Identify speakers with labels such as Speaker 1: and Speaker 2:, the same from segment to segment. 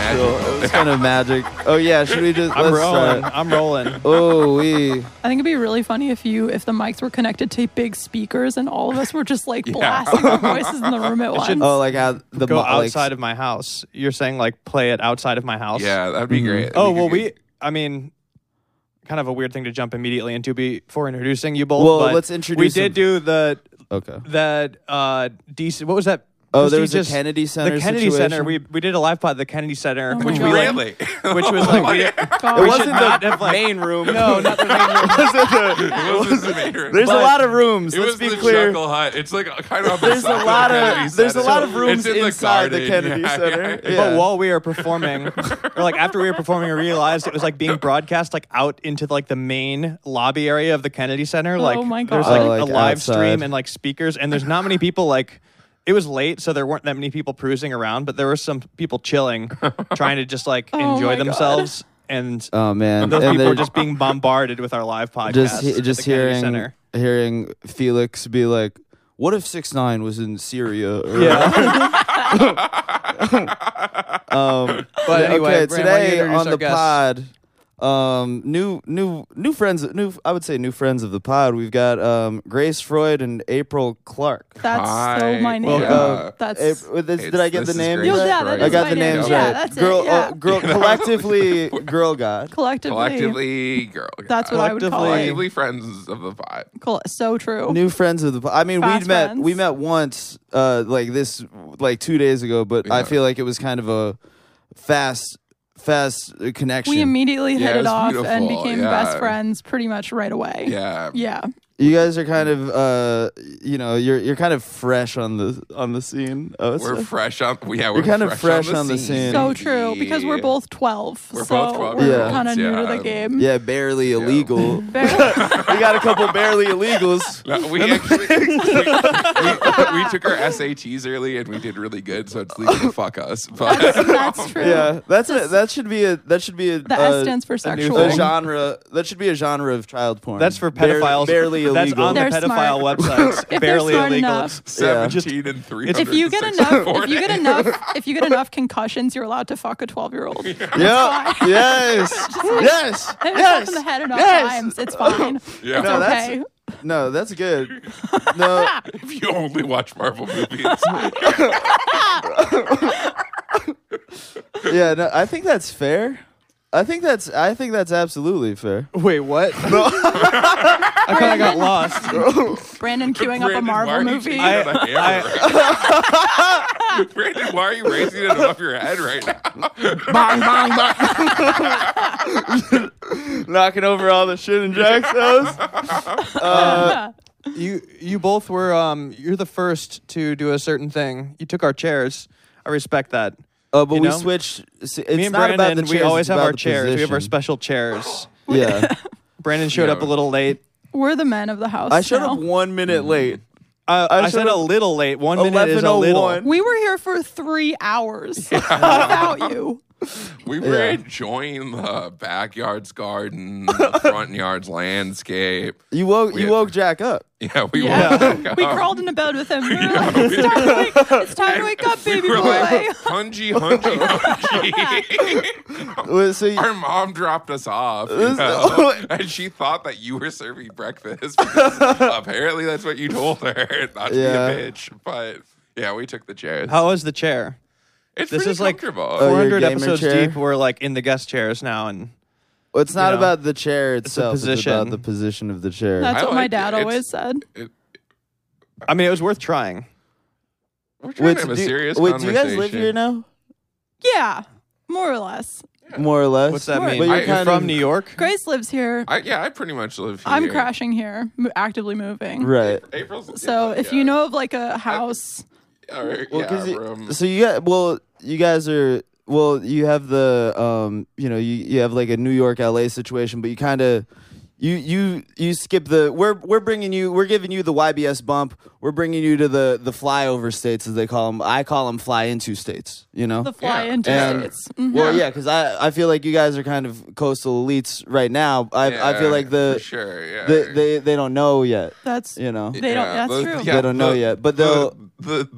Speaker 1: It's kind of magic. Oh yeah, should we just?
Speaker 2: I'm
Speaker 1: let's uh,
Speaker 2: rolling.
Speaker 1: start.
Speaker 2: I'm rolling.
Speaker 1: Oh we.
Speaker 3: I think it'd be really funny if you if the mics were connected to big speakers and all of us were just like
Speaker 4: Yeah.
Speaker 3: blasting our voices in the room at once.
Speaker 2: should-
Speaker 1: Oh like how the
Speaker 2: Go
Speaker 1: mo- like-
Speaker 2: outside of my house. You're saying like play it outside of my house.
Speaker 4: Yeah, that'd be great.
Speaker 2: Oh well,
Speaker 4: could
Speaker 2: we.
Speaker 4: get-
Speaker 2: I mean, kind of a weird thing to jump immediately into before introducing you both.
Speaker 1: Well,
Speaker 2: but
Speaker 1: let's introduce
Speaker 2: We did
Speaker 1: them.
Speaker 2: do the
Speaker 1: Okay.
Speaker 2: that uh DC. What was that?
Speaker 1: Oh, there was a
Speaker 2: prestigious-
Speaker 1: Kennedy Center
Speaker 2: The Kennedy Center.
Speaker 1: situation?
Speaker 2: We we did a live pod at the Kennedy Center,
Speaker 3: Oh my
Speaker 2: which we
Speaker 3: God.
Speaker 2: like,
Speaker 4: really,
Speaker 2: which was
Speaker 4: Oh,
Speaker 2: like we,
Speaker 3: God.
Speaker 1: It
Speaker 2: we
Speaker 1: wasn't
Speaker 2: should
Speaker 1: the
Speaker 2: not have like
Speaker 1: main room.
Speaker 2: no, not the main room.
Speaker 4: It was the main room.
Speaker 1: There's a
Speaker 2: But-
Speaker 1: lot of rooms.
Speaker 4: It
Speaker 1: Let's
Speaker 4: was
Speaker 1: be
Speaker 4: the
Speaker 1: clear.
Speaker 4: Chuckle Hut. It's like kind of opposite
Speaker 1: There's a
Speaker 4: the
Speaker 1: lot
Speaker 4: Kennedy
Speaker 1: of there's a
Speaker 4: Center.
Speaker 1: lot of rooms
Speaker 4: It's in the
Speaker 1: inside the,
Speaker 4: garden.
Speaker 1: Kennedy
Speaker 4: Yeah,
Speaker 1: Center.
Speaker 4: yeah.
Speaker 1: Yeah.
Speaker 2: But while we were performing, or like after we were performing, I realized it was like being broadcast like out into like the main lobby area of the Kennedy Center. Like
Speaker 3: my
Speaker 2: there's
Speaker 3: God.
Speaker 2: like,
Speaker 3: Oh,
Speaker 2: a
Speaker 1: like
Speaker 2: live
Speaker 1: outside.
Speaker 2: stream and like speakers, and there's not many people like. It was late, so there weren't that many people cruising around, but there were some people chilling, trying to just like
Speaker 3: Oh
Speaker 2: enjoy
Speaker 3: my God.
Speaker 2: themselves. And
Speaker 1: Oh man,
Speaker 2: those
Speaker 1: and
Speaker 2: people
Speaker 1: they're
Speaker 2: were just being bombarded with our live podcast.
Speaker 1: just
Speaker 2: at
Speaker 1: he-
Speaker 2: the
Speaker 1: just
Speaker 2: Kennedy
Speaker 1: hearing
Speaker 2: Center.
Speaker 1: hearing Felix be like, "What if six nine was in Syria?" Or,
Speaker 2: Yeah.
Speaker 1: Um,
Speaker 2: But anyway,
Speaker 1: okay,
Speaker 2: Bram, why don't you
Speaker 1: today
Speaker 2: introduce
Speaker 1: on
Speaker 2: our
Speaker 1: the
Speaker 2: guests?
Speaker 1: pod, um, new new new friends, new I would say new friends of the pod. We've got um, Grace Freud and April Clark.
Speaker 3: That's so
Speaker 4: Hi.
Speaker 3: my name.
Speaker 4: Welcome.
Speaker 3: uh, that's
Speaker 1: April, this, did
Speaker 4: It's-
Speaker 1: I get
Speaker 4: this
Speaker 1: the
Speaker 4: is
Speaker 1: name?
Speaker 4: Grace
Speaker 1: right?
Speaker 3: Yeah, that
Speaker 1: I
Speaker 3: is
Speaker 1: got
Speaker 3: my
Speaker 1: the
Speaker 3: name.
Speaker 1: names
Speaker 3: Yeah,
Speaker 1: right.
Speaker 3: that's it,
Speaker 1: girl,
Speaker 3: yeah.
Speaker 1: oh, girl, collectively, girl god.
Speaker 3: collectively.
Speaker 4: Collectively, girl.
Speaker 3: That's what I would call it.
Speaker 4: Collectively, friends of the pot.
Speaker 3: Col- so true.
Speaker 1: New friends of the. po- I mean, we
Speaker 3: Fast
Speaker 1: met we
Speaker 3: friends.
Speaker 1: met once, uh, like this, like two days ago. But I
Speaker 4: Yeah.
Speaker 1: feel like it was kind of a fast, fast uh, connection.
Speaker 3: we immediately
Speaker 4: Yeah,
Speaker 3: hit
Speaker 4: it
Speaker 3: it,
Speaker 4: was
Speaker 3: off and
Speaker 4: beautiful,
Speaker 3: became
Speaker 4: yeah.
Speaker 3: best friends pretty much right away.
Speaker 4: Yeah.
Speaker 3: Yeah.
Speaker 1: you guys are kind of, uh, you know, you're you're kind of fresh on the on the scene. Oh, it's-
Speaker 4: We're fresh on. Yeah, we're
Speaker 1: kind of fresh on the scene.
Speaker 3: So true because we're both 12.
Speaker 4: We're
Speaker 3: so
Speaker 4: both 12
Speaker 3: we're
Speaker 1: year
Speaker 3: kind of
Speaker 4: olds,
Speaker 3: new to
Speaker 4: yeah.
Speaker 3: the game.
Speaker 1: yeah, barely illegal.
Speaker 3: Very-
Speaker 1: we got a couple barely illegals.
Speaker 4: No, Uh, we actually we, we- we took our SATs early and we did really good, so it's legal to fuck us. But
Speaker 3: that's, that's true.
Speaker 1: Yeah, that's a, that should be a that should be a
Speaker 3: The
Speaker 1: uh,
Speaker 3: S stands for
Speaker 2: new
Speaker 3: sexual.
Speaker 1: a
Speaker 2: thing.
Speaker 1: genre. That should be a genre of child porn.
Speaker 2: That's for
Speaker 1: Bare-
Speaker 2: pedophiles.
Speaker 1: barely illegal.
Speaker 2: That's on
Speaker 3: They're
Speaker 2: the pedophile
Speaker 3: smart.
Speaker 2: websites.
Speaker 3: they're
Speaker 2: barely
Speaker 3: smart
Speaker 2: illegal.
Speaker 3: enough.
Speaker 4: seventeen and three.
Speaker 3: if you get enough, if you get enough, if you get enough concussions, you're allowed to fuck a 12 year old.
Speaker 1: Yeah. yes. yes.
Speaker 3: in the
Speaker 1: Yes.
Speaker 3: head enough
Speaker 1: Yes.
Speaker 3: times. It's fine.
Speaker 4: Yeah.
Speaker 3: It's
Speaker 1: No, that's-
Speaker 3: okay.
Speaker 1: No, that's good. No.
Speaker 4: if you only watch Marvel movies,
Speaker 1: Yeah. No. I think that's fair. I think that's. I think that's absolutely fair.
Speaker 2: Wait, what? I kind of got lost.
Speaker 3: Brandon queuing up a
Speaker 4: Brandon, why
Speaker 3: Marvel
Speaker 4: are you
Speaker 3: movie.
Speaker 4: cheating on a hammer right now? Brandon, why are you raising it above your head right now?
Speaker 1: Knocking over all the shit in Jack's house. uh,
Speaker 2: You you both were um you're the first to do a certain thing. You took our chairs. I respect that.
Speaker 1: Oh, but
Speaker 2: You
Speaker 1: we
Speaker 2: know?
Speaker 1: switched. It's
Speaker 2: Me and
Speaker 1: not
Speaker 2: Brandon,
Speaker 1: about the
Speaker 2: we
Speaker 1: chairs,
Speaker 2: always
Speaker 1: it's
Speaker 2: have
Speaker 1: about
Speaker 2: our
Speaker 1: the
Speaker 2: chairs. We have our
Speaker 1: position.
Speaker 2: special chairs.
Speaker 1: Yeah.
Speaker 2: Brandon showed up a
Speaker 4: Yeah.
Speaker 2: little late.
Speaker 3: We're the men of the house.
Speaker 1: I showed
Speaker 3: now.
Speaker 1: up one minute late.
Speaker 2: I, Uh, I, said
Speaker 1: showed
Speaker 2: a
Speaker 1: up-
Speaker 2: little late. One minute is a little.
Speaker 1: 11:01.
Speaker 3: We were here for three hours without you.
Speaker 4: We were
Speaker 1: Yeah.
Speaker 4: enjoying the backyard's garden, the front yard's landscape.
Speaker 1: You woke.
Speaker 4: We
Speaker 1: you
Speaker 4: had-
Speaker 1: woke Jack up.
Speaker 4: Yeah, we
Speaker 1: Oh,
Speaker 3: Yeah.
Speaker 4: were.
Speaker 3: We crawled into bed with him. We were like, it's, time to wake, it's time to wake up, baby
Speaker 4: We were
Speaker 3: boy.
Speaker 4: like, hungy, hungy, hungy.
Speaker 1: Wait, So you-
Speaker 4: Our mom dropped us off, you
Speaker 1: This-
Speaker 4: know, and she thought that you were serving breakfast. because apparently, that's what you told her. Not to
Speaker 1: Yeah.
Speaker 4: be a bitch, but yeah, we took the chairs.
Speaker 2: How was the chair?
Speaker 4: it's
Speaker 2: this
Speaker 4: pretty
Speaker 2: is like-
Speaker 4: comfortable.
Speaker 1: Oh, your
Speaker 2: 400
Speaker 1: gamer
Speaker 2: episodes
Speaker 1: chair?
Speaker 2: deep. We're like in the guest chairs now, and
Speaker 1: it's not
Speaker 2: know,
Speaker 1: about the chair itself. It's,
Speaker 2: position.
Speaker 1: about the position of the chair.
Speaker 3: That's
Speaker 4: I
Speaker 3: what my
Speaker 4: like it.
Speaker 3: dad
Speaker 4: It's-
Speaker 3: always said.
Speaker 4: It-
Speaker 2: I mean it was worth trying.
Speaker 4: we're trying
Speaker 1: Wait,
Speaker 4: to have a
Speaker 1: do-
Speaker 4: serious
Speaker 1: wait, do you
Speaker 4: conversation.
Speaker 1: guys live here now?
Speaker 3: Yeah, more or less.
Speaker 1: More or less.
Speaker 2: What's that mean?
Speaker 3: Right.
Speaker 1: But you're
Speaker 4: I-
Speaker 2: you're
Speaker 1: kind
Speaker 2: from
Speaker 1: of-
Speaker 2: New York.
Speaker 3: Grace lives here.
Speaker 4: I, yeah, I pretty much live here.
Speaker 3: I'm crashing here, mo- actively moving.
Speaker 1: Right.
Speaker 4: April's
Speaker 3: So
Speaker 4: yeah,
Speaker 3: if you know of like a house,
Speaker 4: or,
Speaker 1: Well,
Speaker 4: yeah,
Speaker 1: 'cause you-
Speaker 4: room.
Speaker 1: so you got well, you guys are well, you have the um, you know, you you have like a New York LA situation, but you kind of you you you skip the we're we're bringing you we're giving you the YBS bump. We're bringing you to the the flyover states as they call them. I call them fly into states, you know.
Speaker 3: the fly
Speaker 4: Yeah.
Speaker 3: into
Speaker 1: And-
Speaker 3: states. Mhm.
Speaker 1: well, yeah, because I, I feel like you guys are kind of coastal elites right now. I, I feel
Speaker 4: Yeah,
Speaker 1: like the,
Speaker 4: for sure, yeah.
Speaker 1: the they they don't know yet,
Speaker 3: That's
Speaker 1: you know.
Speaker 3: They don't- that's
Speaker 4: those-
Speaker 3: true.
Speaker 1: They don't know yet, but
Speaker 4: the,
Speaker 1: they'll-
Speaker 4: the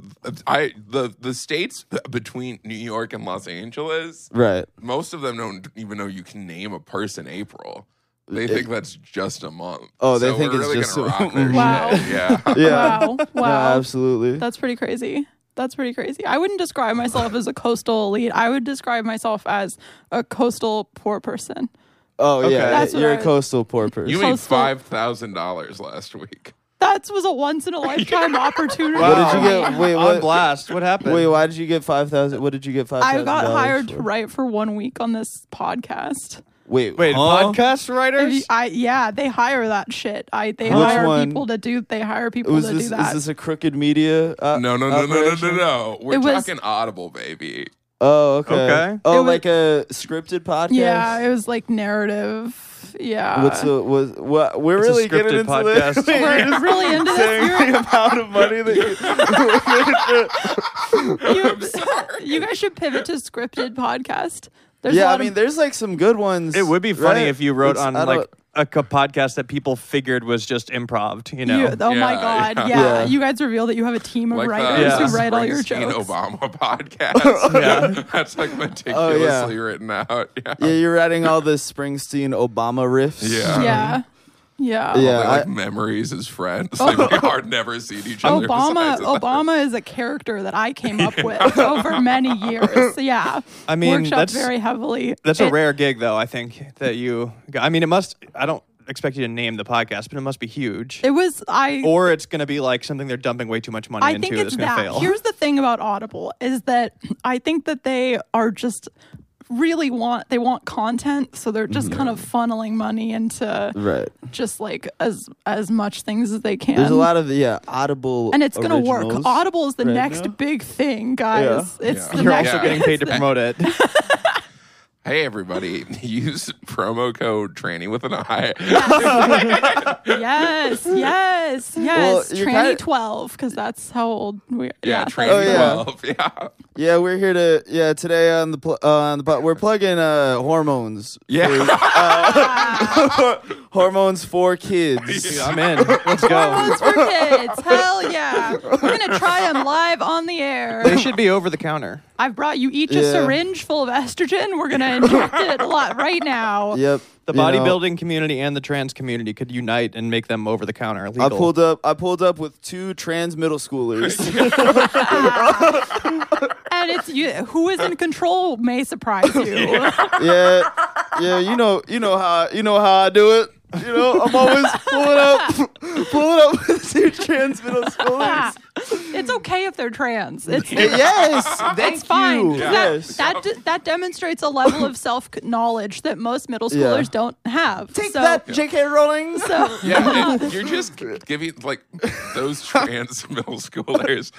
Speaker 4: I the the states between New York and Los Angeles,
Speaker 1: Right.
Speaker 4: most of them don't even know you can name a person April. They think that's just a month.
Speaker 1: Oh, they
Speaker 4: So
Speaker 1: think
Speaker 4: we're
Speaker 1: it's
Speaker 4: really
Speaker 1: just
Speaker 4: gonna
Speaker 1: a-
Speaker 4: rock their
Speaker 3: Wow.
Speaker 4: shit. Yeah.
Speaker 1: Yeah.
Speaker 3: Wow.
Speaker 1: No,
Speaker 3: Wow.
Speaker 1: absolutely.
Speaker 3: That's pretty crazy. That's pretty crazy. I wouldn't describe myself as a coastal elite. I would describe myself as a coastal poor person.
Speaker 1: oh yeah.
Speaker 3: That's what
Speaker 1: You're
Speaker 3: I
Speaker 1: a
Speaker 3: was-
Speaker 1: coastal poor person.
Speaker 4: You made
Speaker 3: Coastal.
Speaker 4: five thousand dollars last week.
Speaker 3: That was a once in a lifetime opportunity.
Speaker 1: what did
Speaker 2: Wow.
Speaker 1: you get? Wait,
Speaker 2: On
Speaker 1: what?
Speaker 2: blast. What happened?
Speaker 1: Wait, why did you get five thousand? What did you get five thousand?
Speaker 3: I got hired to write for one week on this podcast.
Speaker 1: Wait,
Speaker 2: Wait,
Speaker 1: huh?
Speaker 2: podcast
Speaker 3: If
Speaker 2: writers?
Speaker 3: you- I yeah, they hire that shit. I they
Speaker 1: Which
Speaker 3: hire
Speaker 1: one?
Speaker 3: people to do they hire people
Speaker 1: Was
Speaker 3: to
Speaker 1: this
Speaker 3: do
Speaker 1: is
Speaker 3: that. Oh,
Speaker 1: this a crooked media? Uh,
Speaker 4: No, no, no, no, no, no,
Speaker 1: operation?
Speaker 4: no. We're
Speaker 3: It was-
Speaker 4: talking Audible, baby.
Speaker 1: Oh, okay.
Speaker 2: Okay.
Speaker 1: Oh,
Speaker 3: It was-
Speaker 1: like a scripted podcast.
Speaker 3: yeah, it was like narrative. Yeah.
Speaker 1: What's the was what? We're
Speaker 2: It's a
Speaker 1: really getting
Speaker 2: scripted
Speaker 1: into this.
Speaker 2: podcast.
Speaker 1: Wait,
Speaker 3: We're
Speaker 1: you're just
Speaker 3: really into this.
Speaker 1: saying
Speaker 3: You're-
Speaker 1: the amount of money that you.
Speaker 3: you, you guys should pivot to scripted podcast. There's a
Speaker 1: yeah,
Speaker 3: lot
Speaker 1: I mean,
Speaker 3: of,
Speaker 1: there's like some good ones.
Speaker 2: It would be funny
Speaker 1: right?
Speaker 2: if you wrote
Speaker 1: It's-
Speaker 2: on
Speaker 1: I don't-
Speaker 2: like a co- podcast that people figured was just improv. You know,
Speaker 3: you, oh my
Speaker 4: Yeah,
Speaker 3: god, yeah.
Speaker 4: yeah.
Speaker 1: Yeah.
Speaker 3: You guys reveal that you have a team of
Speaker 4: Like
Speaker 3: writers
Speaker 4: the
Speaker 2: Yeah.
Speaker 3: who write all your
Speaker 4: Springsteen
Speaker 3: jokes.
Speaker 4: Obama podcast.
Speaker 2: Yeah.
Speaker 4: That's like meticulously written out. Yeah.
Speaker 1: Oh, Yeah, you're writing all the Springsteen Obama riffs.
Speaker 4: Yeah.
Speaker 3: Yeah.
Speaker 1: Yeah.
Speaker 3: Yeah.
Speaker 4: They're like
Speaker 1: I-
Speaker 4: memories as friends. Like we are never seen each other.
Speaker 3: Oh. Obama
Speaker 4: besides in the-
Speaker 3: Obama is a character that I came up with over many years. Yeah.
Speaker 2: I mean,
Speaker 3: workshopped
Speaker 2: that's-
Speaker 3: very heavily.
Speaker 2: that's a
Speaker 3: It-
Speaker 2: rare gig, though. I think that you. got- I mean, it must. I don't expect you to name the podcast, but it must be huge.
Speaker 3: It was I
Speaker 2: or it's going to be like something they're dumping way too much money
Speaker 3: I
Speaker 2: into
Speaker 3: think
Speaker 2: that's
Speaker 3: it's
Speaker 2: going to
Speaker 3: that.
Speaker 2: fail.
Speaker 3: Here's the thing about Audible is that I think that they are just really want they want content, so they're just
Speaker 2: Mm-hmm.
Speaker 3: kind of funneling money into
Speaker 1: Right.
Speaker 3: just like as as much things as they can.
Speaker 1: There's a lot of yeah audible
Speaker 3: and it's going to work.
Speaker 1: originals.
Speaker 3: Audible is the
Speaker 1: right
Speaker 3: next
Speaker 1: now.
Speaker 3: big thing, guys. It's
Speaker 4: Yeah.
Speaker 3: the
Speaker 2: You're
Speaker 3: next
Speaker 2: also getting paid to promote it.
Speaker 4: Hey everybody, use promo code tranny with an I.
Speaker 3: yes, yes, yes.
Speaker 1: Well,
Speaker 3: tranny
Speaker 1: you're kinda-
Speaker 3: 12 cuz that's how old we are.
Speaker 4: Yeah,
Speaker 3: that's-
Speaker 4: tranny
Speaker 1: Oh, yeah.
Speaker 4: twelve. Yeah.
Speaker 1: Yeah, we're here to yeah today on the pl- uh, on the pod, we're plugging uh hormones. uh,
Speaker 4: Yeah.
Speaker 1: hormones for kids.
Speaker 2: Dude, I'm in. Let's go.
Speaker 3: Hormones for kids. Hell yeah. We're going to try them live on the air.
Speaker 2: They should be over the counter.
Speaker 3: I've brought you each a
Speaker 1: Yeah.
Speaker 3: syringe full of estrogen. We're gonna inject it a lot right now.
Speaker 1: Yep.
Speaker 2: The
Speaker 1: you know,
Speaker 2: bodybuilding community and the trans community could unite and make them over the counter legal.
Speaker 1: I pulled up. I pulled up with two trans middle schoolers.
Speaker 3: And it's you. Who is in control may surprise you.
Speaker 1: yeah, yeah. You know, you know how you know how I do it. You know, I'm always pulling up, pulling up with two trans middle schoolers.
Speaker 3: It's okay if they're trans. It's
Speaker 1: yes, thank
Speaker 3: it's fine.
Speaker 1: you.
Speaker 3: 'cause
Speaker 1: Yes.
Speaker 3: That that, de- that demonstrates a level of self knowledge that most middle
Speaker 1: Yeah.
Speaker 3: schoolers don't have.
Speaker 1: Take
Speaker 3: so,
Speaker 1: that, J.K. Rowling.
Speaker 3: So
Speaker 4: Yeah, and you're just giving like those trans middle schoolers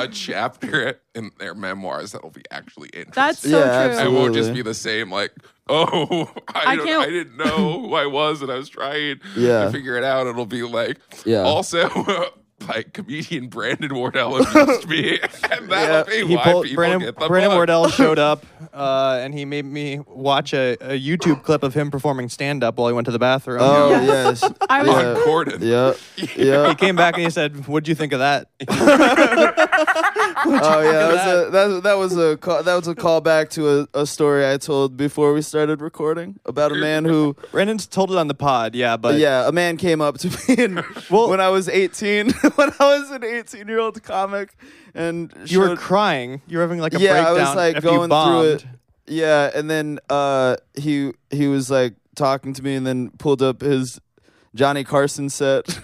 Speaker 4: a chapter in their memoirs that'll be actually interesting.
Speaker 3: that's so
Speaker 1: Yeah,
Speaker 3: true.
Speaker 4: it won't just
Speaker 1: Absolutely.
Speaker 4: be the same like oh i,
Speaker 3: I
Speaker 4: don't,
Speaker 3: can't-
Speaker 4: I didn't know who i was and i was trying
Speaker 1: Yeah.
Speaker 4: to figure it out it'll be like
Speaker 1: Yeah.
Speaker 4: also like comedian brandon wardell abused me and that'll be
Speaker 2: he
Speaker 4: why
Speaker 2: pulled,
Speaker 4: people
Speaker 2: Brandon,
Speaker 4: get the
Speaker 2: Brandon
Speaker 4: book.
Speaker 2: Wardell showed up uh, and he made me watch a, a YouTube clip of him performing stand up while he went to the bathroom.
Speaker 1: Oh yes.
Speaker 3: I was-
Speaker 4: on Gordon.
Speaker 1: Yeah.
Speaker 2: He
Speaker 1: Yeah.
Speaker 2: came back and he said, What'd you think of that?
Speaker 1: Oh yeah, that was a that, that was a call, that was a callback to a, a story I told before we started recording about a man who
Speaker 2: Brandon's told it on the pod, yeah, but
Speaker 1: yeah a man came up to me and
Speaker 2: Well-
Speaker 1: when I was eighteen when I was an eighteen year old comic and
Speaker 2: you were
Speaker 1: showed-
Speaker 2: crying. You were having like a
Speaker 1: yeah
Speaker 2: breakdown
Speaker 1: I was like
Speaker 2: after you
Speaker 1: going through
Speaker 2: bombed.
Speaker 1: it yeah and then uh he he was like talking to me and then pulled up his Johnny Carson set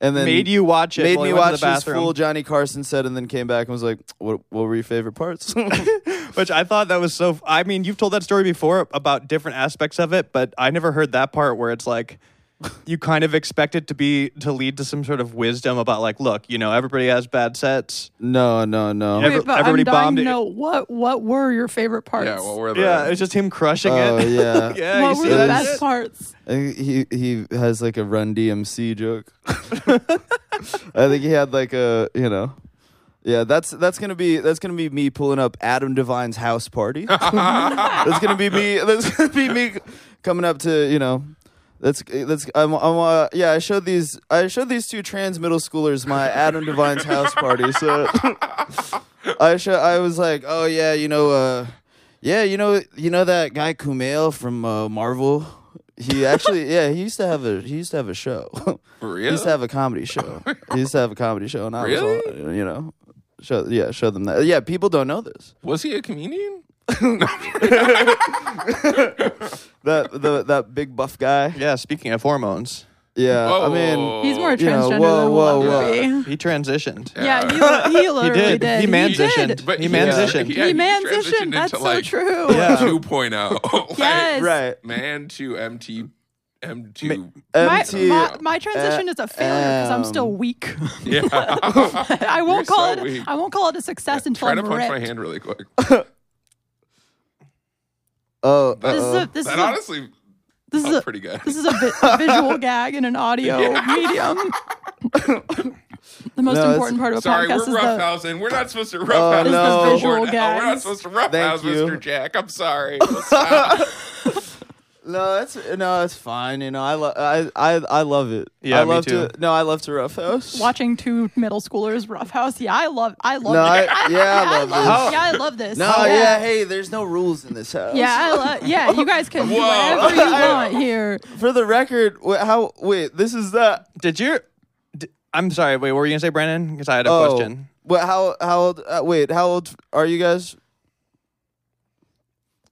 Speaker 1: and then
Speaker 2: Made you watch it.
Speaker 1: made
Speaker 2: while
Speaker 1: me
Speaker 2: you went to
Speaker 1: watch
Speaker 2: the
Speaker 1: this
Speaker 2: bathroom.
Speaker 1: full Johnny Carson set and then came back and was like what what were your favorite parts.
Speaker 2: Which I thought that was so. I mean, you've told that story before about different aspects of it, but I never heard that part where it's like you kind of expect it to be to lead to some sort of wisdom about like, look, you know, everybody has bad sets.
Speaker 1: No, no, no.
Speaker 2: Every-
Speaker 3: Wait, but
Speaker 2: everybody
Speaker 3: I'm dying
Speaker 2: bombed it.
Speaker 3: to know what what were your favorite parts?
Speaker 4: yeah well we're the
Speaker 2: Yeah, it's just him crushing
Speaker 1: Oh
Speaker 2: it.
Speaker 1: yeah.
Speaker 2: yeah,
Speaker 3: what
Speaker 2: you
Speaker 3: were
Speaker 2: see
Speaker 3: the
Speaker 2: that
Speaker 3: best
Speaker 2: shit?
Speaker 3: parts?
Speaker 1: I think he he has like a Run DMC joke. I think he had like a you know, yeah. That's that's gonna be that's gonna be me pulling up Adam Devine's house party. that's gonna be me. That's gonna be me coming up to you know. That's that's I'm, I'm uh, yeah. I showed these I showed these two trans middle schoolers my Adam Devine's house party. So I show, I was like, oh yeah, you know, uh, yeah, you know, you know that guy Kumail from uh, Marvel. He actually yeah he used to have a he used to have a show.
Speaker 4: For
Speaker 1: he used to
Speaker 4: real?
Speaker 1: have a comedy show. he used to have a comedy show, and I
Speaker 4: Really?
Speaker 1: was all, you know, show yeah show them that yeah people don't know this.
Speaker 4: Was he a comedian?
Speaker 1: that the that big buff guy.
Speaker 2: Yeah, speaking of hormones,
Speaker 1: Yeah, I mean,
Speaker 4: Whoa.
Speaker 3: He's more transgender
Speaker 1: Yeah, whoa,
Speaker 3: than
Speaker 1: whoa,
Speaker 3: we'll
Speaker 1: whoa.
Speaker 3: ever be.
Speaker 2: he transitioned.
Speaker 3: Yeah, he, li- he
Speaker 2: He
Speaker 3: literally
Speaker 2: did.
Speaker 3: did.
Speaker 2: He
Speaker 3: did.
Speaker 2: mansitioned.
Speaker 4: uh,
Speaker 2: He mansitioned.
Speaker 3: He mansitioned. That's so true.
Speaker 2: Yeah.
Speaker 4: 2.0. oh. Like,
Speaker 3: Yes.
Speaker 1: right.
Speaker 4: Man to MT, M2.
Speaker 3: My,
Speaker 1: MT,
Speaker 3: my, my transition is a failure because I'm still
Speaker 1: um,
Speaker 3: weak.
Speaker 4: yeah.
Speaker 3: I won't
Speaker 4: You're
Speaker 3: call
Speaker 4: so
Speaker 3: it.
Speaker 4: weak.
Speaker 3: I won't call it a success until
Speaker 4: Try
Speaker 3: I'm
Speaker 4: to punch my
Speaker 3: ripped.
Speaker 4: hand really quick.
Speaker 1: oh,
Speaker 3: This is
Speaker 1: uh-oh.
Speaker 3: a this is
Speaker 4: That
Speaker 3: a,
Speaker 4: honestly
Speaker 3: this is
Speaker 4: felt
Speaker 3: a
Speaker 4: pretty good.
Speaker 3: this is a, vi- a visual gag in an audio medium. the most
Speaker 1: No, it's-
Speaker 3: important part of a
Speaker 4: Sorry,
Speaker 3: podcast
Speaker 4: we're
Speaker 3: is the.
Speaker 4: roughhousing. We're not supposed to roughhouse.
Speaker 1: Oh, This is the visual
Speaker 4: Mr. Hornell. We're not
Speaker 3: gags.
Speaker 4: supposed to roughhouse,
Speaker 1: Thank you.
Speaker 4: Mr. Jack. I'm sorry. Stop.
Speaker 1: no, it's no, it's fine. You know, I lo- I, I I love it.
Speaker 2: Yeah,
Speaker 1: I
Speaker 2: me
Speaker 1: love
Speaker 2: too.
Speaker 1: to. No, I love to roughhouse.
Speaker 3: Watching two middle schoolers roughhouse, yeah, I love, I love,
Speaker 1: No, I,
Speaker 3: it.
Speaker 1: yeah, I love this.
Speaker 3: yeah, I love this.
Speaker 1: No, yeah, hey, there's no rules in this house.
Speaker 3: Oh. yeah, I love, yeah. You guys can do
Speaker 4: Whoa.
Speaker 3: whatever you want here.
Speaker 1: For the record, wh- how? Wait, this is that.
Speaker 2: Did your? d I'm sorry. Wait, what were you gonna say, Brandon? Because I had a
Speaker 1: Oh,
Speaker 2: question.
Speaker 1: What? How? How old? Uh, wait, how old are you guys?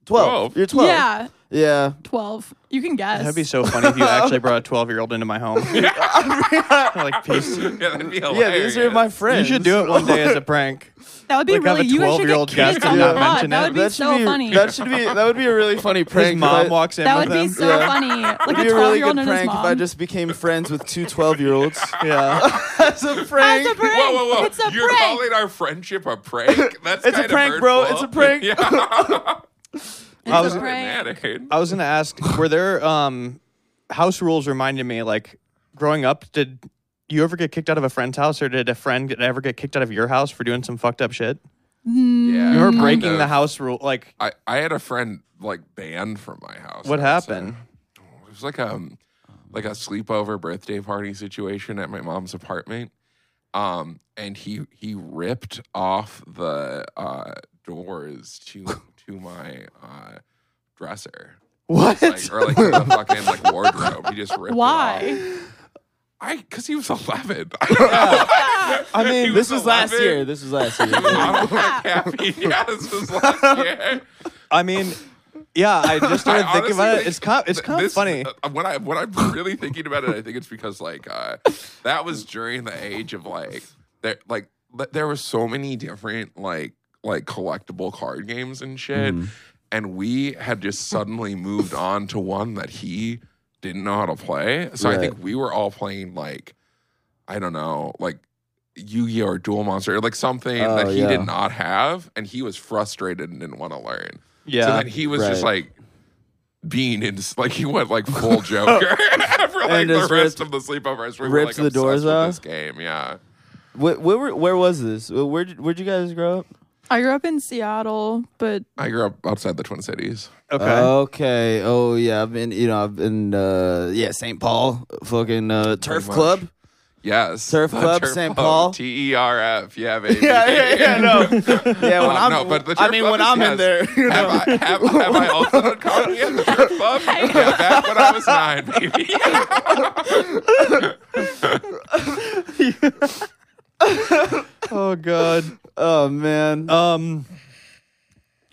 Speaker 1: 12
Speaker 4: Twelve.
Speaker 1: You're twelve.
Speaker 3: Yeah,
Speaker 1: Yeah.
Speaker 3: twelve. You can guess.
Speaker 2: That'd be so funny if you actually brought a 12 year old into my home. like peace.
Speaker 4: yeah, that'd be
Speaker 1: Yeah. These are my
Speaker 4: hilarious.
Speaker 1: friends.
Speaker 2: You should do it one day as a prank.
Speaker 3: That would be
Speaker 2: Like, have
Speaker 3: really.
Speaker 2: a
Speaker 3: You guys should
Speaker 2: 12-year-old
Speaker 3: get
Speaker 2: guest
Speaker 3: kids
Speaker 2: and not
Speaker 3: on the pod.
Speaker 2: mention
Speaker 3: That
Speaker 2: it.
Speaker 3: would be
Speaker 1: that should
Speaker 3: so
Speaker 1: be,
Speaker 3: funny.
Speaker 1: That should be that would be a really funny prank.
Speaker 2: His
Speaker 1: if
Speaker 2: mom
Speaker 1: I-
Speaker 2: walks in
Speaker 3: That
Speaker 2: with
Speaker 3: would be
Speaker 2: him.
Speaker 3: so
Speaker 1: Yeah.
Speaker 3: funny. Like
Speaker 1: It'd
Speaker 3: a
Speaker 1: be a really
Speaker 3: twelve-year-old
Speaker 1: good
Speaker 3: and his
Speaker 1: prank if I
Speaker 3: mom.
Speaker 1: just became friends with two 12 year olds.
Speaker 2: yeah.
Speaker 1: That's a prank.
Speaker 3: It's a prank.
Speaker 4: Whoa, whoa, whoa!
Speaker 3: It's a
Speaker 4: You're
Speaker 3: prank.
Speaker 4: calling our friendship a prank? That's
Speaker 1: It's a
Speaker 4: kinda
Speaker 1: prank, bro. It's a prank.
Speaker 4: Yeah.
Speaker 2: I
Speaker 3: It's
Speaker 2: was-
Speaker 3: a prank.
Speaker 4: Mad, dude.
Speaker 2: I was gonna ask, were there um house rules reminded me like growing up, did you ever get kicked out of a friend's house or did a friend get, ever get kicked out of your house for doing some fucked up shit?
Speaker 4: Yeah,
Speaker 2: You were
Speaker 4: kind
Speaker 2: breaking the
Speaker 4: of.
Speaker 2: house rule like
Speaker 4: I, I had a friend like banned from my house.
Speaker 2: what
Speaker 4: I would say.
Speaker 2: happened?
Speaker 4: It was like um like a sleepover birthday party situation at my mom's apartment. Um, and he he ripped off the uh, doors to to my uh, dresser.
Speaker 2: What?
Speaker 4: Like, or like the fucking like wardrobe. He just ripped it off.
Speaker 3: Why?
Speaker 4: I because he was eleven. I don't know.
Speaker 2: I mean,
Speaker 4: He
Speaker 1: This was last
Speaker 4: 11.
Speaker 1: year. This was last year.
Speaker 4: I'm like happy. Yeah, this was last year.
Speaker 2: I mean, yeah, I just started
Speaker 4: I
Speaker 2: thinking
Speaker 4: honestly
Speaker 2: about it.
Speaker 4: think
Speaker 2: It's kind of, it's
Speaker 4: th-
Speaker 2: kind of
Speaker 4: this-
Speaker 2: funny.
Speaker 4: uh, when I when I'm really thinking about it, I think it's because like uh, that was during the age of like there like th- there were so many different like like collectible card games and shit,
Speaker 1: Mm-hmm.
Speaker 4: and we had just suddenly moved on to one that he didn't know how to play. So I
Speaker 1: Right.
Speaker 4: think we were all playing like I don't know like. Yu-Gi-Oh or Duel Monster, or like something
Speaker 1: Oh,
Speaker 4: that he
Speaker 1: yeah.
Speaker 4: did not have, and he was frustrated and didn't want to learn. So
Speaker 2: Yeah.
Speaker 4: then he was just
Speaker 1: right.
Speaker 4: like being in like he went like full Joker for like
Speaker 1: And
Speaker 4: the
Speaker 1: just
Speaker 4: rest
Speaker 1: ripped-
Speaker 4: of the sleepovers. We were
Speaker 1: ripped
Speaker 4: like
Speaker 1: the
Speaker 4: obsessed
Speaker 1: doors
Speaker 4: with
Speaker 1: off?
Speaker 4: this game. Yeah,
Speaker 1: where, where, were- where was this? Where, where'd where'd you guys grow up?
Speaker 3: I grew up in Seattle, but
Speaker 4: I grew up outside the Twin Cities.
Speaker 2: Okay.
Speaker 1: Okay. Oh yeah, I've been you know I've been uh, yeah St. Paul fucking uh, turf
Speaker 4: much.
Speaker 1: club.
Speaker 4: Yes,
Speaker 1: Turf
Speaker 4: The
Speaker 1: Club, St. Paul.
Speaker 4: T E R F. Yeah, baby.
Speaker 1: no. yeah, when
Speaker 4: Uh,
Speaker 1: I'm
Speaker 4: no, but the
Speaker 1: I
Speaker 4: turf
Speaker 1: mean
Speaker 4: club
Speaker 1: when
Speaker 4: is-
Speaker 1: I'm in
Speaker 4: yes.
Speaker 1: there, you know.
Speaker 4: Have I, have, have I also done comedy at the Turf Club? yeah, back when I was nine, baby.
Speaker 2: Oh god.
Speaker 1: Oh man.
Speaker 2: Um.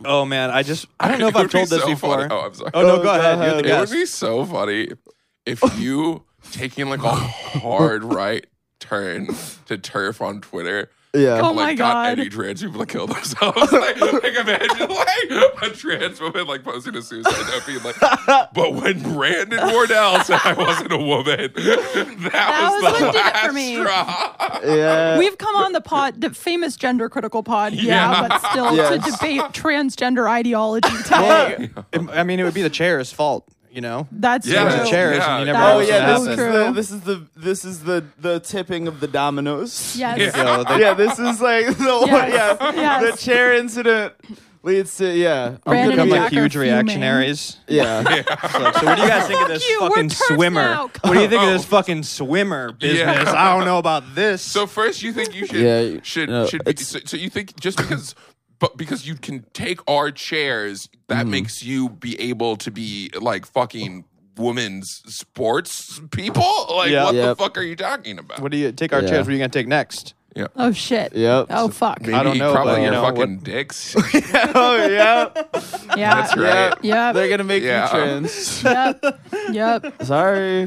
Speaker 2: Oh man, I just I don't know if
Speaker 4: It would
Speaker 2: I've told
Speaker 4: be
Speaker 2: this
Speaker 4: so
Speaker 2: before.
Speaker 4: funny. Oh, I'm sorry.
Speaker 2: Oh, no,
Speaker 1: Oh,
Speaker 2: go,
Speaker 1: go
Speaker 2: ahead. You're
Speaker 1: ahead.
Speaker 2: the
Speaker 1: It
Speaker 4: It would
Speaker 2: guest.
Speaker 4: be so funny if you taking like a hard right turn to turf on Twitter.
Speaker 1: yeah.
Speaker 3: Oh
Speaker 4: like
Speaker 3: my
Speaker 4: got
Speaker 3: God.
Speaker 4: Any trans people to kill themselves? like, like imagine like a trans woman like posting a suicide note, being like, "But when Brandon Wardell said I wasn't a woman, that, was,
Speaker 3: was
Speaker 4: the
Speaker 3: what did it
Speaker 4: last
Speaker 3: for me."
Speaker 4: straw."
Speaker 1: Uh, Yeah.
Speaker 3: we've come on the pod, the famous gender critical pod, yeah,
Speaker 4: Yeah.
Speaker 3: but still
Speaker 1: Yes.
Speaker 3: to debate transgender ideology today.
Speaker 2: It- I mean, it would be the chair's fault, you know.
Speaker 3: That's
Speaker 4: Yeah.
Speaker 2: It was
Speaker 3: true.
Speaker 2: the chairs,
Speaker 4: Yeah.
Speaker 2: and you never
Speaker 3: That
Speaker 2: know
Speaker 1: Oh
Speaker 3: was
Speaker 2: what's
Speaker 1: yeah,
Speaker 2: gonna
Speaker 1: this is, the,
Speaker 2: happen.
Speaker 3: True.
Speaker 1: this is the this is the the tipping of the dominoes.
Speaker 3: Yes.
Speaker 2: So they-
Speaker 1: yeah, this is like the one,
Speaker 3: Yes,
Speaker 1: yeah,
Speaker 3: yes.
Speaker 1: the chair incident. leads to yeah,
Speaker 3: Brandon
Speaker 2: Become
Speaker 3: and
Speaker 2: like
Speaker 3: Jack are
Speaker 2: huge
Speaker 3: fuming.
Speaker 2: reactionaries.
Speaker 1: yeah.
Speaker 2: It's like, so what do you guys think of this
Speaker 3: Fuck you, we're
Speaker 2: fucking
Speaker 3: turfs
Speaker 2: swimmer?
Speaker 3: now.
Speaker 2: What do you think of this fucking swimmer business? I don't know about this.
Speaker 4: Oh. So first, you think you should
Speaker 1: Yeah, you-
Speaker 4: should
Speaker 1: no,
Speaker 4: should be,
Speaker 1: it's-
Speaker 4: so, so you think just because but because you can take our chairs,
Speaker 1: Mm-hmm.
Speaker 4: that makes you be able to be like fucking women's sports people. Like
Speaker 2: Yeah.
Speaker 4: what
Speaker 1: Yep.
Speaker 4: the fuck are you talking about?
Speaker 2: what do you take our
Speaker 1: Yeah.
Speaker 2: chairs? What are you gonna take next?
Speaker 3: Oh shit.
Speaker 1: Yep.
Speaker 3: Oh fuck.
Speaker 4: Maybe
Speaker 2: don't know,
Speaker 4: Probably
Speaker 2: but, you
Speaker 4: your
Speaker 2: know, what-
Speaker 4: fucking dicks.
Speaker 1: oh yeah,
Speaker 3: Yeah.
Speaker 4: That's right.
Speaker 3: Yep.
Speaker 1: they're gonna make
Speaker 4: Yeah.
Speaker 1: you trans.
Speaker 3: Yep. Yep.
Speaker 1: Sorry,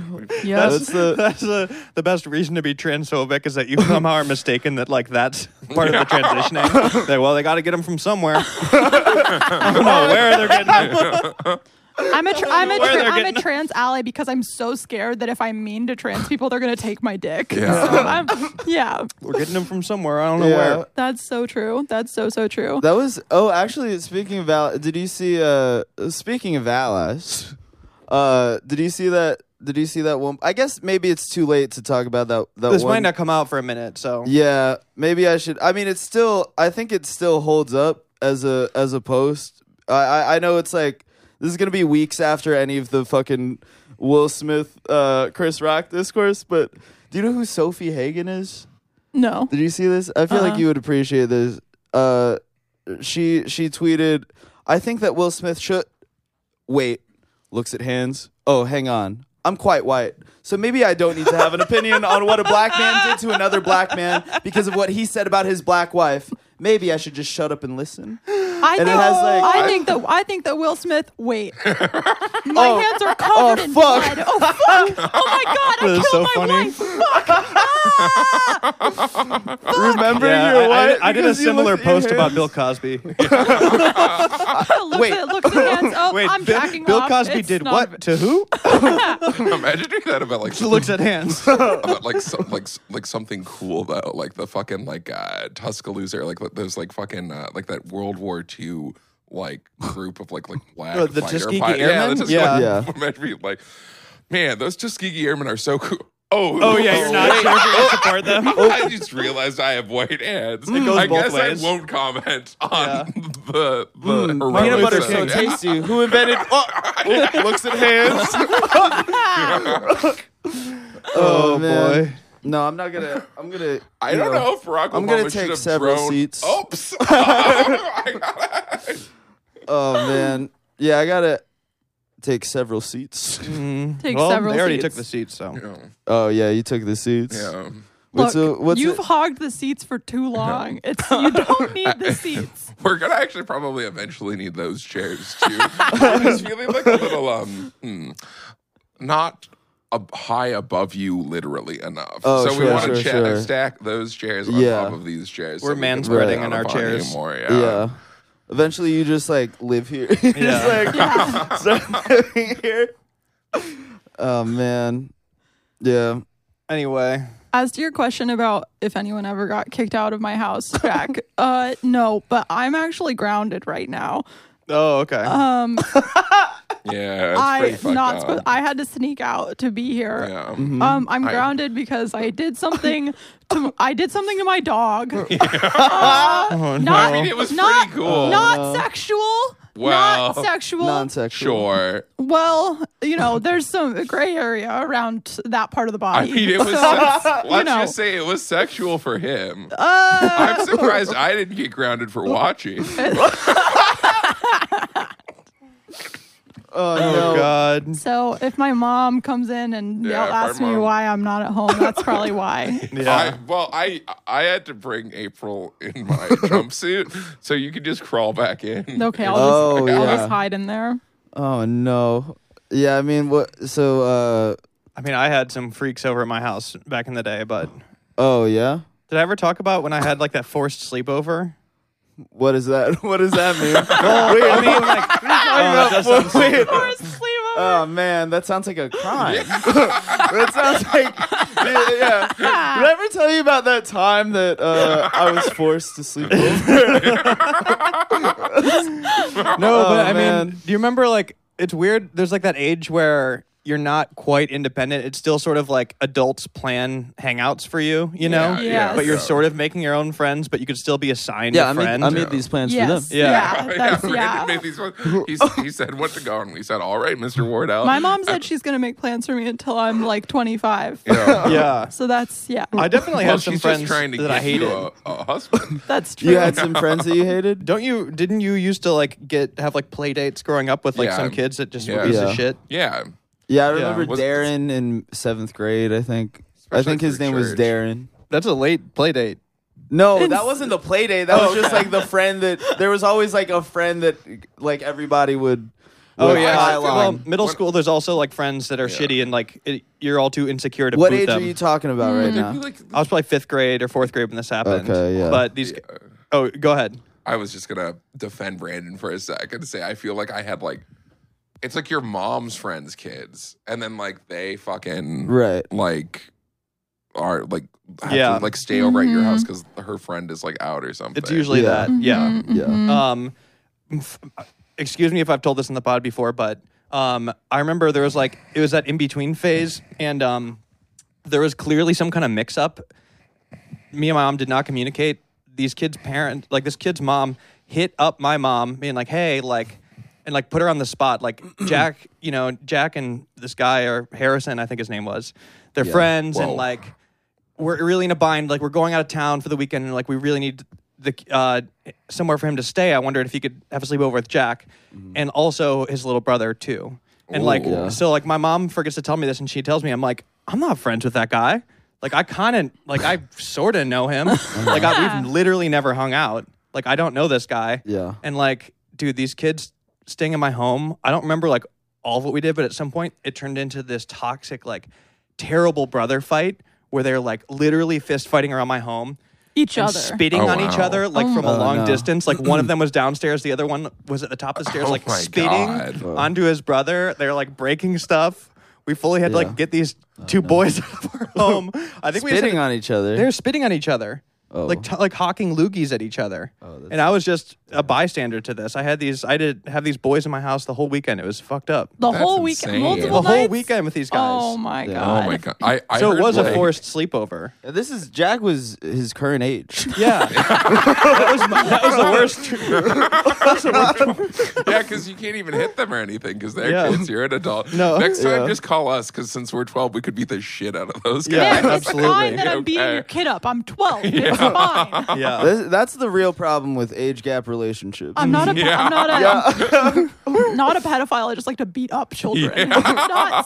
Speaker 3: Yep.
Speaker 1: that's the
Speaker 2: That's the the best reason to be transphobic is that you somehow are mistaken that like that's part of the transitioning. that, well, they got to get them from somewhere. I don't know where they're getting them.
Speaker 3: I'm a tr- I'm a
Speaker 2: Where
Speaker 3: tra-
Speaker 2: they're
Speaker 3: I'm
Speaker 2: getting-
Speaker 3: a trans ally because I'm so scared that if I'm mean to trans people, they're gonna take my dick.
Speaker 4: Yeah.
Speaker 3: So I'm- yeah.
Speaker 2: We're getting them from somewhere. I don't know
Speaker 1: yeah.
Speaker 2: where.
Speaker 3: That's so true. That's so so true.
Speaker 1: That was oh, actually, speaking of Val, did you see? Uh, speaking of allies, uh, did you see that? Did you see that one? I guess maybe it's too late to talk about that. That
Speaker 2: This might
Speaker 1: one.
Speaker 2: not come out for a minute, so
Speaker 1: Yeah, maybe I should. I mean, it's still. I think it still holds up as a as a post. I I, I know it's like this is gonna be weeks after any of the fucking Will Smith, uh, Chris Rock discourse. But do you know who Sophie Hagen is?
Speaker 3: No.
Speaker 1: Did you see this? I feel
Speaker 2: Uh-huh.
Speaker 1: like you would appreciate this. Uh, she she tweeted, "I think that Will Smith should wait." Looks at hands. Oh, hang on. I'm quite white, so maybe I don't need to have an opinion on what a black man did to another black man because of what he said about his black wife. Maybe I should just shut up and listen.
Speaker 3: I
Speaker 1: And
Speaker 3: think
Speaker 1: it has, like-
Speaker 3: I think that I think that Will Smith. Wait, my
Speaker 1: Oh.
Speaker 3: hands are
Speaker 1: Oh,
Speaker 3: covered in
Speaker 1: fuck.
Speaker 3: blood. Oh fuck! Oh my god! I
Speaker 2: This
Speaker 3: killed
Speaker 2: is so
Speaker 3: my
Speaker 2: funny.
Speaker 3: wife. Fuck!
Speaker 1: Remember,
Speaker 2: Yeah,
Speaker 1: you're
Speaker 2: I,
Speaker 1: white.
Speaker 2: I, I did a
Speaker 1: because you
Speaker 2: similar
Speaker 1: looked at your
Speaker 2: post about
Speaker 1: hands.
Speaker 2: Bill Cosby.
Speaker 3: Looks
Speaker 1: Wait.
Speaker 3: at, looks at hands. Oh,
Speaker 2: Wait,
Speaker 3: I'm
Speaker 2: Bill,
Speaker 3: jacking
Speaker 2: Bill
Speaker 3: off.
Speaker 2: Cosby
Speaker 3: It's
Speaker 2: did
Speaker 3: none
Speaker 2: what
Speaker 3: of it.
Speaker 2: to who?
Speaker 4: Imagine doing that about like
Speaker 2: Who looks at hands.
Speaker 4: about like some, like s- like something cool though, like the fucking like uh, Tuscaloosa, or like li- those like fucking uh, like that World War II like group of like like black
Speaker 2: Oh, the
Speaker 4: fighter
Speaker 2: Tuskegee
Speaker 4: pi- Yeah,
Speaker 2: Airmen?
Speaker 4: the Tuskegee-
Speaker 2: Yeah.
Speaker 1: Yeah.
Speaker 4: Imagine being like, man, those Tuskegee Airmen are so cool. Oh,
Speaker 2: oh yeah, you're not sure if you're gonna support them.
Speaker 1: Oh.
Speaker 4: I just realized I have white hands.
Speaker 2: goes
Speaker 4: I
Speaker 2: both
Speaker 4: guess
Speaker 2: ways. Hmm,
Speaker 4: I won't comment on
Speaker 2: Yeah.
Speaker 4: the the horrendous-
Speaker 1: Peanut butter's so
Speaker 2: Luther King.
Speaker 1: tasty. Who invented? Oh, oh, looks at hands.
Speaker 2: Oh,
Speaker 1: man.
Speaker 2: boy.
Speaker 1: No, I'm not gonna. I'm gonna.
Speaker 4: I
Speaker 1: you
Speaker 4: don't know if Barack Obama
Speaker 1: I'm gonna
Speaker 4: should
Speaker 1: take
Speaker 4: have
Speaker 1: several
Speaker 4: thrown-
Speaker 1: seats.
Speaker 4: Oops. I
Speaker 1: Oh man, yeah, I gotta take several seats.
Speaker 3: Take
Speaker 2: Well,
Speaker 3: several
Speaker 2: they already
Speaker 3: seats.
Speaker 2: took the seat, so
Speaker 4: gotta-
Speaker 1: Oh yeah, you took the seats.
Speaker 4: Yeah.
Speaker 1: What's
Speaker 3: Look,
Speaker 1: a- what's
Speaker 3: you've
Speaker 1: a-
Speaker 3: hogged the seats for too long. It's you don't need the seats.
Speaker 4: We're gonna actually probably eventually need those chairs too. I'm just feeling like a little um, hmm, not ab high above you literally enough.
Speaker 1: Oh,
Speaker 4: so we
Speaker 1: sure,
Speaker 4: want to
Speaker 1: sure, sure.
Speaker 4: stack those chairs on
Speaker 1: Yeah.
Speaker 4: top of these chairs.
Speaker 2: We're
Speaker 4: so we can
Speaker 2: manspreading
Speaker 4: put it down
Speaker 2: in our
Speaker 4: upon
Speaker 2: chairs.
Speaker 4: you More, yeah.
Speaker 1: yeah. Eventually, you just like live here. You just,
Speaker 2: Yeah.
Speaker 1: like,
Speaker 3: Yeah.
Speaker 1: start living here. Oh man, yeah.
Speaker 2: anyway.
Speaker 3: As to your question about if anyone ever got kicked out of my house, Jack, uh, no, but I'm actually grounded right now.
Speaker 2: Oh, okay.
Speaker 3: Uh,
Speaker 4: Yeah. It's pretty
Speaker 3: I
Speaker 4: fucked
Speaker 3: not
Speaker 4: up.
Speaker 3: supposed. I had to sneak out to be here.
Speaker 4: yeah.
Speaker 1: Mm-hmm.
Speaker 3: Um, I'm grounded because I did something to I did something to my dog. Uh,
Speaker 2: oh,
Speaker 3: Not,
Speaker 4: I mean, it was
Speaker 3: not,
Speaker 4: pretty cool.
Speaker 3: Not sexual.
Speaker 4: Well,
Speaker 3: not sexual.
Speaker 1: Non-sexual.
Speaker 4: Sure.
Speaker 3: well, you know, there's some gray area around that part of the
Speaker 4: I
Speaker 3: body.
Speaker 4: mean, it was.
Speaker 3: So,
Speaker 4: sex-
Speaker 3: you
Speaker 4: let's
Speaker 3: know.
Speaker 4: just say it was sexual for him.
Speaker 3: Uh.
Speaker 4: I'm surprised I didn't get grounded for watching.
Speaker 1: Oh,
Speaker 2: Oh
Speaker 1: no.
Speaker 2: God.
Speaker 3: So if my mom comes in and
Speaker 4: Yeah,
Speaker 3: yell-
Speaker 4: if
Speaker 3: asks
Speaker 4: our
Speaker 3: me
Speaker 4: mom-
Speaker 3: why I'm not at home, that's probably why.
Speaker 2: Yeah.
Speaker 4: I, well, I I had to bring April in my jumpsuit, so you can just crawl back in.
Speaker 3: Okay, I'll
Speaker 1: Oh,
Speaker 3: just I'll
Speaker 1: yeah.
Speaker 3: just hide in there.
Speaker 1: Oh no. Yeah, I mean, what? So, uh,
Speaker 2: I mean, I had some freaks over at my house back in the day, but
Speaker 1: oh yeah.
Speaker 2: did I ever talk about when I had like that forced sleepover?
Speaker 1: What is that? What does that mean?
Speaker 2: Wait, I mean, like, oh, that does sound so-
Speaker 1: Oh man, that sounds like a crime. that sounds like yeah, yeah. Did I ever tell you about that time that uh, I was forced to sleep over?
Speaker 2: no, but I
Speaker 1: man.
Speaker 4: Oh,
Speaker 2: mean, do you remember like it's weird? There's like that age where you're not quite independent. It's still sort of like adults plan hangouts for you, you know.
Speaker 4: Yeah,
Speaker 3: yeah,
Speaker 2: But you're
Speaker 4: yeah.
Speaker 2: sort of making your own friends, but you could still be assigned
Speaker 5: Yeah, I
Speaker 2: a
Speaker 5: made,
Speaker 2: friend.
Speaker 5: I made these plans for them.
Speaker 3: Yes.
Speaker 2: Yeah.
Speaker 3: Yeah.
Speaker 4: yeah,
Speaker 3: that's,
Speaker 4: Brandon
Speaker 3: yeah.
Speaker 4: made these ones. He, he said what to go, and we said, "All right, Mr. Wardell."
Speaker 3: My mom said she's going to make plans for me until I'm like 25.
Speaker 4: Yeah.
Speaker 2: yeah,
Speaker 3: So that's, yeah,
Speaker 2: I definitely
Speaker 4: Well,
Speaker 2: have some
Speaker 4: she's
Speaker 2: friends
Speaker 4: just trying to
Speaker 2: that I
Speaker 4: get you
Speaker 2: hated.
Speaker 4: a, a husband.
Speaker 3: that's true.
Speaker 1: You had some friends that you hated.
Speaker 2: Don't you? Didn't you used to like get have like play dates growing up with like
Speaker 4: Yeah.
Speaker 2: some kids that just
Speaker 4: Yeah.
Speaker 2: were pieces
Speaker 1: Yeah.
Speaker 2: of shit?
Speaker 4: yeah,
Speaker 1: Yeah, I remember
Speaker 4: Was-
Speaker 1: Darren in seventh grade. I think. I
Speaker 4: Especially
Speaker 1: think his
Speaker 4: through
Speaker 1: name was
Speaker 4: church.
Speaker 1: Darren.
Speaker 2: That's a late play date.
Speaker 1: No, that wasn't the play date. That was just like the friend that there was always like a friend that like everybody would.
Speaker 4: Oh,
Speaker 1: would pile
Speaker 2: Oh, well,
Speaker 1: on.
Speaker 2: middle school. There's also like friends that are shitty and like it, you're all too insecure to
Speaker 1: what
Speaker 2: boot
Speaker 1: age
Speaker 2: them.
Speaker 1: are you talking about right
Speaker 4: I feel
Speaker 1: now?
Speaker 4: like
Speaker 2: I was probably fifth grade or fourth grade when this happened.
Speaker 1: Okay, yeah.
Speaker 2: But these. Oh, go ahead.
Speaker 4: I was just gonna defend Brandon for a sec and say I feel like I had like it's like your mom's friends' kids, and then like they fucking
Speaker 1: Right.
Speaker 4: like are like have
Speaker 2: Yeah.
Speaker 4: to, like stay over at your house because her friend is like out or something.
Speaker 2: It's usually
Speaker 1: Yeah.
Speaker 2: that. Yeah.
Speaker 1: Yeah.
Speaker 2: Um, f- uh, excuse me if I've told this in the pod before, but um, I remember there was like it was that in between phase, and um, there was clearly some kind of mix up. Me and my mom did not communicate. These kids' parent, like this kid's mom, hit up my mom, being like, "Hey, like." And like put her on the spot, like Jack, you know, Jack and this guy or Harrison, I think his name was, they're friends, and
Speaker 4: Whoa.
Speaker 2: like we're really in a bind. Like we're going out of town for the weekend, and like we really need the uh, somewhere for him to stay. I wondered if he could have a sleepover with Jack, and also his little brother too. And like
Speaker 4: Ooh.
Speaker 2: so, like my mom forgets to tell me this, and she tells me, I'm like, I'm not friends with that guy. Like I kind of like I sort of know him. like I, we've literally never hung out. Like I don't know this guy.
Speaker 1: Yeah.
Speaker 2: And like, dude, these kids staying in my home, I don't remember like all of what we did, but at some point it turned into this toxic, like terrible brother fight where they're like literally fist fighting around my home.
Speaker 3: Each
Speaker 2: and
Speaker 3: other.
Speaker 2: spitting
Speaker 4: Oh,
Speaker 2: on each
Speaker 4: wow.
Speaker 2: other like from a
Speaker 1: Oh,
Speaker 2: long
Speaker 1: no.
Speaker 2: distance. Like one of them was downstairs, the other one was at the top of the stairs,
Speaker 4: Oh
Speaker 2: like
Speaker 4: my
Speaker 2: spitting
Speaker 4: God.
Speaker 2: onto his brother. They're like breaking stuff. We fully had to
Speaker 1: Yeah.
Speaker 2: like get these two boys out of our home. I think we just had
Speaker 1: Spitting
Speaker 2: to-
Speaker 1: on each other.
Speaker 2: they're spitting on each other,
Speaker 1: Oh.
Speaker 2: like t- like hawking loogies at each other. and I was just a bystander to this. I had these, I did have these boys in my house the whole weekend. It was fucked up.
Speaker 3: the
Speaker 4: That's
Speaker 3: whole weekend.
Speaker 4: insane.
Speaker 2: The
Speaker 3: Multiple
Speaker 2: whole
Speaker 3: nights?
Speaker 2: weekend with these guys.
Speaker 3: Oh my
Speaker 4: oh
Speaker 3: God.
Speaker 4: my god, I, I
Speaker 2: so
Speaker 4: heard,
Speaker 2: it was
Speaker 4: like-
Speaker 2: a forced sleepover.
Speaker 1: This is Jack was his current age.
Speaker 2: Yeah, that, was my, that was the worst.
Speaker 4: Yeah, because you can't even hit them or anything because they're
Speaker 2: Yeah.
Speaker 4: kids. You're an adult.
Speaker 2: No.
Speaker 4: Next time,
Speaker 1: Yeah.
Speaker 4: just call us because since we're 12, we could beat the shit out of those guys.
Speaker 2: Yeah,
Speaker 3: Man,
Speaker 2: absolutely.
Speaker 3: It's fine that I'm beating
Speaker 4: Okay.
Speaker 3: your kid up. I'm 12. It's fine.
Speaker 2: Yeah,
Speaker 1: This- that's the real problem with age gap relationships.
Speaker 3: I'm not a, pe-
Speaker 4: Yeah.
Speaker 3: I'm not a, not a pedophile. I just like to beat up children. not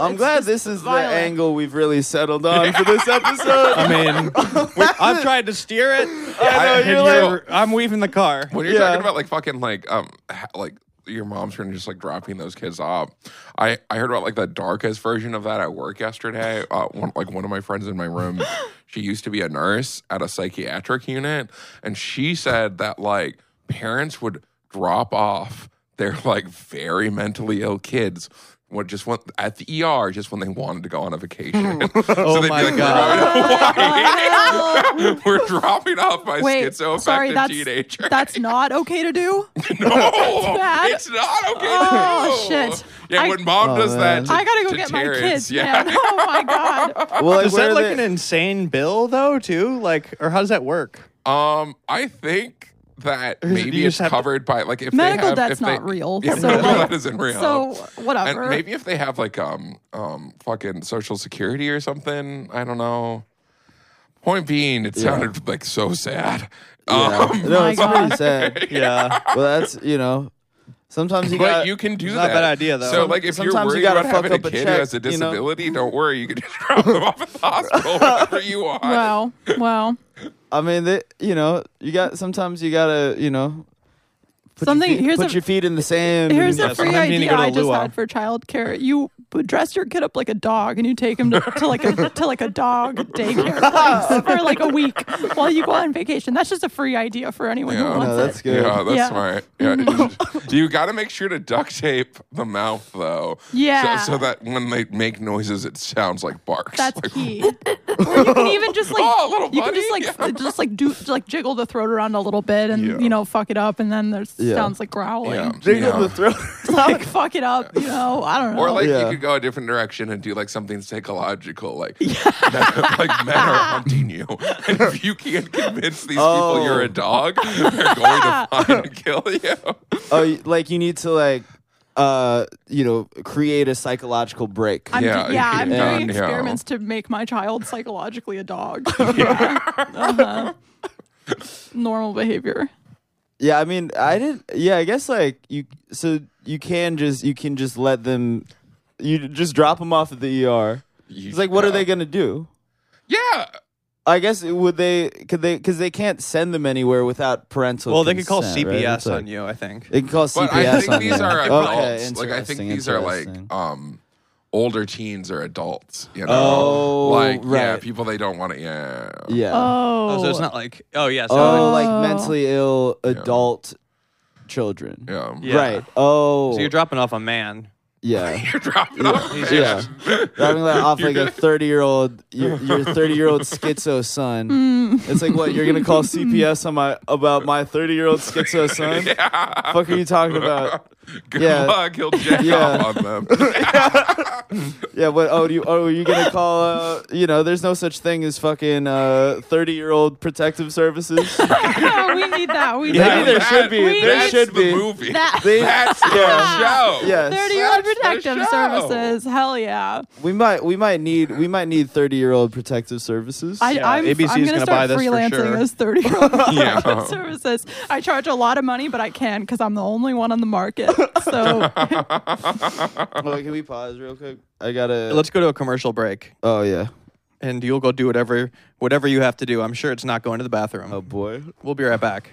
Speaker 1: I'm
Speaker 3: It's
Speaker 1: glad
Speaker 3: just
Speaker 1: this is
Speaker 3: violent.
Speaker 1: the angle we've really settled on for this episode.
Speaker 2: I mean, we- I've tried to steer it.
Speaker 1: know,
Speaker 2: and
Speaker 1: you're like-
Speaker 2: I'm weaving the car.
Speaker 4: When you're
Speaker 1: Yeah.
Speaker 4: talking about like fucking like um ha- like your mom's friend just like dropping those kids off, I I heard about like the darkest version of that at work yesterday. Uh, one, like one of my friends in my room, she used to be a nurse at a psychiatric unit, and she said that like parents would drop off their like very mentally ill kids. What just went at the ER just when they wanted to go on a vacation.
Speaker 2: Oh
Speaker 4: they'd be
Speaker 2: my
Speaker 4: like, "We're
Speaker 2: God.
Speaker 4: going to
Speaker 3: What the hell?
Speaker 4: Hawaii. We're dropping off my
Speaker 3: Wait,
Speaker 4: schizoaffective
Speaker 3: sorry, that's,
Speaker 4: teenager.
Speaker 3: that's not okay to do?
Speaker 4: No,
Speaker 3: bad.
Speaker 4: Oh, it's not okay.
Speaker 3: Oh,
Speaker 4: no.
Speaker 3: shit.
Speaker 4: Yeah,
Speaker 3: I-
Speaker 4: when mom
Speaker 1: Oh,
Speaker 4: does
Speaker 1: man.
Speaker 4: that, to,
Speaker 3: I gotta go
Speaker 4: to
Speaker 3: get
Speaker 4: Terrence,
Speaker 3: my kids,
Speaker 4: Yeah,
Speaker 3: man. Oh my god.
Speaker 1: well, like,
Speaker 2: Is
Speaker 1: where
Speaker 2: that
Speaker 1: are
Speaker 2: like
Speaker 1: they-
Speaker 2: an insane bill though, too? Like, or how does that work?
Speaker 4: um, I think that
Speaker 2: it-
Speaker 4: maybe
Speaker 2: you
Speaker 4: it's
Speaker 2: just have to-
Speaker 4: covered by like if they
Speaker 3: Medical
Speaker 4: have-
Speaker 3: debt's
Speaker 4: if they-
Speaker 3: not real,
Speaker 4: Yeah,
Speaker 3: so,
Speaker 4: medical
Speaker 3: like-
Speaker 4: debt isn't real.
Speaker 3: So
Speaker 4: and
Speaker 3: whatever.
Speaker 4: maybe if they have like um um fucking social security or something, I don't know. Point being, it sounded like so sad. Um,
Speaker 1: no,
Speaker 3: Oh My
Speaker 1: it's pretty
Speaker 3: God.
Speaker 1: sad.
Speaker 2: Yeah.
Speaker 1: Well, that's you know, sometimes you
Speaker 4: but
Speaker 1: got
Speaker 4: you can do
Speaker 2: not
Speaker 4: that.
Speaker 2: a bad idea, though.
Speaker 4: So, like, if you're
Speaker 1: Sometimes you
Speaker 4: worried
Speaker 1: gotta
Speaker 4: about
Speaker 1: fuck
Speaker 4: having a
Speaker 1: up a
Speaker 4: kid who
Speaker 1: check,
Speaker 4: has a
Speaker 1: you know?
Speaker 4: disability, don't worry. You can just drop them off at the hospital whenever you want.
Speaker 3: Wow. Wow.
Speaker 1: I mean, they, you know, you got sometimes you gotta, you know, put
Speaker 3: Something-
Speaker 1: Your feet,
Speaker 3: here's
Speaker 1: put
Speaker 3: a-
Speaker 1: your feet in the sand.
Speaker 3: Here's
Speaker 1: and-
Speaker 2: Yeah,
Speaker 3: a free
Speaker 2: sometimes you need to go
Speaker 3: idea
Speaker 2: to
Speaker 3: I
Speaker 2: the
Speaker 3: just
Speaker 2: luau.
Speaker 3: had for childcare. You b- dress your kid up like a dog and you take him to, to like a to like a dog daycare place for like a week while you go on vacation. That's just a free idea for anyone
Speaker 4: Yeah.
Speaker 3: who wants
Speaker 1: No, that's
Speaker 3: it.
Speaker 1: good.
Speaker 4: Yeah, that's
Speaker 3: Yeah.
Speaker 4: smart. Yeah. you got to make sure to duct tape the mouth though.
Speaker 3: Yeah.
Speaker 4: So, so that when they make noises, it sounds like barks.
Speaker 3: That's
Speaker 4: Like,
Speaker 3: key. or you can even just like
Speaker 4: Oh, a little
Speaker 3: you can just like
Speaker 4: bunny?
Speaker 3: s- just like do like jiggle the throat around a little bit and
Speaker 4: Yeah.
Speaker 3: you know fuck it up and then there's
Speaker 1: Yeah.
Speaker 3: sounds like growling.
Speaker 4: Yeah.
Speaker 1: Jiggle
Speaker 4: Yeah.
Speaker 1: the throat.
Speaker 3: Like fuck it up, you know. I don't know.
Speaker 4: Or like
Speaker 1: Yeah.
Speaker 4: you could go a different direction and do like something psychological, like men, like men are hunting you, and if you can't convince these
Speaker 1: Oh.
Speaker 4: people you're a dog, they're going to find and kill you.
Speaker 1: oh, you- like you need to like, uh, you know, create a psychological break.
Speaker 3: I'm
Speaker 4: Yeah,
Speaker 3: yeah, yeah,
Speaker 4: you
Speaker 3: I'm
Speaker 4: can
Speaker 3: doing
Speaker 4: not- yeah.
Speaker 3: experiments to make my child psychologically a dog. Yeah. Uh-huh. Normal behavior.
Speaker 1: yeah, I mean, I didn't. Yeah, I guess like you. So you can just you can just let them. You just drop them off at the ER. It's like, what are they gonna do?
Speaker 4: Yeah,
Speaker 1: I guess it- would they could they because they can't send them anywhere without parental.
Speaker 2: Well, they could call
Speaker 1: consent, right?
Speaker 2: CPS
Speaker 1: It's like-
Speaker 2: on you, I think.
Speaker 1: They can call CPS
Speaker 4: but I think
Speaker 1: on
Speaker 4: these
Speaker 1: you.
Speaker 4: are
Speaker 1: Okay,
Speaker 4: adults. like I think
Speaker 1: interesting,
Speaker 4: these are like
Speaker 1: interesting.
Speaker 4: um older teens or adults. You know,
Speaker 1: Oh,
Speaker 4: like yeah,
Speaker 1: right.
Speaker 4: people they don't want to. Yeah,
Speaker 1: yeah.
Speaker 3: Oh,
Speaker 2: Oh, so it's not like oh yeah, so
Speaker 1: Oh, like
Speaker 3: Oh.
Speaker 1: mentally ill adult children.
Speaker 4: yeah.
Speaker 2: Yeah.
Speaker 1: Right. Oh.
Speaker 2: so you're dropping off a man.
Speaker 1: yeah.
Speaker 4: You're dropping off.
Speaker 1: Yeah. Dropping that off like a 30 year old, your 30 year old schizo son. It's like, what? You're going to call CPS on my about my 30 year old schizo son?
Speaker 4: Yeah.
Speaker 1: Fuck are you talking about?
Speaker 4: Good
Speaker 1: Yeah.
Speaker 4: luck. He'll jack
Speaker 1: Yeah.
Speaker 4: off on them.
Speaker 1: Yeah, what? Oh, do you, oh, are you going to call, uh, you know, there's no such thing as fucking 30 year old protective services?
Speaker 3: yeah, Oh. we need that. We need
Speaker 1: Yeah. Maybe there
Speaker 4: That-
Speaker 1: should be-
Speaker 3: there
Speaker 4: that's
Speaker 1: should
Speaker 4: the
Speaker 1: be.
Speaker 4: Movie.
Speaker 3: that.
Speaker 1: They-
Speaker 4: That's the show.
Speaker 1: yes.
Speaker 3: Thirty-year-old
Speaker 4: That's the
Speaker 3: protective
Speaker 4: show.
Speaker 3: services. Hell yeah!
Speaker 1: We might, we might need, we might need 30 year old protective services.
Speaker 3: I,
Speaker 2: Yeah,
Speaker 3: I'm,
Speaker 2: ABC
Speaker 3: I'm
Speaker 2: is
Speaker 3: gonna
Speaker 2: gonna buy
Speaker 3: start
Speaker 2: this for
Speaker 3: freelancing
Speaker 2: sure.
Speaker 3: as thirty-year-old
Speaker 4: Yeah.
Speaker 3: protective services. I charge a lot of money, but I can because I'm the only one on the market. So
Speaker 1: Oh, can we pause real quick? I gotta.
Speaker 2: Let's go to a commercial break,
Speaker 1: oh yeah.
Speaker 2: and you'll go do whatever whatever you have to do. I'm sure it's not going to the bathroom.
Speaker 1: Oh boy.
Speaker 2: We'll be right back.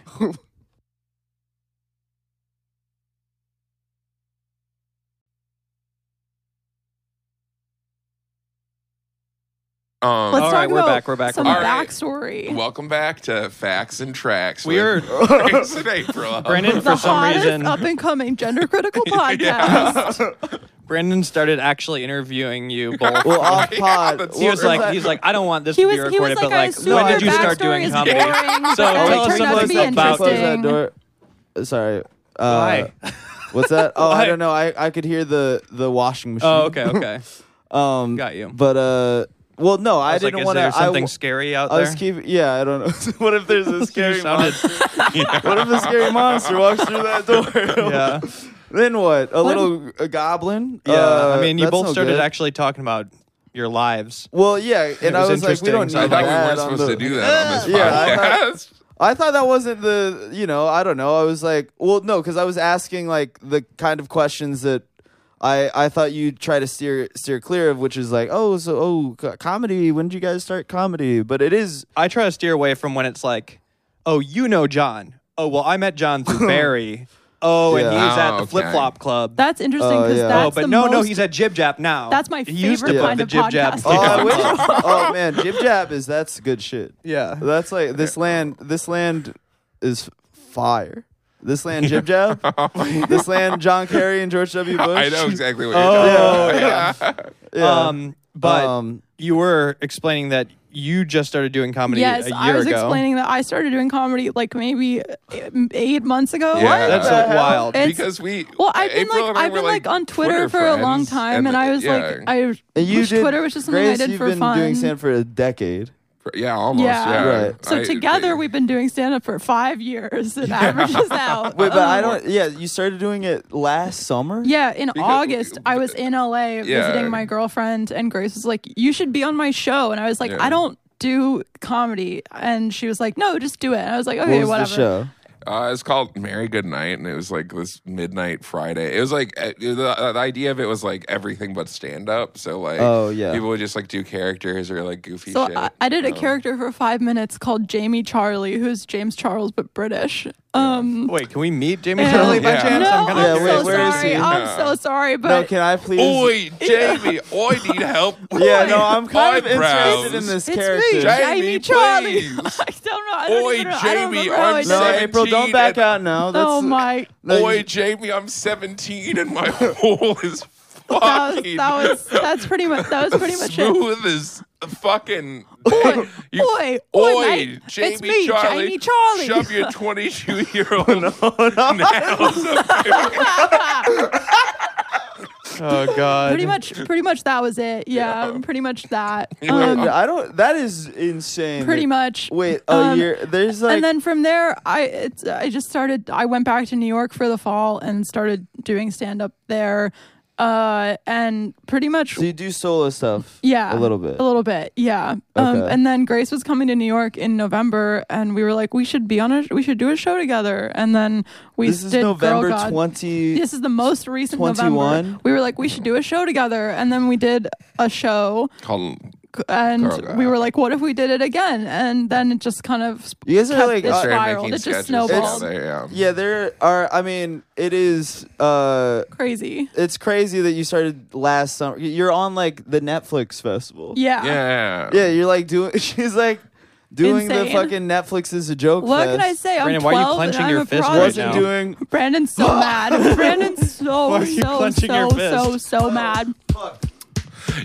Speaker 4: Um,
Speaker 3: let's
Speaker 2: All
Speaker 3: talk
Speaker 2: right, we're
Speaker 3: about
Speaker 2: back, we're back,
Speaker 3: some
Speaker 4: we're back.
Speaker 3: backstory.
Speaker 4: welcome back to Facts and Tracks.
Speaker 2: We are
Speaker 4: with Grace and April.
Speaker 2: Brandon
Speaker 3: the
Speaker 2: for some
Speaker 3: hottest
Speaker 2: reason.
Speaker 3: up and coming gender critical podcast.
Speaker 2: Brandon started actually interviewing you both.
Speaker 1: Well, off pod.
Speaker 4: that's-
Speaker 2: he
Speaker 1: well,
Speaker 2: was
Speaker 1: it's
Speaker 2: like, he's like, I don't want this
Speaker 3: He
Speaker 2: to
Speaker 3: was,
Speaker 2: be
Speaker 3: he was
Speaker 2: recorded,
Speaker 3: like,
Speaker 2: but
Speaker 3: I
Speaker 2: like,
Speaker 3: assume
Speaker 2: when
Speaker 1: your
Speaker 2: did you start
Speaker 3: backstory
Speaker 2: doing
Speaker 3: is
Speaker 2: comedy?
Speaker 3: boring, but
Speaker 2: So
Speaker 3: then
Speaker 2: tell
Speaker 3: it
Speaker 2: us
Speaker 3: turned out to
Speaker 2: something
Speaker 3: be
Speaker 2: about-
Speaker 1: Close that
Speaker 3: interesting.
Speaker 1: door. Uh, Sorry. Uh,
Speaker 2: Why?
Speaker 1: What's that? Oh, I
Speaker 2: Why?
Speaker 1: don't know. I, I could hear the the washing machine.
Speaker 2: Oh, okay, okay.
Speaker 1: Um,
Speaker 2: Got you.
Speaker 1: But uh, well, no, I,
Speaker 2: I, was
Speaker 1: didn't
Speaker 2: like,
Speaker 1: want
Speaker 2: is
Speaker 1: to.
Speaker 2: there something
Speaker 1: I,
Speaker 2: scary out
Speaker 1: I
Speaker 2: there?
Speaker 1: was keep. Yeah, I don't know. what if there's a
Speaker 2: You
Speaker 1: scary?
Speaker 2: sounded-
Speaker 1: What if a scary monster walks through that door?
Speaker 2: yeah,
Speaker 1: then what? A little a goblin?
Speaker 2: yeah.
Speaker 1: Uh,
Speaker 2: Uh, I mean, you
Speaker 1: that's
Speaker 2: both
Speaker 1: no
Speaker 2: started
Speaker 1: good.
Speaker 2: actually talking about your lives.
Speaker 1: Well, yeah, and I
Speaker 2: was
Speaker 1: was like, we
Speaker 2: interesting,
Speaker 1: don't need
Speaker 2: so
Speaker 4: I thought we
Speaker 1: that
Speaker 4: weren't
Speaker 1: on
Speaker 4: supposed
Speaker 1: the-
Speaker 4: to do that on this
Speaker 1: Yeah, I thought-
Speaker 4: podcast.
Speaker 1: I thought that wasn't the, you know, I don't know. I was like, well, no, because I was asking like the kind of questions that I I thought you'd try to steer steer clear of, which is like, oh, so oh, co- comedy. When did you guys start comedy? But it is
Speaker 2: I try to steer away from when it's like, oh, you know John. Oh, well, I met John through Barry. Oh, and
Speaker 1: Yeah.
Speaker 2: he's at
Speaker 4: Oh,
Speaker 2: the
Speaker 4: okay.
Speaker 2: flip flop club.
Speaker 3: That's interesting
Speaker 1: Oh,
Speaker 3: because
Speaker 1: yeah.
Speaker 2: oh,
Speaker 3: that's
Speaker 2: but
Speaker 3: the
Speaker 2: no,
Speaker 3: most,
Speaker 2: no, he's at Jib Jab now.
Speaker 3: That's my
Speaker 2: He used to
Speaker 3: favorite
Speaker 2: play
Speaker 1: kind
Speaker 2: the
Speaker 3: of
Speaker 2: Jib Jab.
Speaker 3: podcast.
Speaker 1: oh,
Speaker 2: club.
Speaker 1: I wish- oh man, Jib Jab is that's good shit.
Speaker 2: Yeah.
Speaker 1: That's like this land. This land is fire. This land, Jib Jab. this land, John Kerry and George W. Bush.
Speaker 4: Oh I know exactly what you're talking
Speaker 1: Oh,
Speaker 4: about.
Speaker 1: Yeah.
Speaker 2: Um, but
Speaker 1: Um,
Speaker 2: you were explaining that you just started doing comedy
Speaker 3: yes,
Speaker 2: a year
Speaker 3: I was
Speaker 2: ago.
Speaker 3: explaining that I started doing comedy like maybe eh, eight months ago.
Speaker 4: Yeah. What
Speaker 2: That's
Speaker 4: the
Speaker 2: like
Speaker 4: hell?
Speaker 2: wild.
Speaker 3: It's-
Speaker 4: because we
Speaker 3: Well, I've been
Speaker 4: April
Speaker 3: like
Speaker 4: and I
Speaker 3: I've
Speaker 4: were,
Speaker 3: been like, on Twitter, for a
Speaker 4: friends,
Speaker 3: long time, and, I was
Speaker 4: yeah,
Speaker 3: like, I
Speaker 1: and you
Speaker 3: wish
Speaker 1: did,
Speaker 3: Twitter was just something
Speaker 1: Grace,
Speaker 3: I did
Speaker 1: you've
Speaker 3: for
Speaker 1: been
Speaker 3: fun.
Speaker 1: doing stand for a decade.
Speaker 4: yeah, almost,
Speaker 3: Yeah.
Speaker 4: yeah.
Speaker 1: Right.
Speaker 3: so
Speaker 4: I-
Speaker 3: together we've been doing stand up for five years. It averages out.
Speaker 1: Wait, but I
Speaker 3: Uh,
Speaker 1: don't. Yeah, you started doing it last summer.
Speaker 3: Yeah, in
Speaker 4: Because-
Speaker 3: August, I was in LA
Speaker 4: Yeah.
Speaker 3: visiting my girlfriend, and Grace was like, You should be on my show. And I was like,
Speaker 4: Yeah.
Speaker 3: I don't do comedy. And she was like, No, just do it. And I was like,
Speaker 1: What
Speaker 3: Okay,
Speaker 1: was
Speaker 3: whatever.
Speaker 1: the show?
Speaker 4: Uh, it's called Merry Good Night, and it was like this midnight Friday. It was like uh, the, the idea of it was like everything but stand up. So like,
Speaker 1: Oh, yeah.
Speaker 4: people would just like do characters or like goofy
Speaker 3: So
Speaker 4: shit.
Speaker 3: I, I did a
Speaker 4: Oh.
Speaker 3: character for five minutes called Jamie Charlie, who's James Charles but British. Um,
Speaker 2: Wait, can we meet Jamie
Speaker 3: and-
Speaker 2: Charlie by
Speaker 4: Yeah.
Speaker 2: chance?
Speaker 3: No,
Speaker 2: I'm
Speaker 3: I'm,
Speaker 2: gonna
Speaker 1: Yeah, wait,
Speaker 3: so
Speaker 1: where is
Speaker 3: sorry.
Speaker 1: he?
Speaker 3: I'm so sorry,
Speaker 1: No,
Speaker 3: but
Speaker 1: can I please?
Speaker 4: Oi, Jamie! Oi, need help.
Speaker 1: yeah, no, I'm kind of
Speaker 4: Eyebrows.
Speaker 1: interested in this
Speaker 3: it's
Speaker 1: character.
Speaker 3: me,
Speaker 4: Jamie,
Speaker 3: Jamie, Charlie.
Speaker 4: please.
Speaker 3: I don't know. I don't
Speaker 4: Oi,
Speaker 3: even know. I don't
Speaker 4: Jamie,
Speaker 3: remember how
Speaker 4: I'm
Speaker 3: I did
Speaker 1: No,
Speaker 3: it.
Speaker 4: sorry.
Speaker 1: April, don't back out now. That's,
Speaker 3: Oh my!
Speaker 1: No, you-
Speaker 4: Oi, Jamie! I'm 17 and my hole is
Speaker 3: That was,
Speaker 4: fucking
Speaker 3: that was that's pretty much that was pretty much it.
Speaker 4: smooth as the fucking
Speaker 3: Oi,
Speaker 4: you-
Speaker 3: oi, oi,
Speaker 4: Oi,
Speaker 3: mate.
Speaker 4: Jamie
Speaker 3: it's me,
Speaker 4: Charlie,
Speaker 3: Jamie Charlie.
Speaker 4: Shove your 22 year old nails up your
Speaker 2: Oh God.
Speaker 3: pretty much, pretty much that was it. Yeah, pretty much that.
Speaker 1: Wait,
Speaker 3: Um,
Speaker 1: I don't. That is insane.
Speaker 3: pretty
Speaker 1: that-
Speaker 3: much.
Speaker 1: Wait, a
Speaker 3: Um,
Speaker 1: year. There's like.
Speaker 3: and then from there, I it's, I just started. I went back to New York for the fall and started doing stand up there, uh, and pretty much
Speaker 1: so you do solo stuff.
Speaker 3: Yeah.
Speaker 1: A little bit.
Speaker 3: A little bit. Yeah. Um,
Speaker 1: Okay.
Speaker 3: and then Grace was coming to New York in November and we were like, we should be on a, we should do a show together. And then we
Speaker 1: This is
Speaker 3: did
Speaker 1: November
Speaker 3: Girl God.
Speaker 1: 20.
Speaker 3: This is the most recent
Speaker 1: 21?
Speaker 3: November. We were like, we should do a show together. And then we did a show
Speaker 4: Call
Speaker 3: and
Speaker 4: Girl God.
Speaker 3: we were like, what if we did it again? And then it just kind of sp-
Speaker 1: You guys are
Speaker 3: kept-
Speaker 1: like,
Speaker 3: it
Speaker 1: uh,
Speaker 3: spiraled. It just snowballed.
Speaker 4: Yeah.
Speaker 1: yeah, there are. I mean, it is. uh
Speaker 3: Crazy.
Speaker 1: It's crazy that you started last summer. You're on like the Netflix festival.
Speaker 3: Yeah.
Speaker 4: Yeah.
Speaker 1: Yeah, you're like doing. She's like doing the
Speaker 3: Insane.
Speaker 1: fucking Netflix is a joke.
Speaker 3: What
Speaker 1: fest.
Speaker 3: can I say?
Speaker 2: Brandon,
Speaker 3: I'm
Speaker 2: why are you
Speaker 3: 12
Speaker 2: clenching
Speaker 3: and I'm
Speaker 2: your
Speaker 3: a
Speaker 2: fist right
Speaker 3: prodigy.
Speaker 1: Wasn't
Speaker 2: now?
Speaker 1: doing.
Speaker 3: Brandon's so mad. Brandon's
Speaker 2: Why
Speaker 3: so
Speaker 2: are you
Speaker 3: so
Speaker 2: clenching your
Speaker 3: so so
Speaker 2: fist?
Speaker 3: so mad.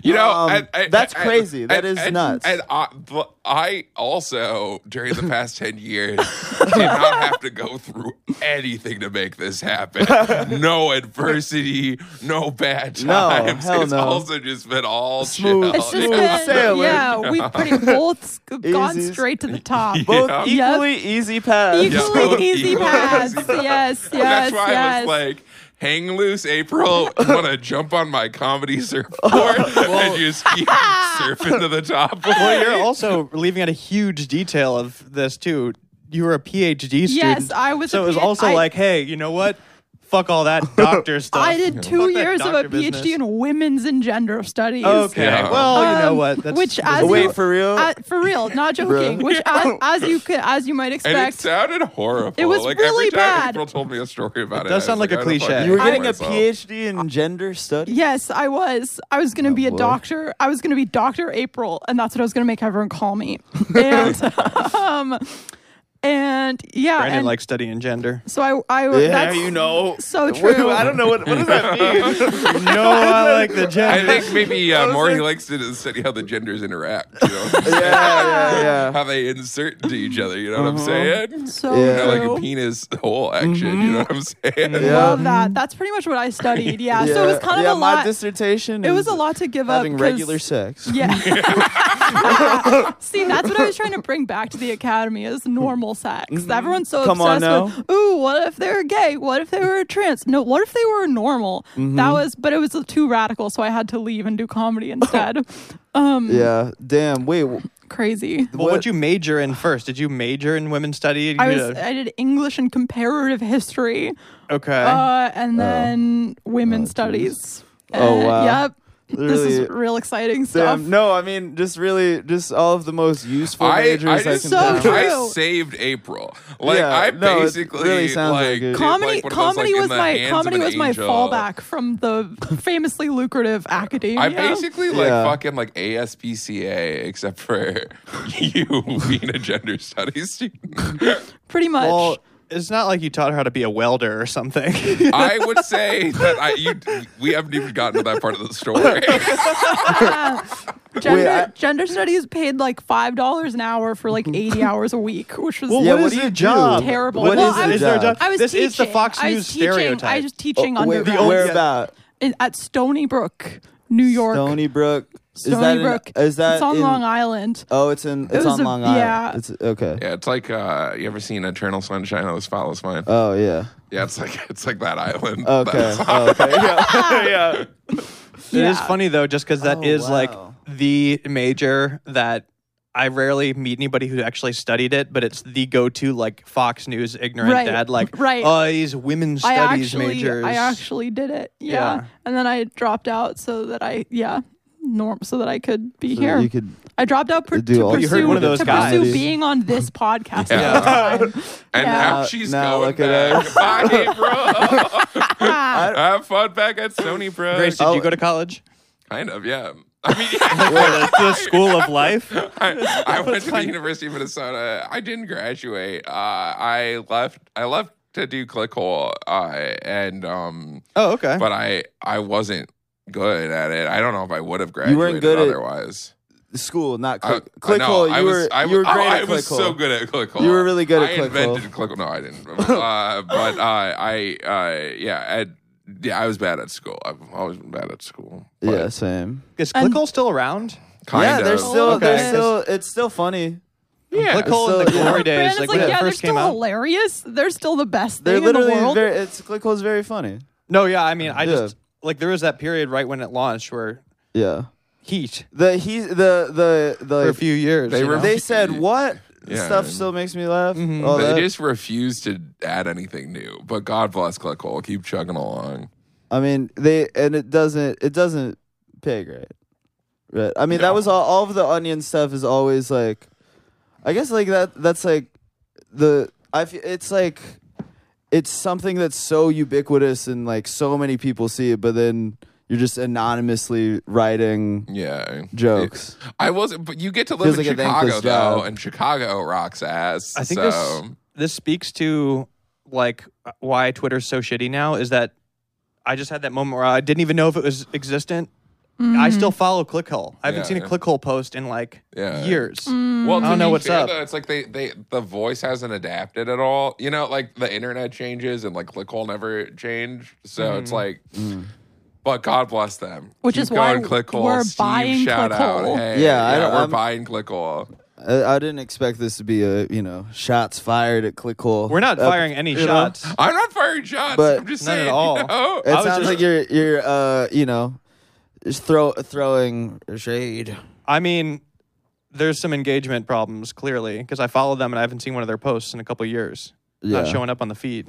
Speaker 4: You know,
Speaker 1: Um,
Speaker 4: and- and-
Speaker 1: that's
Speaker 4: and-
Speaker 1: crazy. That
Speaker 4: and-
Speaker 1: is
Speaker 4: and-
Speaker 1: nuts.
Speaker 4: And I, but I also, during the past 10 years, did not have to go through anything to make this happen. No adversity, no bad
Speaker 1: No,
Speaker 4: times.
Speaker 1: hell
Speaker 4: it's
Speaker 1: no.
Speaker 4: also just been all
Speaker 1: Smooth.
Speaker 4: chill.
Speaker 3: It's just
Speaker 1: Smooth
Speaker 3: been,
Speaker 1: sailing.
Speaker 3: yeah, we've pretty both sc- gone
Speaker 1: Easy.
Speaker 3: straight to the top.
Speaker 1: Both
Speaker 4: Yeah.
Speaker 1: equally easy paths.
Speaker 3: Equally
Speaker 4: both
Speaker 3: easy
Speaker 4: equally
Speaker 3: paths.
Speaker 4: easy
Speaker 3: Yes, yes,
Speaker 4: That's why I
Speaker 3: yes.
Speaker 4: was like, hang loose, April. Want to jump on my comedy surfboard and just keep surfing to the top?
Speaker 2: Well, you're also leaving out a huge detail of this too. You were a PhD student.
Speaker 3: I was
Speaker 2: So
Speaker 3: a
Speaker 2: it was
Speaker 3: P-
Speaker 2: also
Speaker 3: I-
Speaker 2: like, hey, you know what? Fuck all that doctor stuff.
Speaker 3: I did two
Speaker 2: Fuck that
Speaker 3: years of a
Speaker 2: doctor
Speaker 3: PhD
Speaker 2: business.
Speaker 3: in women's and gender studies.
Speaker 2: Okay.
Speaker 4: Yeah.
Speaker 2: Well, you know
Speaker 3: Um,
Speaker 2: what? That's
Speaker 3: which
Speaker 2: that's
Speaker 3: as
Speaker 2: a
Speaker 3: you-
Speaker 1: Wait, for real?
Speaker 3: Uh, for real, not joking. Which, as, as you could, as you might
Speaker 4: And it
Speaker 3: expect,
Speaker 4: sounded horrible.
Speaker 3: It was
Speaker 4: like
Speaker 3: really
Speaker 4: every time
Speaker 3: bad.
Speaker 4: April told me a story about it.
Speaker 2: does
Speaker 4: I
Speaker 2: sound like
Speaker 4: was
Speaker 2: a
Speaker 4: I don't
Speaker 2: cliche.
Speaker 4: fucking
Speaker 1: You were
Speaker 4: know
Speaker 1: getting a
Speaker 4: myself.
Speaker 1: PhD in gender studies.
Speaker 3: Yes, I was. I was going to be a
Speaker 1: boy.
Speaker 3: doctor. I was going to be Dr. April, and that's what I was going to make everyone call me. And, um, and yeah.
Speaker 2: Brandon
Speaker 3: and
Speaker 2: like studying gender.
Speaker 3: so I, I,
Speaker 1: Yeah,
Speaker 3: that's
Speaker 1: you know.
Speaker 3: so true.
Speaker 1: I don't know what, what does that mean.
Speaker 2: no, I like the
Speaker 4: I
Speaker 2: gender.
Speaker 4: think maybe uh, Morty likes to study how the genders interact. You know what I'm saying?
Speaker 1: yeah, yeah.
Speaker 4: How they insert into each other. You know what I'm saying?
Speaker 3: So Mm-hmm.
Speaker 1: Yeah.
Speaker 4: Kinda
Speaker 3: true.
Speaker 4: like a penis hole action. You know what I'm saying?
Speaker 1: Yeah.
Speaker 3: Love that. That's pretty much what I studied. Yeah. So it was kind of
Speaker 1: yeah,
Speaker 3: a lot.
Speaker 1: My dissertation.
Speaker 3: it was
Speaker 1: is
Speaker 3: a lot to give
Speaker 1: Having
Speaker 3: up. 'cause-
Speaker 1: regular sex.
Speaker 3: Yeah. See, that's what I was trying to bring back to the academy is normal sex. Everyone's so
Speaker 1: Mm-hmm. Come on
Speaker 3: obsessed with, ooh, what if they were gay? What if they were trans? No, what if they were normal?
Speaker 1: Mm-hmm.
Speaker 3: That was, but it was too radical, so I had to leave and do comedy instead. um,
Speaker 1: Yeah. Damn. Wait. w-
Speaker 3: crazy.
Speaker 2: Well, what'd
Speaker 1: what-
Speaker 2: you major in first? Did you major in women's studies?
Speaker 3: I was, I did English and comparative history,
Speaker 2: okay.
Speaker 3: uh, and then women's studies.
Speaker 1: Oh,
Speaker 3: Uh,
Speaker 1: wow.
Speaker 3: Yep. This
Speaker 1: Really-
Speaker 3: is real exciting stuff.
Speaker 1: Damn. No, I mean, just really, just all of the most useful
Speaker 4: I, I
Speaker 1: majors I,
Speaker 4: just
Speaker 1: can
Speaker 3: So
Speaker 1: find.
Speaker 3: true.
Speaker 4: I saved April. Like
Speaker 1: Yeah,
Speaker 4: I
Speaker 1: no, it
Speaker 4: basically
Speaker 1: really sounds like
Speaker 4: like
Speaker 1: it.
Speaker 4: did,
Speaker 3: comedy
Speaker 4: like, one of those,
Speaker 3: comedy
Speaker 4: like, in
Speaker 3: was
Speaker 4: the
Speaker 3: my
Speaker 4: hands of
Speaker 3: comedy
Speaker 4: an
Speaker 3: was my
Speaker 4: angel.
Speaker 3: fallback from the famously lucrative academia.
Speaker 4: I basically like
Speaker 1: Yeah.
Speaker 4: fucking like ASPCA, except for you being a gender studies student.
Speaker 3: pretty much.
Speaker 2: well, it's not like you taught her how to be a welder or something.
Speaker 4: I would say that I you we haven't even gotten to that part of the story.
Speaker 3: gender
Speaker 1: I-
Speaker 3: gender studies paid like five dollars an hour for like eighty hours a week, which was
Speaker 2: Well,
Speaker 1: Yeah,
Speaker 2: what
Speaker 1: what
Speaker 2: is
Speaker 1: do
Speaker 2: your
Speaker 1: you do?
Speaker 2: job?
Speaker 3: Terrible.
Speaker 1: What
Speaker 3: Well,
Speaker 1: is
Speaker 3: I-
Speaker 1: the
Speaker 2: Is there a
Speaker 1: job?
Speaker 2: job?
Speaker 3: I was
Speaker 2: this
Speaker 3: teaching.
Speaker 2: is the Fox
Speaker 3: I was
Speaker 2: News
Speaker 3: teaching,
Speaker 2: stereotype.
Speaker 3: I was teaching
Speaker 1: Oh, Wait,
Speaker 3: undergrad
Speaker 1: where about?
Speaker 3: in- at Stony Brook, New York.
Speaker 1: Stony Brook.
Speaker 3: Stony
Speaker 1: is that in-
Speaker 3: Brook.
Speaker 1: is that
Speaker 3: it's on
Speaker 1: in-
Speaker 3: Long Island.
Speaker 1: Oh, it's in. It's
Speaker 3: was
Speaker 1: on
Speaker 3: a-
Speaker 1: Long Island.
Speaker 3: yeah.
Speaker 1: It's okay.
Speaker 4: Yeah, it's like uh, you ever seen Eternal Sunshine of the Spotless Mind?
Speaker 1: Oh yeah.
Speaker 4: yeah, it's like it's like that island.
Speaker 1: Okay.
Speaker 4: That's-
Speaker 1: oh, okay. Yeah. yeah.
Speaker 2: It is
Speaker 3: Yeah.
Speaker 2: funny though, just because that
Speaker 1: Oh,
Speaker 2: is like
Speaker 1: wow.
Speaker 2: the major that I rarely meet anybody who actually studied it, but it's the go-to like Fox News ignorant
Speaker 3: Right,
Speaker 2: dad, like
Speaker 3: right.
Speaker 2: oh, these women's
Speaker 3: I
Speaker 2: studies
Speaker 3: actually,
Speaker 2: majors.
Speaker 3: I actually did it. Yeah.
Speaker 2: Yeah.
Speaker 3: and then I dropped out so that I yeah norm so that I could be
Speaker 1: So
Speaker 3: here.
Speaker 1: You could.
Speaker 3: I dropped out per-
Speaker 1: Do
Speaker 3: to
Speaker 1: all-
Speaker 3: pursue,
Speaker 1: You heard
Speaker 2: one of those
Speaker 3: to
Speaker 2: guys.
Speaker 3: pursue being on this podcast.
Speaker 4: Yeah.
Speaker 3: at the time.
Speaker 4: and
Speaker 3: Yeah.
Speaker 4: now she's
Speaker 1: Now
Speaker 4: going
Speaker 1: look at
Speaker 4: back. Bye, April.
Speaker 3: Ah,
Speaker 4: Have fun back at Sony Pro.
Speaker 2: Grace, did
Speaker 1: Oh.
Speaker 2: you go to college?
Speaker 4: Kind of, yeah. I mean,
Speaker 2: the, the school of life.
Speaker 4: I, I went to the University of Minnesota. I didn't graduate. Uh, I left. I left to do clickhole, uh, and um,
Speaker 2: Oh, okay.
Speaker 4: but I I wasn't good at it. I don't know if I would have graduated
Speaker 1: You weren't good at-
Speaker 4: otherwise.
Speaker 1: school, not
Speaker 4: I-
Speaker 1: click. click
Speaker 4: no,
Speaker 1: hole. You
Speaker 4: I
Speaker 1: were
Speaker 4: was, I
Speaker 1: you were
Speaker 4: was- oh,
Speaker 1: great
Speaker 4: I
Speaker 1: at click
Speaker 4: was so
Speaker 1: hole.
Speaker 4: good at click hole.
Speaker 1: You were really good at
Speaker 4: I
Speaker 1: click hole.
Speaker 4: invented click hole. No, I didn't. uh, but uh, I, uh, yeah, I, yeah, I was bad at school. I've always been bad at school. But
Speaker 1: Yeah, same.
Speaker 2: Is
Speaker 3: And-
Speaker 2: Clickhole still around?
Speaker 4: Kind
Speaker 1: yeah,
Speaker 4: of.
Speaker 1: they're still
Speaker 2: Okay.
Speaker 1: they're still it's still funny.
Speaker 4: Yeah.
Speaker 2: Clickhole in the
Speaker 1: So-
Speaker 2: glory days,
Speaker 3: Brandon's
Speaker 2: like
Speaker 3: like,
Speaker 2: when it
Speaker 3: yeah, they're
Speaker 2: first
Speaker 3: still
Speaker 2: came out.
Speaker 3: hilarious. They're still the best
Speaker 1: They're
Speaker 3: thing in the
Speaker 1: literally
Speaker 3: world.
Speaker 1: very it's click hole's very funny.
Speaker 2: No, yeah, I mean, I
Speaker 1: Yeah.
Speaker 2: just like there was that period right when it launched where
Speaker 1: Yeah.
Speaker 2: heat
Speaker 1: The he the the
Speaker 2: for
Speaker 1: the
Speaker 2: a few years.
Speaker 4: They
Speaker 2: you
Speaker 4: were-
Speaker 2: know?
Speaker 1: they said what
Speaker 4: Yeah,
Speaker 1: stuff
Speaker 4: and-
Speaker 1: still makes me laugh.
Speaker 2: Mhm.
Speaker 1: All
Speaker 4: they
Speaker 1: that.
Speaker 4: just refuse to add anything new. But God bless Clickhole. Keep chugging along.
Speaker 1: I mean, they and it doesn't it doesn't pay great. Right. I mean, that was all all of the onion stuff is always like I guess like that that's like the I f- it's like it's something that's so ubiquitous and like so many people see it, but then you're just anonymously writing
Speaker 4: Yeah.
Speaker 1: jokes.
Speaker 4: I wasn't, but you get to
Speaker 1: Feels
Speaker 4: live in
Speaker 1: like a
Speaker 4: Chicago
Speaker 1: thankless
Speaker 4: though,
Speaker 1: job.
Speaker 4: and Chicago rocks ass.
Speaker 2: I think
Speaker 4: so.
Speaker 2: this this speaks to like why Twitter's so shitty now is that I just had that moment where I didn't even know if it was existent.
Speaker 3: Mm-hmm.
Speaker 2: I still follow Clickhole. I haven't
Speaker 4: Yeah,
Speaker 2: seen a
Speaker 4: yeah.
Speaker 2: Clickhole post in like
Speaker 4: Yeah.
Speaker 2: years.
Speaker 3: Mm.
Speaker 2: I
Speaker 3: Mm-hmm.
Speaker 4: Well, to
Speaker 2: don't know
Speaker 4: be
Speaker 2: what's
Speaker 4: fair,
Speaker 2: up.
Speaker 4: Though, it's like they, they the voice hasn't adapted at all. You know, like the internet changes and like clickhole never changed. So it's
Speaker 2: Mm-hmm.
Speaker 4: like, but God bless them.
Speaker 3: Mm. Which
Speaker 4: Keep
Speaker 3: is why
Speaker 4: going, clickhole.
Speaker 3: we're
Speaker 4: Steve,
Speaker 3: buying
Speaker 4: shout
Speaker 3: Clickhole.
Speaker 4: Out. Hey,
Speaker 1: Yeah, I don't-
Speaker 4: we're
Speaker 1: I'm-
Speaker 4: buying clickhole.
Speaker 1: I, I didn't expect this to be a you know shots fired at clickhole.
Speaker 2: We're not
Speaker 1: Uh,
Speaker 2: firing any
Speaker 1: you know?
Speaker 2: shots.
Speaker 4: I'm not firing shots.
Speaker 1: But-
Speaker 4: I'm just
Speaker 2: None at
Speaker 4: saying.
Speaker 2: all.
Speaker 4: You know?
Speaker 1: It
Speaker 2: I was
Speaker 1: sounds
Speaker 2: just-
Speaker 1: like you're you're uh you know just throw throwing shade.
Speaker 2: I mean, there's some engagement problems clearly because I follow them and I haven't seen one of their posts in a couple years.
Speaker 1: Yeah.
Speaker 2: Not showing up on the feed.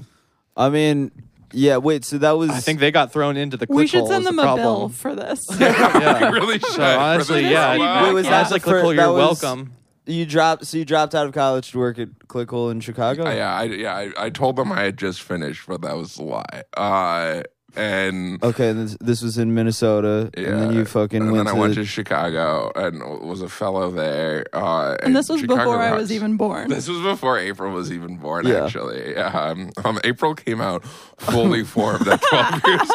Speaker 1: I mean, yeah. Wait, so that was
Speaker 2: I think they got thrown into the Clickhole.
Speaker 3: we should
Speaker 2: is
Speaker 3: send them
Speaker 2: the
Speaker 3: a
Speaker 2: problem.
Speaker 3: bill for this.
Speaker 4: I
Speaker 2: yeah.
Speaker 4: really should.
Speaker 2: So honestly,
Speaker 4: Really
Speaker 2: yeah.
Speaker 4: well.
Speaker 1: Wait, was that
Speaker 2: honestly,
Speaker 1: the fir-
Speaker 2: Clickhole,
Speaker 1: that
Speaker 2: you're
Speaker 1: was-
Speaker 2: welcome.
Speaker 1: you dropped. So you dropped out of college to work at Clickhole in Chicago.
Speaker 4: Uh, yeah, I, yeah. I, I told them I had just finished, but that was a lie. Uh, and
Speaker 1: Okay, and this, this was in Minnesota, and then
Speaker 4: Yeah.
Speaker 1: you fucking
Speaker 4: and
Speaker 1: went
Speaker 4: then
Speaker 1: to.
Speaker 4: I went
Speaker 1: the-
Speaker 4: to Chicago and was a fellow there. Uh,
Speaker 3: and this was
Speaker 4: Chicago
Speaker 3: before I
Speaker 4: rocks.
Speaker 3: was even born.
Speaker 4: This was before April was even born,
Speaker 1: Yeah.
Speaker 4: actually. Um, um, April came out fully formed at 12 years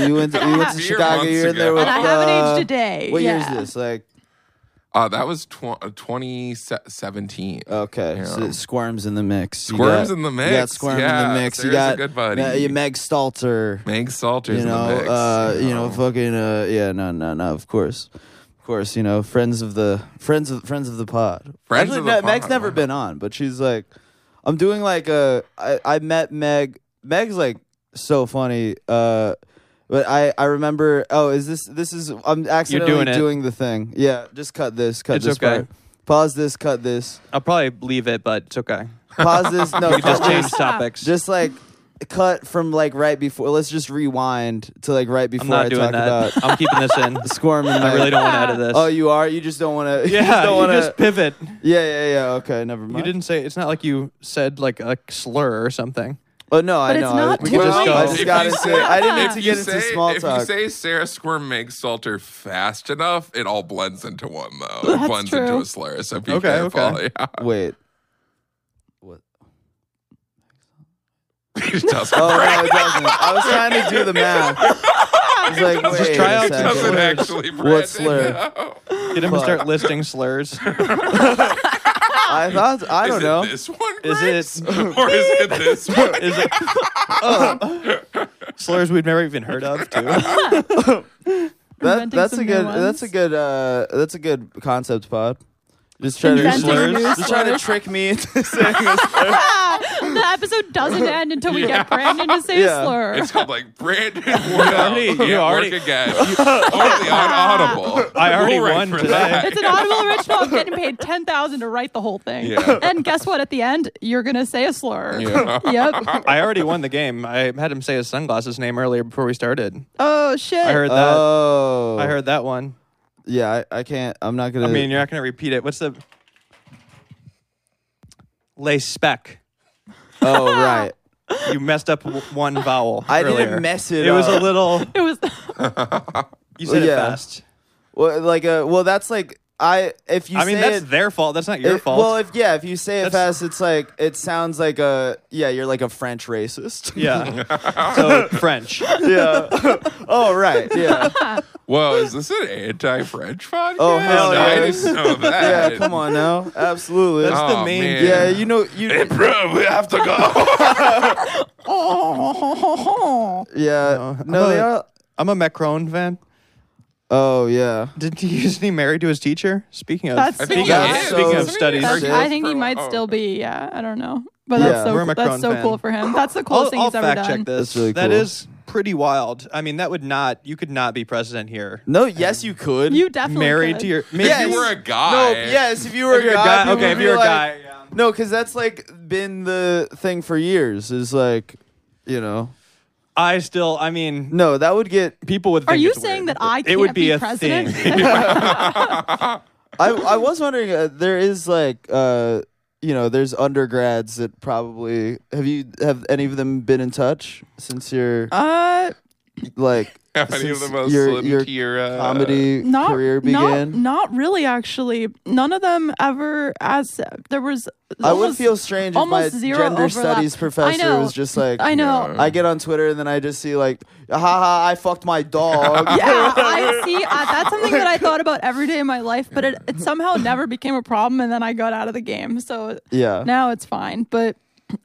Speaker 1: you went to, you went to
Speaker 4: Mere
Speaker 1: Chicago.
Speaker 4: months
Speaker 1: You're in there
Speaker 4: ago.
Speaker 1: with.
Speaker 3: and I haven't
Speaker 1: uh,
Speaker 3: aged a day.
Speaker 1: What
Speaker 3: yeah.
Speaker 1: year is this? Like,
Speaker 4: Uh, that was tw- uh, 2017.
Speaker 1: okay, so
Speaker 4: Yeah.
Speaker 1: it squirms in the mix. You
Speaker 4: Squirms
Speaker 1: got-
Speaker 4: in the
Speaker 1: You got
Speaker 4: mix.
Speaker 1: squirm in
Speaker 4: Yeah,
Speaker 1: the mix. You
Speaker 4: there's a
Speaker 1: got
Speaker 4: good buddy.
Speaker 1: Yeah, you Meg Stalter.
Speaker 4: Meg Salters
Speaker 1: you know,
Speaker 4: in the mix.
Speaker 1: uh, you know, fucking, uh, yeah, no, no, no, of course, of course, you know, friends of the friends of friends of the pod.
Speaker 4: Friends
Speaker 1: Actually,
Speaker 4: of the
Speaker 1: no, Meg's
Speaker 4: pod,
Speaker 1: never
Speaker 4: wow.
Speaker 1: been on, but she's like, I'm doing like a. I, I met Meg. Meg's like so funny. Uh, but I I remember. Oh, is this this is I'm accidentally
Speaker 2: doing it.
Speaker 1: the thing. Yeah, just cut this. Cut
Speaker 2: It's
Speaker 1: this
Speaker 2: okay.
Speaker 1: part. Pause this. Cut this.
Speaker 2: I'll probably leave it, but it's okay.
Speaker 1: Pause this. No,
Speaker 2: We just
Speaker 1: cut this
Speaker 2: change topics.
Speaker 1: just like cut from like right before. Let's just rewind to like right before
Speaker 2: I'm not
Speaker 1: I
Speaker 2: doing
Speaker 1: talk
Speaker 2: that.
Speaker 1: about
Speaker 2: I'm keeping this in.
Speaker 1: squirm. And
Speaker 2: I
Speaker 1: like-
Speaker 2: really don't want to edit this.
Speaker 1: Oh, you are. You just don't want to.
Speaker 2: yeah,
Speaker 1: you just don't want
Speaker 2: you just
Speaker 1: to.
Speaker 2: pivot.
Speaker 1: Yeah, yeah, yeah. Okay, never mind.
Speaker 2: You didn't say it's not like you said like a slur or something.
Speaker 1: Oh no, I
Speaker 3: But it's
Speaker 1: know.
Speaker 3: not
Speaker 1: I,
Speaker 3: We can just
Speaker 1: I
Speaker 2: go.
Speaker 1: just
Speaker 4: If
Speaker 1: got
Speaker 4: you
Speaker 1: into.
Speaker 4: say-
Speaker 1: I didn't need
Speaker 4: If
Speaker 1: to
Speaker 4: you
Speaker 1: get into
Speaker 4: say-
Speaker 1: small
Speaker 4: if
Speaker 1: talk.
Speaker 4: you say Sarah Squirm Meg Salter fast enough, it all blends into one though.
Speaker 3: That's
Speaker 4: it blends into
Speaker 3: true.
Speaker 4: a slur. So be
Speaker 2: Okay,
Speaker 4: careful.
Speaker 2: okay.
Speaker 4: Yeah.
Speaker 1: Wait. What?
Speaker 4: It doesn't
Speaker 1: Oh
Speaker 4: break.
Speaker 1: no, it doesn't. I was trying to do the math. It's like,
Speaker 4: Just
Speaker 1: wait
Speaker 2: try
Speaker 1: a
Speaker 2: out
Speaker 4: It
Speaker 1: second.
Speaker 4: doesn't
Speaker 2: Slurs.
Speaker 4: actually. Brandon,
Speaker 1: What slur?
Speaker 4: no.
Speaker 2: Get him to
Speaker 1: Fuck.
Speaker 2: start listing slurs.
Speaker 1: I thought I don't
Speaker 4: is
Speaker 1: know.
Speaker 4: It this one
Speaker 2: Is
Speaker 4: Grace?
Speaker 2: it-
Speaker 4: or is it this one?
Speaker 2: Is it? Oh. slurs we've never even heard of too.
Speaker 1: That,
Speaker 3: Inventing
Speaker 1: that's a
Speaker 3: some new
Speaker 1: good.
Speaker 3: ones.
Speaker 1: That's a good. Uh, that's a good concept pod. Just trying to
Speaker 3: Inventing
Speaker 2: slurs?
Speaker 3: new
Speaker 1: Just trying to
Speaker 3: slurs.
Speaker 1: trick me into saying this.
Speaker 3: the episode doesn't end until we get Brandon to say
Speaker 1: Yeah.
Speaker 3: a slur.
Speaker 4: It's called like Brandon Wardell.
Speaker 2: already-
Speaker 4: can't
Speaker 2: you already-
Speaker 4: work again. Only on Audible.
Speaker 2: I already
Speaker 4: We'll write
Speaker 2: won
Speaker 4: for
Speaker 2: today.
Speaker 4: that.
Speaker 3: It's an audible original. I'm getting paid ten thousand to write the whole thing.
Speaker 4: Yeah.
Speaker 3: And guess what? At the end, you're gonna say a slur.
Speaker 4: Yeah.
Speaker 3: Yep.
Speaker 2: I already won the game. I had him say his sunglasses name earlier before we started.
Speaker 3: Oh shit.
Speaker 2: I heard that.
Speaker 1: Oh,
Speaker 2: I heard that one.
Speaker 1: Yeah, I, I can't. I'm not gonna.
Speaker 2: I mean, you're not going to repeat it. What's the lay spec?
Speaker 1: oh right.
Speaker 2: You messed up w- one vowel.
Speaker 1: I didn't
Speaker 2: earlier.
Speaker 1: mess it
Speaker 2: It was a
Speaker 1: up.
Speaker 2: little.
Speaker 3: It was.
Speaker 2: You said
Speaker 1: Yeah.
Speaker 2: it fast.
Speaker 1: Well, like uh, well, that's like I. If you
Speaker 2: I mean,
Speaker 1: say
Speaker 2: that's
Speaker 1: it,
Speaker 2: their fault. That's not your
Speaker 1: it-
Speaker 2: fault.
Speaker 1: Well, if yeah, if you say it
Speaker 2: That's-
Speaker 1: fast, it's like it sounds like a yeah. You're like a French racist.
Speaker 2: yeah. so French.
Speaker 1: yeah. oh right. Yeah.
Speaker 4: Whoa, is this an anti-French podcast?
Speaker 1: Oh, hell
Speaker 4: I
Speaker 1: yeah.
Speaker 4: didn't know that.
Speaker 1: yeah, come on now. Absolutely.
Speaker 2: That's
Speaker 4: Oh,
Speaker 2: the main.
Speaker 4: man.
Speaker 1: yeah, you know
Speaker 4: Hey,
Speaker 1: you.
Speaker 4: bro, we have to go.
Speaker 3: Oh,
Speaker 1: Yeah,
Speaker 2: Uh,
Speaker 1: no, they are.
Speaker 2: I'm a Macron fan.
Speaker 1: Oh yeah.
Speaker 2: Didn't he used to be married to his teacher? Speaking of,
Speaker 3: That's
Speaker 4: think
Speaker 3: so-
Speaker 1: he
Speaker 2: of,
Speaker 1: is.
Speaker 2: speaking
Speaker 1: So-
Speaker 2: of studies,
Speaker 3: That's-
Speaker 1: Shit.
Speaker 3: I think he
Speaker 4: For-
Speaker 3: might
Speaker 4: oh.
Speaker 3: still be. Yeah, I don't know, but that's
Speaker 1: Yeah.
Speaker 3: so
Speaker 2: We're a
Speaker 3: cool. that's
Speaker 2: Macron
Speaker 3: so
Speaker 2: fan.
Speaker 3: cool for him. That's the
Speaker 2: I'll,
Speaker 3: coolest thing
Speaker 2: I'll
Speaker 3: he's ever
Speaker 2: fact
Speaker 3: done.
Speaker 2: check this.
Speaker 1: That's really
Speaker 2: That
Speaker 1: cool.
Speaker 2: is pretty wild. I mean, that would not. You could not be president here.
Speaker 1: No, yes, you could.
Speaker 3: You definitely
Speaker 2: married
Speaker 3: could.
Speaker 2: to your.
Speaker 4: if
Speaker 2: Maybe
Speaker 1: Yes.
Speaker 4: you were a guy,
Speaker 1: No, yes, if you were a
Speaker 2: If you're a
Speaker 1: guy,
Speaker 2: guy, okay.
Speaker 1: people
Speaker 2: If
Speaker 1: would
Speaker 2: you're a
Speaker 1: be like-
Speaker 2: guy, yeah.
Speaker 1: No, because that's like been the thing for years. Is like, you know,
Speaker 2: I still. I mean,
Speaker 1: no, that would get.
Speaker 2: people would.
Speaker 3: Are
Speaker 2: think
Speaker 3: you
Speaker 2: it's
Speaker 3: saying
Speaker 2: weird.
Speaker 3: that I
Speaker 2: It
Speaker 3: can't
Speaker 2: would be,
Speaker 3: be
Speaker 2: a
Speaker 3: president?
Speaker 2: thing.
Speaker 1: I I was wondering. Uh, there is like, uh, you know, there's undergrads that probably have you have any of them been in touch since you're
Speaker 3: Uh,
Speaker 1: like
Speaker 4: have any of the
Speaker 1: since
Speaker 4: most
Speaker 1: your your
Speaker 4: slim tier uh,
Speaker 1: comedy
Speaker 3: not
Speaker 1: career
Speaker 3: not,
Speaker 1: began?
Speaker 3: not really. Actually, none of them ever. As there was,
Speaker 1: I would
Speaker 3: almost-
Speaker 1: feel strange if my
Speaker 3: almost zero
Speaker 1: gender
Speaker 3: overlap.
Speaker 1: studies professor
Speaker 3: I know.
Speaker 1: was just like,
Speaker 3: I know.
Speaker 1: I get on Twitter and then I just see like, haha, I fucked my dog.
Speaker 3: yeah, I see. Uh, that's something that I thought about every day in my life, but it, it somehow never became a problem, and then I got out of the game. So
Speaker 1: yeah,
Speaker 3: now it's fine. But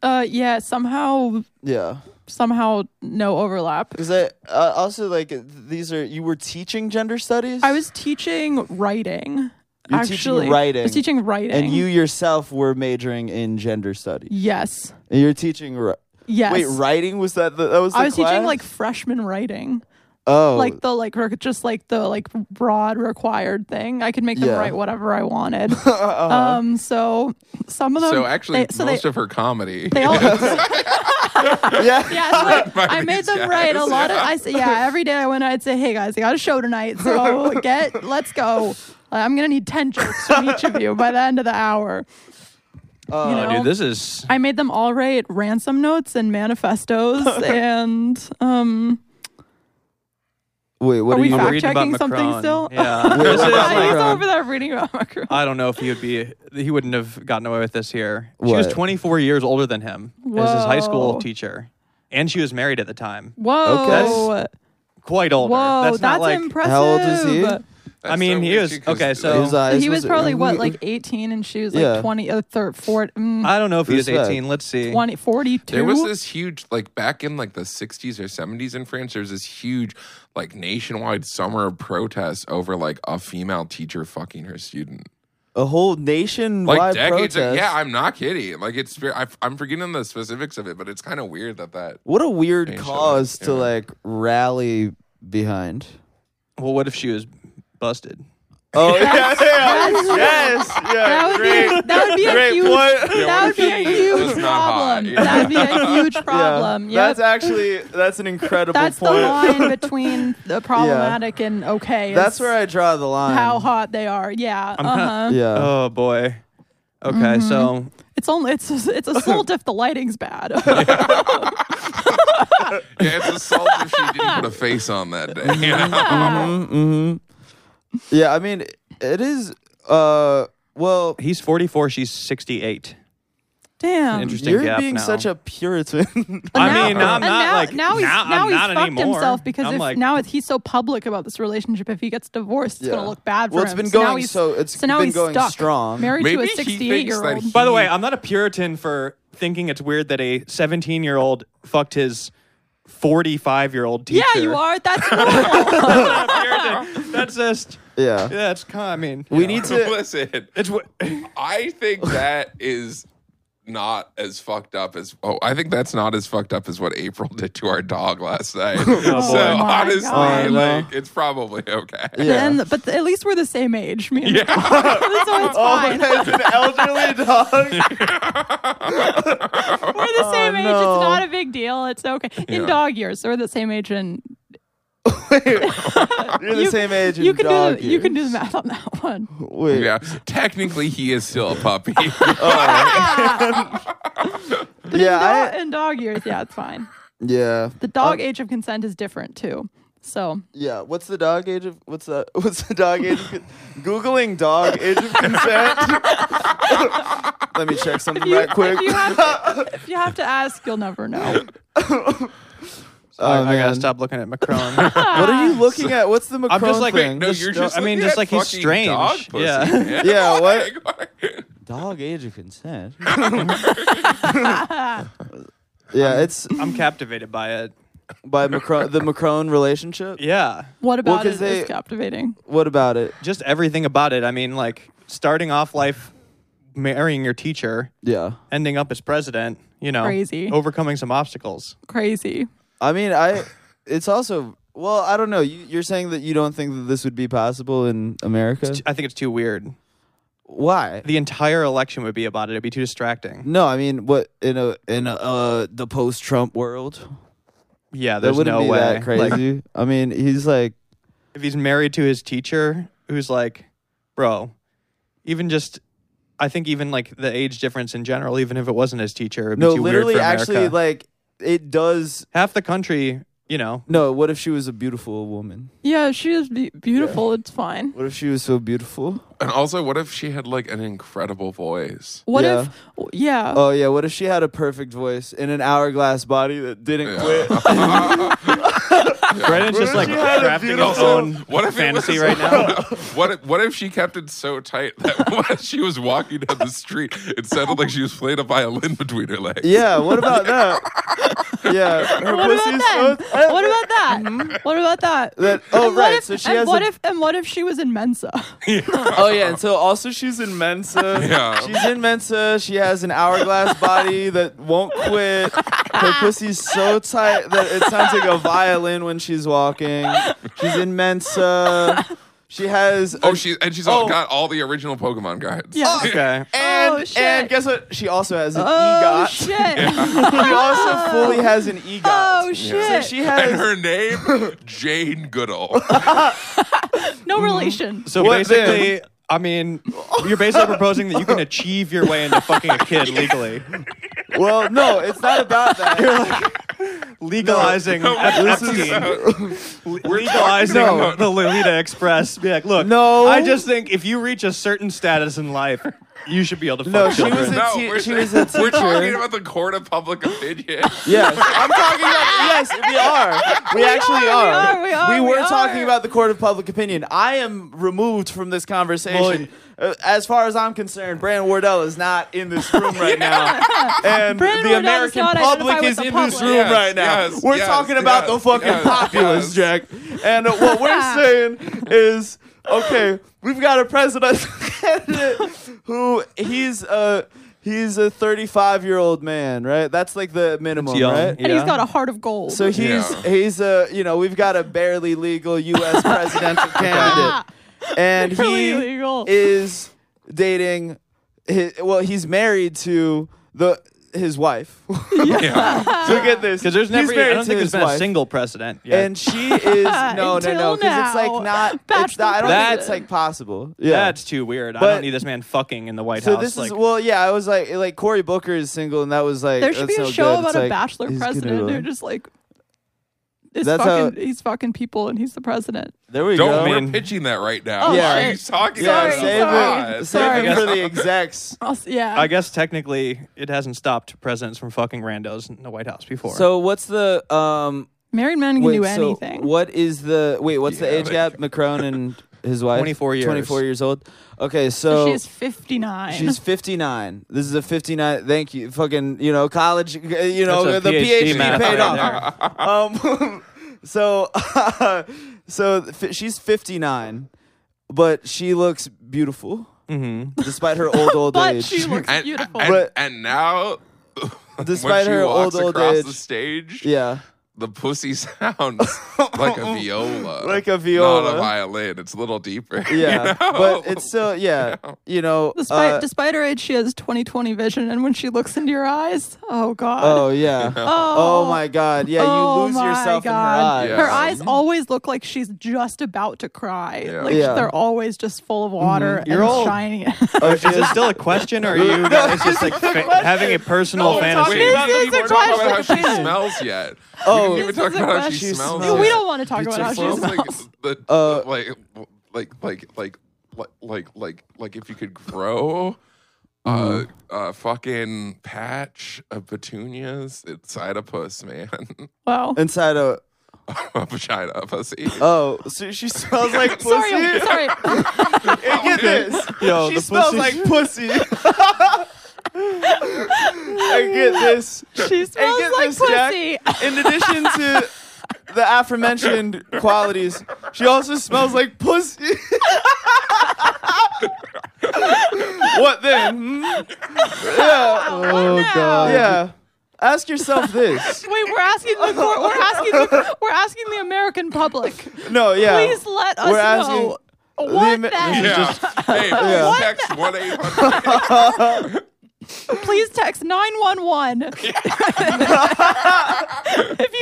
Speaker 3: uh, yeah, somehow,
Speaker 1: yeah.
Speaker 3: somehow, no overlap.
Speaker 1: Because I uh, also like these are you were teaching gender studies.
Speaker 3: I was teaching writing.
Speaker 1: You're teaching
Speaker 3: actually,
Speaker 1: writing.
Speaker 3: I was teaching writing.
Speaker 1: and you yourself were majoring in gender studies.
Speaker 3: Yes.
Speaker 1: And you're teaching. ri-
Speaker 3: Yes.
Speaker 1: Wait, writing was that? The, that was. The
Speaker 3: I was teaching
Speaker 1: class?
Speaker 3: like freshman writing.
Speaker 1: oh
Speaker 3: like the like rec- just like the like broad required thing. I could make them
Speaker 1: Yeah. Uh-huh.
Speaker 3: write whatever I wanted. Um, so some of them.
Speaker 4: So actually,
Speaker 3: Um, they, so
Speaker 4: most
Speaker 3: they,
Speaker 4: of her comedy.
Speaker 3: they all.
Speaker 1: yeah.
Speaker 3: Yeah, so I, I made
Speaker 4: these
Speaker 3: them write a
Speaker 4: guys,
Speaker 3: lot of.
Speaker 4: yeah.
Speaker 3: I said, yeah, every day I went. I'd say, hey guys, I got a show tonight, so get let's go. Uh, I'm gonna need ten jokes from each of you by the end of the hour. you know?
Speaker 2: Uh, Dude, this is.
Speaker 3: I made them all write ransom notes and manifestos, and um,
Speaker 1: Wait, what
Speaker 3: Are
Speaker 1: are,
Speaker 3: we
Speaker 1: you?
Speaker 3: fact
Speaker 2: I'm reading about
Speaker 3: checking something
Speaker 2: Macron.
Speaker 3: still?
Speaker 2: Yeah.
Speaker 1: Wait,
Speaker 2: This
Speaker 1: what
Speaker 2: is-
Speaker 1: about
Speaker 3: I was
Speaker 1: Macron.
Speaker 3: over there reading about Macron.
Speaker 2: I don't know if he would be. He wouldn't have gotten away with this here. She was
Speaker 1: What?
Speaker 2: 24 years older than him as his high school
Speaker 3: Whoa.
Speaker 2: teacher, and she was married at the time.
Speaker 3: Whoa.
Speaker 2: That's- Quite older.
Speaker 3: Whoa,
Speaker 2: that's,
Speaker 3: that's,
Speaker 2: not like.
Speaker 3: impressive.
Speaker 1: How old is he?
Speaker 2: I mean, he
Speaker 4: is
Speaker 2: is okay. So
Speaker 1: He was, uh,
Speaker 3: He was
Speaker 1: supposed to-
Speaker 3: probably what,
Speaker 1: we-
Speaker 3: like 18 and she was like
Speaker 1: Yeah.
Speaker 3: 20, uh, thir- 40, mm,
Speaker 2: I don't know if he was
Speaker 1: Respect.
Speaker 2: 18. Let's see.
Speaker 3: 20, 42.
Speaker 4: There was this huge, like back in like the 60s or 70s in France, there was this huge, like nationwide summer of protests over like a female teacher fucking her student.
Speaker 1: a whole nationwide
Speaker 4: Like decades.
Speaker 1: protest.
Speaker 4: yeah, I'm not kidding. Like it's, ver- I, I'm forgetting the specifics of it, but it's kind of weird that that.
Speaker 1: what a weird
Speaker 4: Nation,
Speaker 1: cause to
Speaker 4: yeah.
Speaker 1: like rally behind.
Speaker 2: Well, what if she was busted?
Speaker 1: Oh yeah,
Speaker 3: That's- that would be that would be a huge that would be a huge
Speaker 4: was not hot,
Speaker 3: problem.
Speaker 4: yeah.
Speaker 3: That would be a huge problem. Yeah,
Speaker 1: That's actually that's an incredible
Speaker 3: that's the
Speaker 1: point.
Speaker 3: line between the problematic and okay. is
Speaker 1: That's where I draw the line.
Speaker 3: how hot they are. Yeah, uh-huh.
Speaker 1: Yeah.
Speaker 2: Oh boy. Okay, so
Speaker 3: It's only it's it's assault if the lighting's bad.
Speaker 4: Yeah, it's assault if she didn't put a face on that day. You know?
Speaker 1: Mm-hmm. Yeah, I mean, it is. Uh, well,
Speaker 2: he's 44. She's 68.
Speaker 3: Damn.
Speaker 2: Interesting
Speaker 1: you're
Speaker 2: gap
Speaker 1: being
Speaker 2: now.
Speaker 1: such a Puritan.
Speaker 2: I
Speaker 3: now-
Speaker 2: mean, I'm
Speaker 3: and
Speaker 2: not
Speaker 3: now,
Speaker 2: like
Speaker 3: now he's
Speaker 2: now,
Speaker 3: now,
Speaker 2: I'm
Speaker 3: he's
Speaker 2: not
Speaker 3: fucked
Speaker 2: anymore.
Speaker 3: himself because
Speaker 2: I'm
Speaker 3: if
Speaker 2: like,
Speaker 3: now if he's so public about this relationship, if he gets divorced, it's
Speaker 1: Yeah.
Speaker 3: gonna look bad for
Speaker 1: Well,
Speaker 3: him.
Speaker 1: it's been
Speaker 3: so now
Speaker 1: going
Speaker 3: he's-
Speaker 1: so- it's
Speaker 3: now
Speaker 1: been
Speaker 3: he's
Speaker 1: going
Speaker 3: stuck,
Speaker 1: strong.
Speaker 3: married
Speaker 4: Maybe
Speaker 3: to
Speaker 4: he
Speaker 3: a
Speaker 4: thinks
Speaker 3: sixty-eight year
Speaker 4: that
Speaker 3: old.
Speaker 4: he-
Speaker 2: By the way, I'm not a Puritan for thinking it's weird that a 17 year old fucked his 45 year old teacher.
Speaker 3: Yeah, you are. That's normal.
Speaker 2: I'm not a Puritan. That's just.
Speaker 1: yeah.
Speaker 2: Yeah, it's kind. I mean,
Speaker 1: we need to.
Speaker 4: Listen,
Speaker 2: It's what.
Speaker 4: I think that is not as fucked up as oh I think that's not as fucked up as what April did to our dog last night. so
Speaker 2: Oh, boy.
Speaker 3: my
Speaker 4: honestly,
Speaker 3: God.
Speaker 1: Oh, no.
Speaker 4: like it's probably okay.
Speaker 1: Yeah.
Speaker 3: Then, but at least we're the same age, me and
Speaker 4: Yeah.
Speaker 3: so it's
Speaker 1: Oh
Speaker 3: fine.
Speaker 1: it's an elderly dog.
Speaker 3: We're the same age.
Speaker 1: no.
Speaker 3: It's not a big deal. It's okay. In
Speaker 4: Yeah.
Speaker 3: dog years, so we're the same age, and
Speaker 1: You're the
Speaker 3: You-
Speaker 1: same age.
Speaker 3: you
Speaker 1: and
Speaker 3: can
Speaker 1: dog
Speaker 3: do the, you can do the
Speaker 1: years.
Speaker 3: math on that one.
Speaker 1: Wait.
Speaker 4: Yeah, technically he is still a puppy.
Speaker 1: Oh. Yeah.
Speaker 3: Do-
Speaker 1: I, Uh,
Speaker 3: in dog years, yeah, it's fine.
Speaker 1: yeah.
Speaker 3: The dog age of consent is different too. So
Speaker 1: Yeah. What's the dog age of? What's the What's the dog age? Of, con- Googling dog age of consent. Let me check something
Speaker 3: you-
Speaker 1: right quick.
Speaker 3: If you, have to, if you have to ask, you'll never know.
Speaker 2: So I,
Speaker 1: Oh,
Speaker 2: I gotta
Speaker 1: man.
Speaker 2: stop looking at Macron.
Speaker 1: what are you looking at? What's the Macron
Speaker 2: Ah. I'm just like,
Speaker 1: thing?
Speaker 4: No,
Speaker 2: Just
Speaker 4: you're
Speaker 2: don't-
Speaker 4: just.
Speaker 2: I mean,
Speaker 4: looking
Speaker 2: just
Speaker 4: at
Speaker 2: like he's
Speaker 4: fucking dog
Speaker 2: strange.
Speaker 4: pussy,
Speaker 2: Yeah.
Speaker 4: man.
Speaker 1: Yeah, what?
Speaker 4: Like-
Speaker 1: Dog age of consent. yeah, it's
Speaker 2: I'm captivated by it.
Speaker 1: by Macron the Macron relationship.
Speaker 2: Yeah.
Speaker 3: What about
Speaker 1: 'cause
Speaker 3: it
Speaker 1: they-
Speaker 3: is captivating?
Speaker 1: What about it?
Speaker 2: Just everything about it. I mean, like starting off life marrying your teacher,
Speaker 1: Yeah.
Speaker 2: ending up as president, you know,
Speaker 3: Crazy.
Speaker 2: overcoming some obstacles.
Speaker 3: Crazy.
Speaker 1: I mean, I it's also well, I don't know. You, you're saying that you don't think that this would be possible in America.
Speaker 2: I think it's too weird.
Speaker 1: Why?
Speaker 2: The entire election would be about it. It'd be too distracting.
Speaker 1: No, I mean, what in a in a, uh the post-Trump world,
Speaker 2: Yeah,
Speaker 1: that
Speaker 2: there's
Speaker 1: wouldn't
Speaker 2: no
Speaker 1: be
Speaker 2: way.
Speaker 1: that
Speaker 2: Like,
Speaker 1: crazy. I mean, he's like,
Speaker 2: if he's married to his teacher who's like bro even just i think even like the age difference in general even if it wasn't his teacher it'd be
Speaker 1: no,
Speaker 2: too
Speaker 1: literally,
Speaker 2: weird for
Speaker 1: actually,
Speaker 2: America.
Speaker 1: like it does.
Speaker 2: half the country you know
Speaker 1: No, what if she was a beautiful woman?
Speaker 3: Yeah, she is be- beautiful. It's fine.
Speaker 1: What if she was so beautiful?
Speaker 4: And also, what if she had like an incredible voice?
Speaker 3: What
Speaker 1: Yeah.
Speaker 3: if? w- Yeah.
Speaker 1: Oh yeah, what if she had a perfect voice and an hourglass body that didn't quit?
Speaker 2: brennan's just like
Speaker 1: she had a
Speaker 2: crafting his
Speaker 1: beautiful-
Speaker 2: own
Speaker 4: What if it
Speaker 2: fantasy
Speaker 4: was-
Speaker 2: right now
Speaker 4: what if, what if she kept it so tight that when she was walking down the street, it sounded like she was playing a violin between her legs?
Speaker 1: Yeah, what about that? yeah, her
Speaker 3: what about
Speaker 1: pussy's
Speaker 3: that?
Speaker 1: so-
Speaker 3: What about that? What about that?
Speaker 1: Mm-hmm. That- oh
Speaker 3: And what
Speaker 1: right,
Speaker 3: if-
Speaker 1: so she
Speaker 3: and
Speaker 1: has.
Speaker 3: what
Speaker 1: a,
Speaker 3: if and what if she was in Mensa?
Speaker 1: oh yeah, and so also she's in Mensa.
Speaker 4: Yeah.
Speaker 1: she's in Mensa. She has an hourglass body that won't quit. Her pussy's so tight that it sounds like a violin when she's walking. She's in Mensa. She has.
Speaker 4: Oh,
Speaker 1: a-
Speaker 4: she and she's
Speaker 1: Oh.
Speaker 4: all got all the original Pokemon cards.
Speaker 3: Yeah.
Speaker 2: okay
Speaker 1: and,
Speaker 3: Oh, shit.
Speaker 1: and guess what? She also has an
Speaker 3: Oh
Speaker 1: EGOT.
Speaker 3: shit!
Speaker 1: She also fully has an EGOT. So
Speaker 3: Oh shit!
Speaker 1: she
Speaker 4: And
Speaker 1: has.
Speaker 4: her name, Jane Goodall.
Speaker 1: Mm-hmm.
Speaker 3: no relation.
Speaker 2: so
Speaker 1: What
Speaker 2: basically i mean you're basically proposing that you can achieve your way into fucking a kid legally
Speaker 1: well, no, it's not about that.
Speaker 2: legalizing
Speaker 4: No,
Speaker 2: Ep-
Speaker 4: this is-
Speaker 2: Epstein. legalizing
Speaker 4: legalizing
Speaker 1: No.
Speaker 2: the Lolita Express. Be like, look,
Speaker 1: No.
Speaker 2: I just think if you reach a certain status in life, you should be able to. Fuck
Speaker 1: No, she
Speaker 2: children.
Speaker 1: was a
Speaker 4: No,
Speaker 1: te-
Speaker 4: we're,
Speaker 1: she was a
Speaker 4: we're talking
Speaker 1: teacher.
Speaker 4: about the court of public opinion.
Speaker 1: Yes, I'm talking about yes. We are. We, actually
Speaker 3: are, we
Speaker 1: are.
Speaker 3: are, we are, we
Speaker 1: were
Speaker 3: are.
Speaker 1: talking about the court of public opinion. I am removed from this conversation. Uh, as far as I'm concerned, Brandon Wardell is not in this room right now, and
Speaker 3: Brandon
Speaker 1: the
Speaker 3: Wardell does
Speaker 1: American
Speaker 3: not
Speaker 1: public
Speaker 3: identify
Speaker 1: is
Speaker 3: with
Speaker 1: in
Speaker 3: the
Speaker 1: this room
Speaker 3: public.
Speaker 4: Yes,
Speaker 1: right now.
Speaker 4: yes,
Speaker 1: we're
Speaker 4: yes,
Speaker 1: talking about
Speaker 4: yes,
Speaker 1: the fucking
Speaker 4: yes,
Speaker 1: populace,
Speaker 4: yes.
Speaker 1: Jack. And uh, what we're saying is, okay, we've got a president candidate who he's a he's a 35 year old man, right? That's like the minimum,
Speaker 2: It's young,
Speaker 1: right?
Speaker 2: yeah.
Speaker 3: and he's got a heart of gold.
Speaker 1: So he's
Speaker 4: Yeah.
Speaker 1: he's a you know we've got a barely legal U.S. presidential candidate, and
Speaker 3: Barely
Speaker 1: he
Speaker 3: legal.
Speaker 1: is dating. His, well, he's married to the his wife.
Speaker 4: Yeah.
Speaker 1: so get this,
Speaker 2: because there's
Speaker 1: he's
Speaker 2: never. I
Speaker 1: married
Speaker 2: don't
Speaker 1: to
Speaker 2: think
Speaker 1: his
Speaker 2: there's been
Speaker 1: wife,
Speaker 2: a single precedent. Yet.
Speaker 1: and she is no no no
Speaker 3: Until
Speaker 1: because it's
Speaker 3: now.
Speaker 1: like not it's
Speaker 3: Bachelor
Speaker 1: not, I don't think
Speaker 3: president.
Speaker 1: it's like possible. Yeah.
Speaker 2: that's too weird. I
Speaker 1: But-
Speaker 2: don't need this man fucking in the White
Speaker 1: so
Speaker 2: House.
Speaker 1: this
Speaker 2: like,
Speaker 1: is well, yeah. I was like, like Cory Booker is single, and that was like
Speaker 3: there should
Speaker 1: that's
Speaker 3: be a
Speaker 1: no
Speaker 3: show
Speaker 1: good.
Speaker 3: about
Speaker 1: It's
Speaker 3: a
Speaker 1: like,
Speaker 3: bachelor
Speaker 1: he's gonna
Speaker 3: president
Speaker 1: do
Speaker 3: who
Speaker 1: it.
Speaker 3: just like is
Speaker 1: That's
Speaker 3: fucking
Speaker 1: how-
Speaker 3: he's fucking people and he's the president.
Speaker 1: There we
Speaker 4: Don't
Speaker 1: go.
Speaker 4: we're
Speaker 2: man.
Speaker 4: pitching that right now.
Speaker 3: Oh,
Speaker 1: Yeah.
Speaker 4: yeah.
Speaker 1: shit.
Speaker 4: She's talking
Speaker 1: Yeah,
Speaker 3: Sorry,
Speaker 4: about
Speaker 1: save
Speaker 4: God.
Speaker 1: it,
Speaker 4: Sorry.
Speaker 1: save it for the execs.
Speaker 3: I'll s- yeah,
Speaker 2: I guess technically it hasn't stopped presidents from fucking randos in the White House before.
Speaker 1: So what's the um?
Speaker 3: married men can
Speaker 1: Wait,
Speaker 3: do
Speaker 1: so
Speaker 3: anything.
Speaker 1: what is the wait? What's the
Speaker 4: Yeah,
Speaker 1: age
Speaker 4: they-
Speaker 1: gap? Macron and his wife.
Speaker 2: 24 years.
Speaker 1: Twenty four years old. Okay,
Speaker 3: so
Speaker 1: so.
Speaker 3: she's fifty nine.
Speaker 1: She's 59. This is a 59. Thank you. Fucking, you know, college, uh, you know,
Speaker 2: That's a
Speaker 1: the PhD,
Speaker 2: PhD math
Speaker 1: paid
Speaker 2: right
Speaker 1: off. Um, so, so fi- she's 59, but she looks beautiful
Speaker 2: Mm-hmm.
Speaker 1: despite her old, old
Speaker 3: but
Speaker 1: age.
Speaker 3: she looks
Speaker 4: And,
Speaker 3: beautiful.
Speaker 4: and,
Speaker 1: But-
Speaker 4: and now,
Speaker 1: Despite
Speaker 4: when she
Speaker 1: her
Speaker 4: walks
Speaker 1: old, old
Speaker 4: across the
Speaker 1: age.
Speaker 4: stage,
Speaker 1: yeah.
Speaker 4: the pussy sounds like a viola.
Speaker 1: Like a viola.
Speaker 4: Not a violin. It's a little deeper. you
Speaker 1: Yeah.
Speaker 4: know?
Speaker 1: But it's still, yeah. You know,
Speaker 3: despite
Speaker 1: uh,
Speaker 3: despite her age, she has twenty twenty vision, and when she looks into your eyes, oh god,
Speaker 1: oh, yeah. Oh, my God. Yeah, you
Speaker 3: oh
Speaker 1: lose
Speaker 3: my
Speaker 1: yourself
Speaker 3: God.
Speaker 1: in
Speaker 4: Yeah.
Speaker 1: her eyes.
Speaker 3: Her eyes always look like she's just about to cry.
Speaker 4: Yeah.
Speaker 3: Like
Speaker 1: Yeah. Mm-hmm.
Speaker 3: they're always just full of water
Speaker 2: You're
Speaker 3: and
Speaker 2: old.
Speaker 3: shiny.
Speaker 1: Oh,
Speaker 2: is it still a question, or are you guys just like fa- having a personal
Speaker 1: No, we're talking
Speaker 2: fantasy?
Speaker 1: about-
Speaker 3: Oh,
Speaker 4: we
Speaker 3: This is
Speaker 4: haven't
Speaker 3: a
Speaker 4: even talked about how
Speaker 3: question.
Speaker 4: she smells yet.
Speaker 1: Oh.
Speaker 4: we haven't even
Speaker 3: This is
Speaker 4: talked
Speaker 3: a
Speaker 4: about how she
Speaker 3: question.
Speaker 4: smells.
Speaker 1: Ew,
Speaker 4: yet.
Speaker 3: we don't want to talk about how
Speaker 4: It
Speaker 1: She
Speaker 3: she's
Speaker 4: smells like the,
Speaker 1: Uh,
Speaker 4: like like like like like like like if you could grow Uh,
Speaker 1: Mm-hmm.
Speaker 4: uh, fucking patch of petunias inside a puss, man.
Speaker 3: Wow.
Speaker 1: Inside a
Speaker 4: a vagina, a pussy.
Speaker 1: oh, so she smells like pussy.
Speaker 3: Sorry, sorry.
Speaker 1: Hey, get this.
Speaker 2: Yo,
Speaker 1: she
Speaker 2: the
Speaker 1: smells
Speaker 2: pussy-
Speaker 1: like pussy. I get this.
Speaker 3: She smells
Speaker 1: get
Speaker 3: like
Speaker 1: this,
Speaker 3: pussy.
Speaker 1: Jack. In addition to the aforementioned qualities, she also smells like pussy. what then? hmm? Yeah.
Speaker 3: Oh, God.
Speaker 1: Yeah. Ask yourself this.
Speaker 3: Wait, we're asking the court. We're asking the, we're asking the American public.
Speaker 1: No, yeah.
Speaker 3: Please let us
Speaker 1: We're asking
Speaker 3: know. What
Speaker 1: Amer-
Speaker 3: then?
Speaker 4: Yeah. hey, please
Speaker 1: Yeah.
Speaker 4: text one eight hundred.
Speaker 3: Please text 911 if you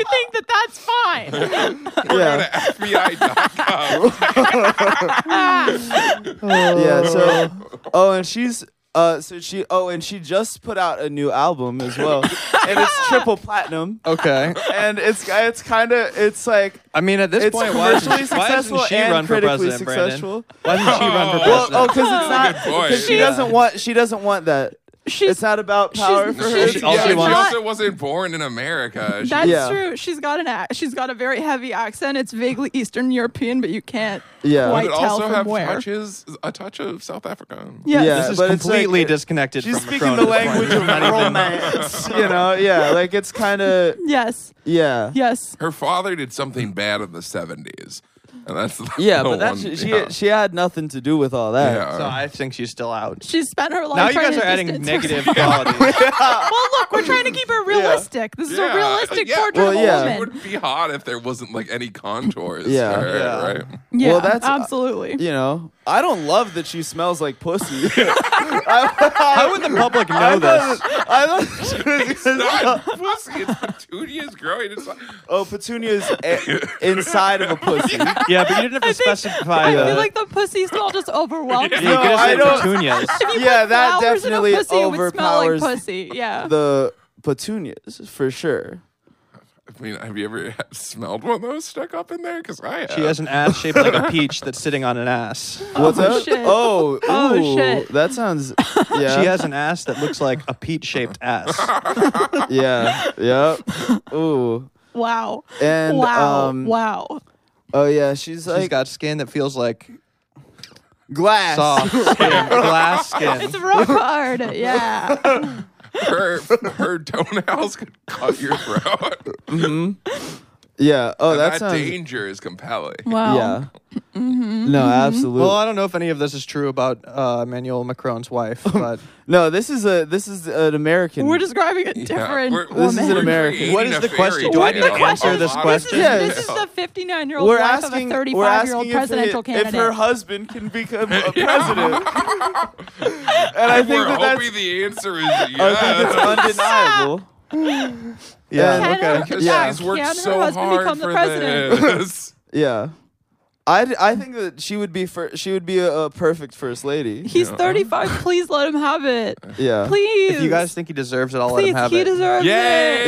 Speaker 3: think that that's fine.
Speaker 1: yeah.
Speaker 4: FBI.com.
Speaker 1: Yeah. So, oh, and she's uh, so she oh, and she just put out a new album as well, and it's triple platinum,
Speaker 2: Okay.
Speaker 1: and it's it's kind of it's like
Speaker 2: I mean, at this
Speaker 1: it's
Speaker 2: point, why
Speaker 1: commercially
Speaker 2: isn't, why
Speaker 1: successful
Speaker 2: isn't she
Speaker 1: and
Speaker 2: run for
Speaker 1: critically
Speaker 2: president,
Speaker 1: successful.
Speaker 2: Brandon? Why doesn't she run for
Speaker 1: Well,
Speaker 2: president?
Speaker 1: oh, because it's not
Speaker 4: good point.
Speaker 1: because she
Speaker 4: Yeah.
Speaker 1: doesn't want she doesn't want that.
Speaker 3: She's
Speaker 1: it's not about power for her.
Speaker 3: she's-
Speaker 1: It's-
Speaker 2: All
Speaker 4: yeah,
Speaker 2: she
Speaker 4: she
Speaker 2: wants-
Speaker 4: also wasn't born in America. She-
Speaker 3: that's
Speaker 1: Yeah.
Speaker 3: true. She's got an ac- she's got a very heavy accent. It's vaguely Eastern European, but you can't
Speaker 1: Yeah.
Speaker 3: quite
Speaker 4: but it
Speaker 3: tell
Speaker 4: also
Speaker 3: from
Speaker 4: have
Speaker 3: where.
Speaker 4: touches a touch of South African.
Speaker 3: Yes.
Speaker 1: Yeah.
Speaker 2: this is
Speaker 1: Uh, but it's
Speaker 2: completely
Speaker 1: like-
Speaker 2: disconnected
Speaker 1: She's
Speaker 2: from
Speaker 1: speaking
Speaker 2: Macron
Speaker 1: the
Speaker 2: at this point.
Speaker 1: language of
Speaker 2: It's not even-
Speaker 1: romance, you know. Yeah, like it's kind of
Speaker 3: Yes.
Speaker 1: yeah,
Speaker 3: Yes.
Speaker 4: Her father did something bad in the seventies, and that's the-
Speaker 1: yeah.
Speaker 4: the
Speaker 1: But that's
Speaker 4: one-
Speaker 1: she
Speaker 4: yeah.
Speaker 1: she had nothing to do with all that.
Speaker 4: Yeah.
Speaker 2: So I think she's still out.
Speaker 3: She spent her life.
Speaker 2: Now you
Speaker 3: trying
Speaker 2: guys
Speaker 3: to
Speaker 2: are adding
Speaker 3: distance
Speaker 2: negative
Speaker 3: herself.
Speaker 2: qualities.
Speaker 3: well, look, we're trying to keep her realistic. This is
Speaker 4: Yeah, uh,
Speaker 3: a realistic
Speaker 4: yeah.
Speaker 3: portrait
Speaker 1: Well,
Speaker 3: of a
Speaker 1: yeah.
Speaker 4: It
Speaker 3: woman.
Speaker 4: would be hot if there wasn't like any contours.
Speaker 1: Yeah.
Speaker 4: to her,
Speaker 2: Yeah.
Speaker 4: right.
Speaker 3: Yeah,
Speaker 1: Well, that's- uh,
Speaker 3: absolutely.
Speaker 1: you know, I don't love that she smells like pussy.
Speaker 2: How would the public
Speaker 1: I
Speaker 2: know
Speaker 1: thought,
Speaker 2: this?
Speaker 1: I thought she was gonna smell-
Speaker 4: Not pussy. It's petunias growing. It's like,
Speaker 1: oh, petunia's i- inside of a pussy.
Speaker 2: Yeah, but you didn't have to specify.
Speaker 3: I
Speaker 2: the-
Speaker 3: feel like the pussy smell just overwhelms.
Speaker 2: Yeah,
Speaker 1: No,
Speaker 2: you could
Speaker 1: I
Speaker 2: have
Speaker 1: don't-
Speaker 2: said petunias.
Speaker 3: If you
Speaker 1: Yeah,
Speaker 3: put
Speaker 1: that
Speaker 3: flowers in a
Speaker 1: definitely
Speaker 3: pussy, it would smell
Speaker 1: overpowers
Speaker 3: like pussy. Yeah.
Speaker 1: The petunias, for sure.
Speaker 4: I mean, have you ever smelled one of those stuck up in there? Because I have.
Speaker 2: She has an ass shaped like a peach that's sitting on an ass.
Speaker 1: What's
Speaker 3: Oh,
Speaker 1: up?
Speaker 3: shit.
Speaker 1: Oh,
Speaker 3: Oh,
Speaker 1: ooh,
Speaker 3: shit.
Speaker 1: That sounds. Yeah.
Speaker 2: She has an ass that looks like a peach shaped ass.
Speaker 1: Yeah. Yep. Ooh.
Speaker 3: wow.
Speaker 1: And
Speaker 3: wow.
Speaker 1: um,
Speaker 3: wow.
Speaker 1: oh yeah, she's like
Speaker 2: She's got skin that feels like
Speaker 1: glass.
Speaker 2: soft skin, glass skin.
Speaker 3: It's rock hard. Yeah.
Speaker 4: her her toenails could cut your throat.
Speaker 1: Yeah. Oh, that
Speaker 4: that
Speaker 1: sounds.
Speaker 4: danger is compelling.
Speaker 3: Wow.
Speaker 1: Yeah.
Speaker 3: Mm-hmm.
Speaker 1: No, absolutely.
Speaker 2: Well, I don't know if any of this is true about uh, Emmanuel Macron's wife, but
Speaker 1: no, this is a this is an American.
Speaker 3: We're describing a different
Speaker 4: we're-
Speaker 3: woman.
Speaker 1: This is an American-
Speaker 4: creating
Speaker 2: What is
Speaker 4: a
Speaker 2: the
Speaker 4: fairy
Speaker 2: question? Do I
Speaker 4: tale
Speaker 2: need to
Speaker 4: of
Speaker 2: answer
Speaker 4: a
Speaker 2: this
Speaker 4: modern-
Speaker 2: question?
Speaker 1: Yeah.
Speaker 3: This is the 59 year old
Speaker 1: We're
Speaker 3: wife
Speaker 1: asking,
Speaker 3: of a
Speaker 1: we're
Speaker 3: 35 year
Speaker 1: asanding
Speaker 3: old
Speaker 1: if,
Speaker 3: presidential
Speaker 1: it- if
Speaker 3: candidate.
Speaker 1: her husband can become a president. and I think
Speaker 4: We're
Speaker 1: that that's,
Speaker 4: hoping the answer is
Speaker 1: I think
Speaker 4: yes.
Speaker 1: it's undeniable. And-
Speaker 2: yeah,
Speaker 3: Can her-
Speaker 2: okay.
Speaker 4: Because
Speaker 1: Yeah.
Speaker 4: she's worked
Speaker 3: Can her
Speaker 4: so
Speaker 3: husband
Speaker 4: hard
Speaker 3: become the
Speaker 4: for
Speaker 3: president?
Speaker 4: this.
Speaker 1: Yeah. I, d- I think that she would be fir- she would be a, a perfect first lady.
Speaker 3: He's 35. Please let him have it.
Speaker 1: Yeah.
Speaker 3: Please.
Speaker 2: If you guys think he deserves it, I'll
Speaker 3: Please,
Speaker 2: let him have
Speaker 3: he
Speaker 2: it.
Speaker 3: deserves
Speaker 4: Yay!
Speaker 3: it.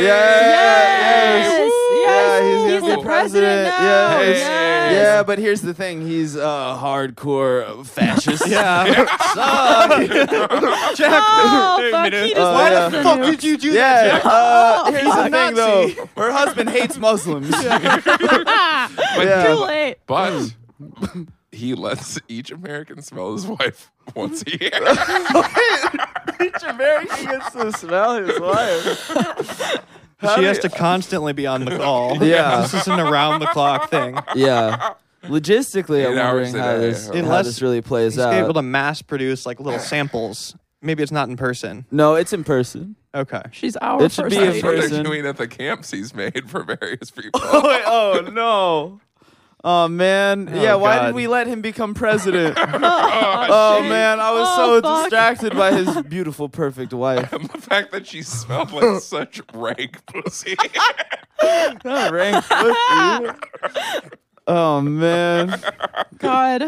Speaker 1: Yeah.
Speaker 3: Yes.
Speaker 1: Yes.
Speaker 3: Yes.
Speaker 1: Yeah, he's,
Speaker 3: He's
Speaker 1: gonna
Speaker 3: the
Speaker 1: be
Speaker 3: president
Speaker 1: Yeah.
Speaker 3: now.
Speaker 1: it's-
Speaker 4: Yes.
Speaker 1: Yeah, but here's the thing. He's a uh, hardcore fascist.
Speaker 2: yeah.
Speaker 3: Oh, fuck,
Speaker 2: minute.
Speaker 3: he just
Speaker 1: Uh,
Speaker 3: let
Speaker 1: yeah.
Speaker 3: us in.
Speaker 2: Fuck, did you do
Speaker 1: Yeah. Uh, here's the thing,
Speaker 2: Nazi.
Speaker 1: though. Her husband hates Muslims.
Speaker 3: Ah,
Speaker 4: But,
Speaker 1: Yeah.
Speaker 3: Too late.
Speaker 4: but he lets each American smell his wife once a year.
Speaker 1: Each American gets to smell his wife.
Speaker 2: that? She has to constantly be on the call.
Speaker 1: Yeah.
Speaker 2: This is an around the clock thing.
Speaker 1: Yeah. Logistically, I'm
Speaker 4: Eight hours
Speaker 1: wondering
Speaker 4: a
Speaker 1: how
Speaker 4: day.
Speaker 1: this, how
Speaker 2: Unless
Speaker 1: this really plays
Speaker 2: He's
Speaker 1: out.
Speaker 2: able to mass produce like little samples. Maybe it's not in person.
Speaker 1: no, it's in person.
Speaker 2: Okay.
Speaker 1: Oh
Speaker 3: She's our
Speaker 1: It should
Speaker 3: first
Speaker 1: be a
Speaker 3: lady.
Speaker 4: what
Speaker 1: Person.
Speaker 4: they're doing at the camps he's made for various people.
Speaker 1: Wait, oh no. Oh man. yeah, why did
Speaker 2: God.
Speaker 1: we let him become president?
Speaker 4: Oh,
Speaker 1: oh man, I was
Speaker 3: Oh,
Speaker 1: so
Speaker 3: fuck.
Speaker 1: distracted by his beautiful, perfect wife.
Speaker 4: And the fact that she smelled like such rank pussy.
Speaker 1: Not ranked pussy. Oh man.
Speaker 3: God.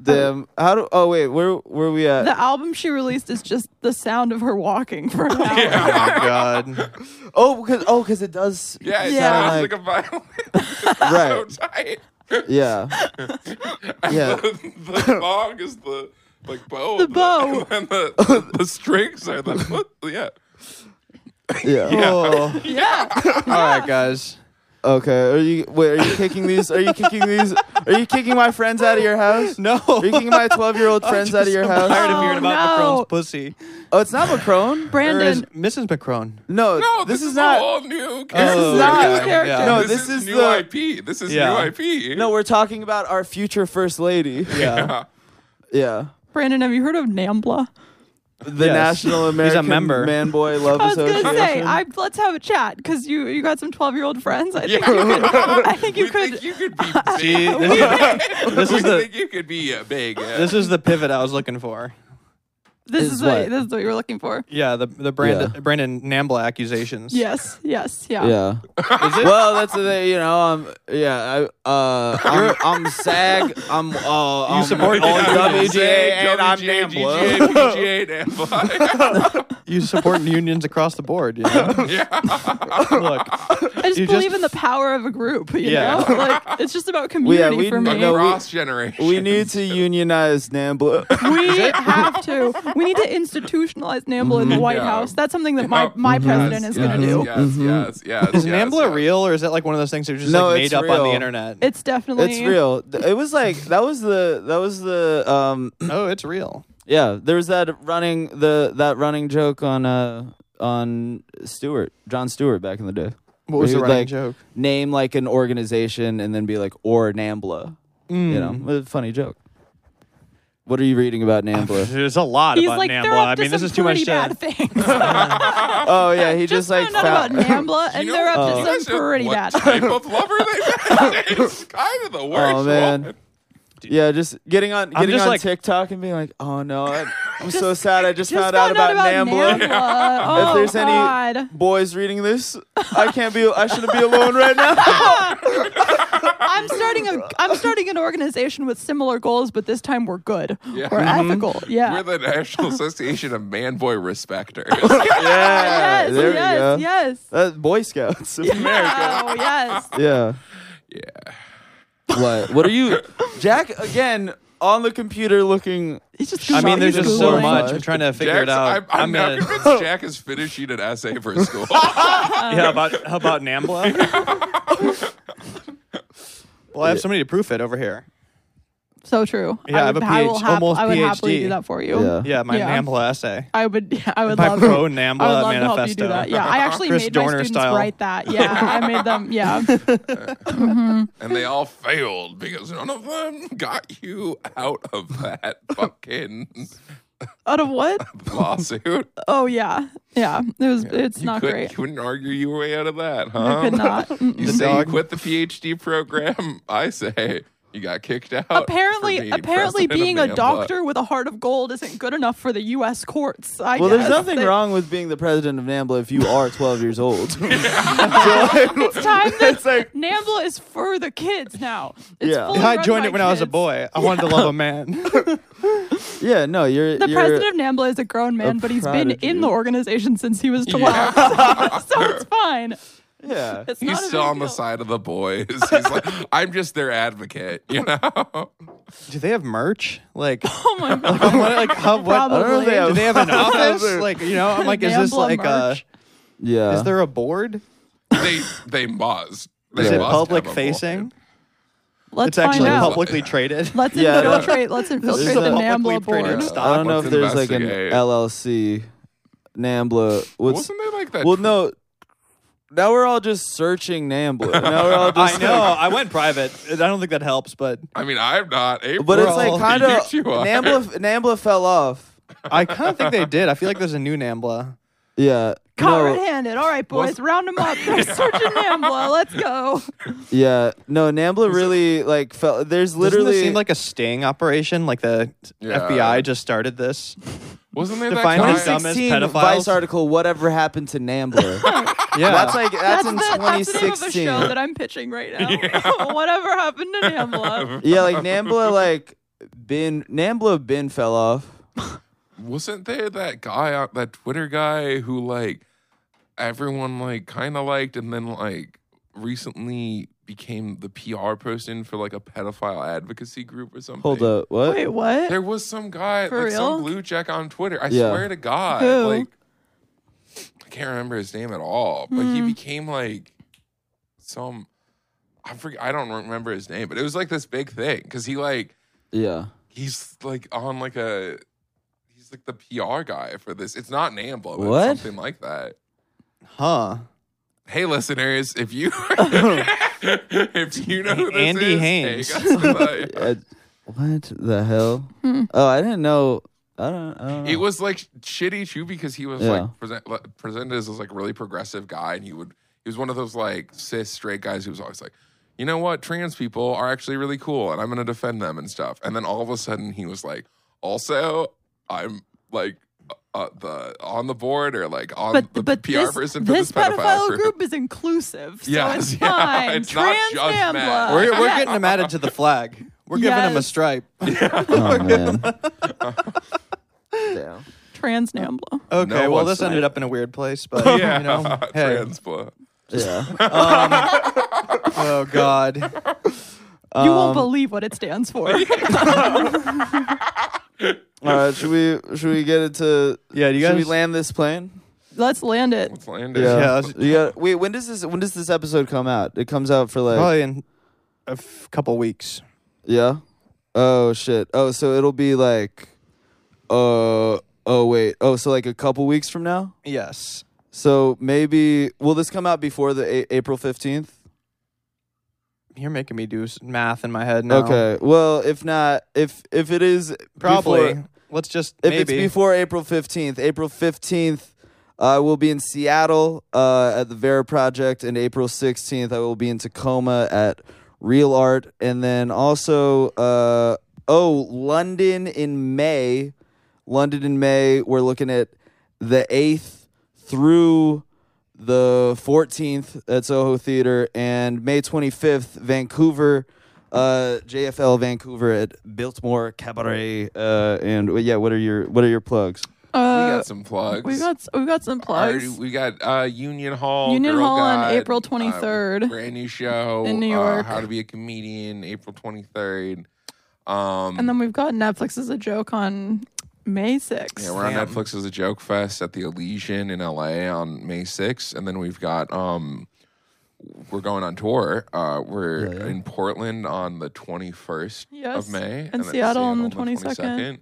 Speaker 1: Damn. How do oh wait, where where we at?
Speaker 3: The album she released is just the sound of her walking for an hour.
Speaker 2: Oh my god.
Speaker 1: Oh, because oh, because it does.
Speaker 4: yeah, it
Speaker 3: Yeah.
Speaker 4: sounds like, a violin. It's so
Speaker 1: Right.
Speaker 4: tight.
Speaker 1: Yeah. Yeah.
Speaker 4: the, the song is the like bow.
Speaker 3: The
Speaker 4: and
Speaker 3: bow.
Speaker 4: and the, the, the strings are the hook. Yeah.
Speaker 1: Yeah. Oh,
Speaker 3: Yeah.
Speaker 2: All right, guys.
Speaker 1: okay. Are you wait? Are you kicking these? Are you kicking these? Are you kicking my friends out of your house?
Speaker 2: No.
Speaker 1: Are you kicking my twelve-year-old friends out of your
Speaker 2: I'm
Speaker 1: house?
Speaker 2: tired of hearing
Speaker 3: Oh,
Speaker 2: about
Speaker 3: no.
Speaker 2: Macron's pussy.
Speaker 1: Oh, it's not Macron.
Speaker 2: There is
Speaker 3: Brandon,
Speaker 2: Mrs. Macron.
Speaker 1: No,
Speaker 4: No,
Speaker 1: this, is, not.
Speaker 4: all new.
Speaker 1: is
Speaker 4: character.
Speaker 1: not-
Speaker 3: New character.
Speaker 2: Yeah.
Speaker 1: No,
Speaker 4: this,
Speaker 1: this
Speaker 4: is,
Speaker 1: is
Speaker 4: new
Speaker 1: the-
Speaker 4: IP. This is
Speaker 2: Yeah.
Speaker 4: new IP.
Speaker 1: No, we're talking about our future first lady. Yeah.
Speaker 4: Yeah.
Speaker 1: yeah.
Speaker 3: Brandon, have you heard of NAMBLA?
Speaker 1: The
Speaker 2: Yes.
Speaker 1: National
Speaker 2: He's a
Speaker 1: American
Speaker 2: member.
Speaker 1: Man Boy Love
Speaker 3: I was
Speaker 1: Association.
Speaker 3: gonna say, I, let's have a chat because you you got some twelve year old friends. I think you could. I think you
Speaker 4: we
Speaker 3: could.
Speaker 4: think you could be
Speaker 2: See,
Speaker 4: big.
Speaker 2: this is, this
Speaker 4: we
Speaker 2: is the
Speaker 4: think you could be uh, big. Yeah.
Speaker 2: this is the pivot I was looking for.
Speaker 3: this
Speaker 1: is
Speaker 3: is, what
Speaker 1: what?
Speaker 3: this is what you were looking for.
Speaker 2: Yeah, the the Brandon
Speaker 1: Yeah.
Speaker 2: Brandon Nambla accusations.
Speaker 3: Yes. Yes. Yeah.
Speaker 1: yeah. Well, that's the thing, you know. Um, yeah, I, uh, I'm, I'm SAG. I'm uh, I'm
Speaker 2: support
Speaker 1: on
Speaker 2: the unions.
Speaker 1: WGA and I'm
Speaker 4: WGA,
Speaker 1: NAMBLA.
Speaker 4: GGA, NAMBLA.
Speaker 2: You support unions across the board. You know? Look,
Speaker 3: I just
Speaker 2: You just-
Speaker 3: believe in the power of a group. You
Speaker 2: Yeah.
Speaker 3: know, like it's just about community
Speaker 1: we-
Speaker 3: for me.
Speaker 1: no, we-
Speaker 4: Across generation.
Speaker 1: We need to unionize NAMBLA.
Speaker 3: We have to. We need to institutionalize NAMBLA
Speaker 2: Mm-hmm.
Speaker 3: in the White
Speaker 4: Yeah.
Speaker 3: House. That's something that my,
Speaker 1: Mm-hmm.
Speaker 3: my president is going to do.
Speaker 4: yes, Yes, yes, yes.
Speaker 2: is
Speaker 4: yes,
Speaker 2: Nambla
Speaker 4: yes.
Speaker 2: real or is that like one of those things that are just
Speaker 1: No,
Speaker 2: like
Speaker 1: it's
Speaker 2: made up on
Speaker 1: real.
Speaker 2: the internet?
Speaker 3: It's definitely.
Speaker 1: It's real. Th- It was like that was the that was the um
Speaker 2: oh, it's real.
Speaker 1: yeah there was that running the that running joke on uh on Stewart John Stewart back in the day.
Speaker 2: What was
Speaker 1: He
Speaker 2: the
Speaker 1: would,
Speaker 2: running
Speaker 1: like,
Speaker 2: joke?
Speaker 1: Name like an organization and then be like or NAMBLA. You know,
Speaker 2: Mm.
Speaker 1: a funny joke. What are you reading about NAMBLA?
Speaker 2: There's a lot
Speaker 3: He's
Speaker 2: about
Speaker 3: like they're
Speaker 2: Nambla.
Speaker 3: up to
Speaker 2: I mean,
Speaker 3: some
Speaker 2: this is too much
Speaker 3: pretty
Speaker 2: to.
Speaker 3: bad things.
Speaker 1: oh yeah, he
Speaker 3: just
Speaker 1: just, like
Speaker 3: found out
Speaker 1: found,
Speaker 3: about NAMBLA,
Speaker 4: You
Speaker 3: and
Speaker 4: know,
Speaker 3: they're up
Speaker 4: you
Speaker 3: to
Speaker 4: guys
Speaker 3: some
Speaker 2: Oh,
Speaker 4: know
Speaker 3: pretty
Speaker 4: what
Speaker 3: bad.
Speaker 4: type of lover they met? It's kind of the worst.
Speaker 1: Oh man.
Speaker 4: one.
Speaker 1: Yeah, just getting on getting
Speaker 2: just
Speaker 1: on
Speaker 2: like-
Speaker 1: TikTok and being like, "Oh no, I, I'm so sad. I just,
Speaker 3: Just
Speaker 1: found, out about, NAMBLA.
Speaker 3: Oh
Speaker 1: If there's any-
Speaker 3: God.
Speaker 1: Boys reading this, I can't be. I shouldn't be alone right now.
Speaker 3: I'm starting a I'm starting an organization with similar goals, but this time we're good.
Speaker 4: Yeah.
Speaker 3: We're
Speaker 2: Mm-hmm.
Speaker 3: ethical. Yeah.
Speaker 4: We're the National Association of Man Boy Respecters.
Speaker 1: yeah,
Speaker 3: yes,
Speaker 1: there
Speaker 3: yes,
Speaker 1: we go.
Speaker 3: yes.
Speaker 1: That's Boy Scouts of America.
Speaker 3: Oh yes.
Speaker 1: Yeah.
Speaker 4: yeah.
Speaker 1: What? What are you, Jack? Again on the computer looking.
Speaker 3: It's just
Speaker 2: I mean, there's
Speaker 3: shopping
Speaker 2: just
Speaker 3: for
Speaker 2: so
Speaker 3: schooling.
Speaker 2: much. I'm trying to figure
Speaker 4: Jack's,
Speaker 2: it out.
Speaker 4: I'm, I'm, now
Speaker 2: gonna-
Speaker 4: convinced Jack is finishing an essay for school.
Speaker 2: yeah, about how about Nambla? well, I have somebody to proof it over here.
Speaker 3: So true.
Speaker 2: Yeah, I have
Speaker 3: would-
Speaker 2: a
Speaker 3: will
Speaker 2: PhD almost
Speaker 3: I would happily
Speaker 2: PhD.
Speaker 3: do that for you.
Speaker 1: Yeah.
Speaker 2: Yeah, my
Speaker 3: Yeah.
Speaker 2: Nambla essay.
Speaker 3: I would. yeah, I would
Speaker 2: My
Speaker 3: love.
Speaker 2: pro
Speaker 3: I would
Speaker 2: Nambla
Speaker 3: love to
Speaker 2: manifesto.
Speaker 3: help you do that. Yeah, I actually
Speaker 2: Chris
Speaker 3: made my
Speaker 2: Dorner
Speaker 3: students
Speaker 2: style.
Speaker 3: write that. Yeah, I made them. Yeah,
Speaker 4: and they all failed because none of them got you out of that fucking
Speaker 3: out of what?
Speaker 4: lawsuit.
Speaker 3: Oh yeah, yeah. It was. It's
Speaker 4: You
Speaker 3: not
Speaker 4: couldn't-
Speaker 3: great.
Speaker 4: You Um, couldn't argue your way out of that, huh?
Speaker 3: I could not.
Speaker 4: You
Speaker 3: Mm-mm.
Speaker 4: say
Speaker 2: dog.
Speaker 4: you quit the PhD program. I say you got kicked out. for
Speaker 3: apparently,
Speaker 4: being
Speaker 3: apparently,
Speaker 4: president of
Speaker 3: being a
Speaker 4: Nambla.
Speaker 3: doctor with a heart of gold isn't good enough for the U.S. courts. I
Speaker 1: Well, there's
Speaker 3: guess.
Speaker 1: nothing
Speaker 3: They-
Speaker 1: wrong with being the president of NAMBLA if you are 12 years old.
Speaker 3: It's time that
Speaker 1: it's like
Speaker 3: NAMBLA is for the kids now. It's
Speaker 1: Yeah.
Speaker 3: fully
Speaker 2: I
Speaker 3: run
Speaker 2: joined
Speaker 3: by
Speaker 2: it when I was a
Speaker 3: kids.
Speaker 2: boy. I wanted to love a man.
Speaker 1: Yeah, no, you're
Speaker 3: The
Speaker 1: you're,
Speaker 3: president of NAMBLA is a grown man, but he's been
Speaker 1: prodigy.
Speaker 3: in the organization since he was 12. So, so it's fine.
Speaker 1: Yeah,
Speaker 3: It's not
Speaker 4: He's
Speaker 3: a
Speaker 4: still
Speaker 3: big
Speaker 4: on the
Speaker 3: deal.
Speaker 4: side of the boys. He's like, I'm just their advocate, you know.
Speaker 2: do they have merch? Like,
Speaker 3: Oh my God.
Speaker 2: I'm wondering, like how, what,
Speaker 1: I don't know if they
Speaker 3: Probably.
Speaker 1: have,
Speaker 2: do they have an office? like, you know, I'm like, is this
Speaker 3: Nambla
Speaker 2: like uh, a?
Speaker 3: merch.
Speaker 1: yeah.
Speaker 2: Is there a board?
Speaker 4: They they must. They
Speaker 2: Is it
Speaker 4: must have
Speaker 2: public
Speaker 4: a
Speaker 2: facing?
Speaker 4: board.
Speaker 3: Let's
Speaker 2: It's actually
Speaker 3: find out.
Speaker 2: publicly traded.
Speaker 3: Let's
Speaker 1: Yeah.
Speaker 3: infiltrate. Let's
Speaker 1: is
Speaker 3: infiltrate
Speaker 1: a
Speaker 3: the
Speaker 2: publicly
Speaker 3: NAMBLA
Speaker 2: traded
Speaker 3: board.
Speaker 2: stock.
Speaker 1: I don't know if
Speaker 4: Let's
Speaker 1: there's like an
Speaker 4: investigate.
Speaker 1: LLC, NAMBLA. What's
Speaker 4: Wasn't there like that?
Speaker 1: well, no. Now we're all just searching NAMBLA. Now we're all just.
Speaker 2: I know. I went private. I don't think that helps, but
Speaker 4: I mean, I'm not. April.
Speaker 1: But it's
Speaker 2: all-
Speaker 1: like kind of
Speaker 4: You two are.
Speaker 1: NAMBLA. NAMBLA fell off.
Speaker 2: I kind of think they did. I feel like there's a new Nambla.
Speaker 1: Yeah.
Speaker 3: Caught
Speaker 1: no,
Speaker 3: red-handed. All right, boys, round 'em round them up. They're searching NAMBLA. Let's go.
Speaker 1: Yeah. No, NAMBLA really like fell. There's
Speaker 2: Doesn't this
Speaker 1: literally
Speaker 2: seem like a sting operation? Like the
Speaker 4: Yeah.
Speaker 2: FBI just started this.
Speaker 4: wasn't there
Speaker 2: to
Speaker 4: that
Speaker 2: find
Speaker 4: guy?
Speaker 2: these dumb-
Speaker 1: 2016
Speaker 2: dumbest pedophiles.
Speaker 1: Vice article. Whatever happened to NAMBLA?
Speaker 2: Yeah,
Speaker 1: that's like that's, in
Speaker 3: the, that's the name of a
Speaker 1: 2016.
Speaker 3: show that I'm pitching right now. Whatever happened to NAMBLA?
Speaker 1: yeah, like Nambla, like Ben Nambla Ben fell off.
Speaker 4: Wasn't there that guy out that Twitter guy who like everyone like kind of liked and then like recently became the PR person for like a pedophile advocacy group or something.
Speaker 1: Hold up. What?
Speaker 3: Wait, what?
Speaker 4: There was some guy,
Speaker 3: For
Speaker 4: like some
Speaker 3: real?
Speaker 4: blue check on Twitter. I
Speaker 1: Yeah.
Speaker 4: swear to God,
Speaker 3: Who?
Speaker 4: like I can't remember his name at all, but
Speaker 3: Hmm.
Speaker 4: he became like some. I forget. I don't remember his name, but it was like this big thing because he like
Speaker 1: Yeah.
Speaker 4: he's like on like a he's like the PR guy for this. It's not NAMBLA, but
Speaker 1: What?
Speaker 4: it's something like that.
Speaker 1: Huh.
Speaker 4: Hey, listeners, if you if you know who this
Speaker 2: Andy
Speaker 4: is,
Speaker 2: Haynes.
Speaker 4: hey, guys, like-
Speaker 1: Uh, what the hell? Oh, I didn't know. I don't. I don't know.
Speaker 4: It
Speaker 3: Hmm.
Speaker 4: was like shitty too because he was
Speaker 1: Yeah.
Speaker 4: like present, like, presented as this like really progressive guy, and he would he was one of those like cis straight guys who was always like, you know what, trans people are actually really cool, and I'm gonna defend them and stuff. And then all of a sudden he was like, also I'm like uh, the on the board or like on
Speaker 3: but
Speaker 4: the
Speaker 3: but
Speaker 4: PR
Speaker 3: this,
Speaker 4: person for
Speaker 3: this,
Speaker 4: this,
Speaker 3: pedophile,
Speaker 4: group.
Speaker 3: group is inclusive, so
Speaker 4: Yes,
Speaker 3: it's
Speaker 4: yeah,
Speaker 3: fine.
Speaker 4: it's not
Speaker 3: Trans
Speaker 4: just men.
Speaker 3: Nambla.
Speaker 2: We're, we're
Speaker 3: Yes.
Speaker 2: getting him added to the flag. We're giving him a
Speaker 3: Yes.
Speaker 2: stripe.
Speaker 1: Oh, man. Damn.
Speaker 3: trans Nambla.
Speaker 2: Okay,
Speaker 4: No
Speaker 2: well,
Speaker 4: one
Speaker 2: this
Speaker 4: signed
Speaker 2: ended
Speaker 4: it.
Speaker 2: up in a weird place, but
Speaker 4: yeah,
Speaker 2: you know, hey,
Speaker 4: trans blood.
Speaker 1: Yeah.
Speaker 2: oh god.
Speaker 3: you won't believe what it stands for.
Speaker 1: All right. Should we? Should we get it to?
Speaker 2: Yeah, do you
Speaker 1: Should we
Speaker 2: guys-
Speaker 1: land this plane?
Speaker 3: Let's land it.
Speaker 4: Let's land it.
Speaker 1: Yeah.
Speaker 2: Yeah, that's-
Speaker 1: You got- wait. When does this? When does this episode come out? It comes out for like.
Speaker 2: Probably in a f- couple weeks.
Speaker 1: Yeah. Oh shit. Oh, so it'll be like. Uh. Oh wait. Oh, so like a couple weeks from now.
Speaker 2: Yes.
Speaker 1: So maybe will this come out before the a- April fifteenth?
Speaker 2: You're making me do s- math in my head now.
Speaker 1: Okay. Well, if not, if if it is
Speaker 2: Probably.
Speaker 1: before-
Speaker 2: Let's just
Speaker 1: if
Speaker 2: maybe.
Speaker 1: it's before April fifteenth, April fifteenth, I will be in Seattle uh, at the Vera Project, and April sixteenth, I will be in Tacoma at Real Art, and then also uh, oh London in May, London in May. We're looking at the eighth through the 14th at Soho Theater and May 25th, Vancouver, uh, JFL Vancouver at Biltmore Cabaret. Uh, and well, yeah, what are your what are your plugs?
Speaker 4: We
Speaker 3: Uh,
Speaker 4: got some plugs.
Speaker 3: we got s- we got some plugs.
Speaker 4: Already- we got uh, Union Hall.
Speaker 3: Union
Speaker 4: Girl
Speaker 3: Hall on
Speaker 4: Guide,
Speaker 3: April
Speaker 4: uh,
Speaker 3: 23rd.
Speaker 4: brand new show
Speaker 3: In New
Speaker 4: uh,
Speaker 3: York.
Speaker 4: How to be a comedian. April twenty third. Um,
Speaker 3: and then we've got Netflix as a joke on May 6th.
Speaker 4: yeah, we're on
Speaker 2: Damn.
Speaker 4: Netflix as a joke fest at the Elysian in LA on May 6th. and then we've got um, we're going on tour. Uh, we're
Speaker 1: Yeah, yeah.
Speaker 4: in Portland on the twenty first
Speaker 3: Yes,
Speaker 4: of May,
Speaker 3: and
Speaker 4: then
Speaker 3: Seattle on the 22nd.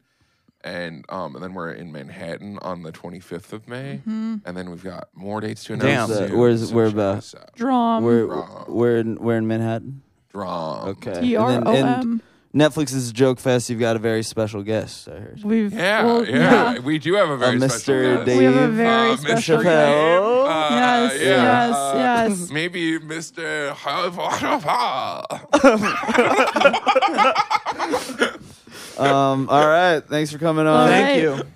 Speaker 4: And um, and then we're in Manhattan on the 25th of May,
Speaker 3: Mm-hmm. Hmm.
Speaker 4: and then we've got more dates to
Speaker 2: Damn.
Speaker 4: announce.
Speaker 1: Where's that?
Speaker 4: soon,
Speaker 1: Where's-
Speaker 4: so
Speaker 1: where
Speaker 4: check
Speaker 1: about?
Speaker 4: us out.
Speaker 3: Drum.
Speaker 1: We're we're in, we're in Manhattan.
Speaker 4: Drum.
Speaker 1: Okay.
Speaker 3: E R
Speaker 1: And
Speaker 3: O
Speaker 1: then-
Speaker 3: M.
Speaker 1: and Netflix is Joke Fest. You've got a very special guest. I heard.
Speaker 3: We've
Speaker 4: Yeah,
Speaker 3: well,
Speaker 4: yeah, We do have a very
Speaker 1: Mr.
Speaker 4: special guest.
Speaker 1: Dave
Speaker 3: We have a very
Speaker 4: Uh,
Speaker 3: special
Speaker 4: Mr.
Speaker 3: guest.
Speaker 1: Chappelle.
Speaker 4: Dave, uh,
Speaker 3: Yes,
Speaker 4: yeah,
Speaker 3: yes,
Speaker 4: uh,
Speaker 3: yes.
Speaker 4: Maybe Mr.
Speaker 1: Um. All right. Thanks for coming on.
Speaker 3: All
Speaker 2: Thank
Speaker 3: right.
Speaker 2: you.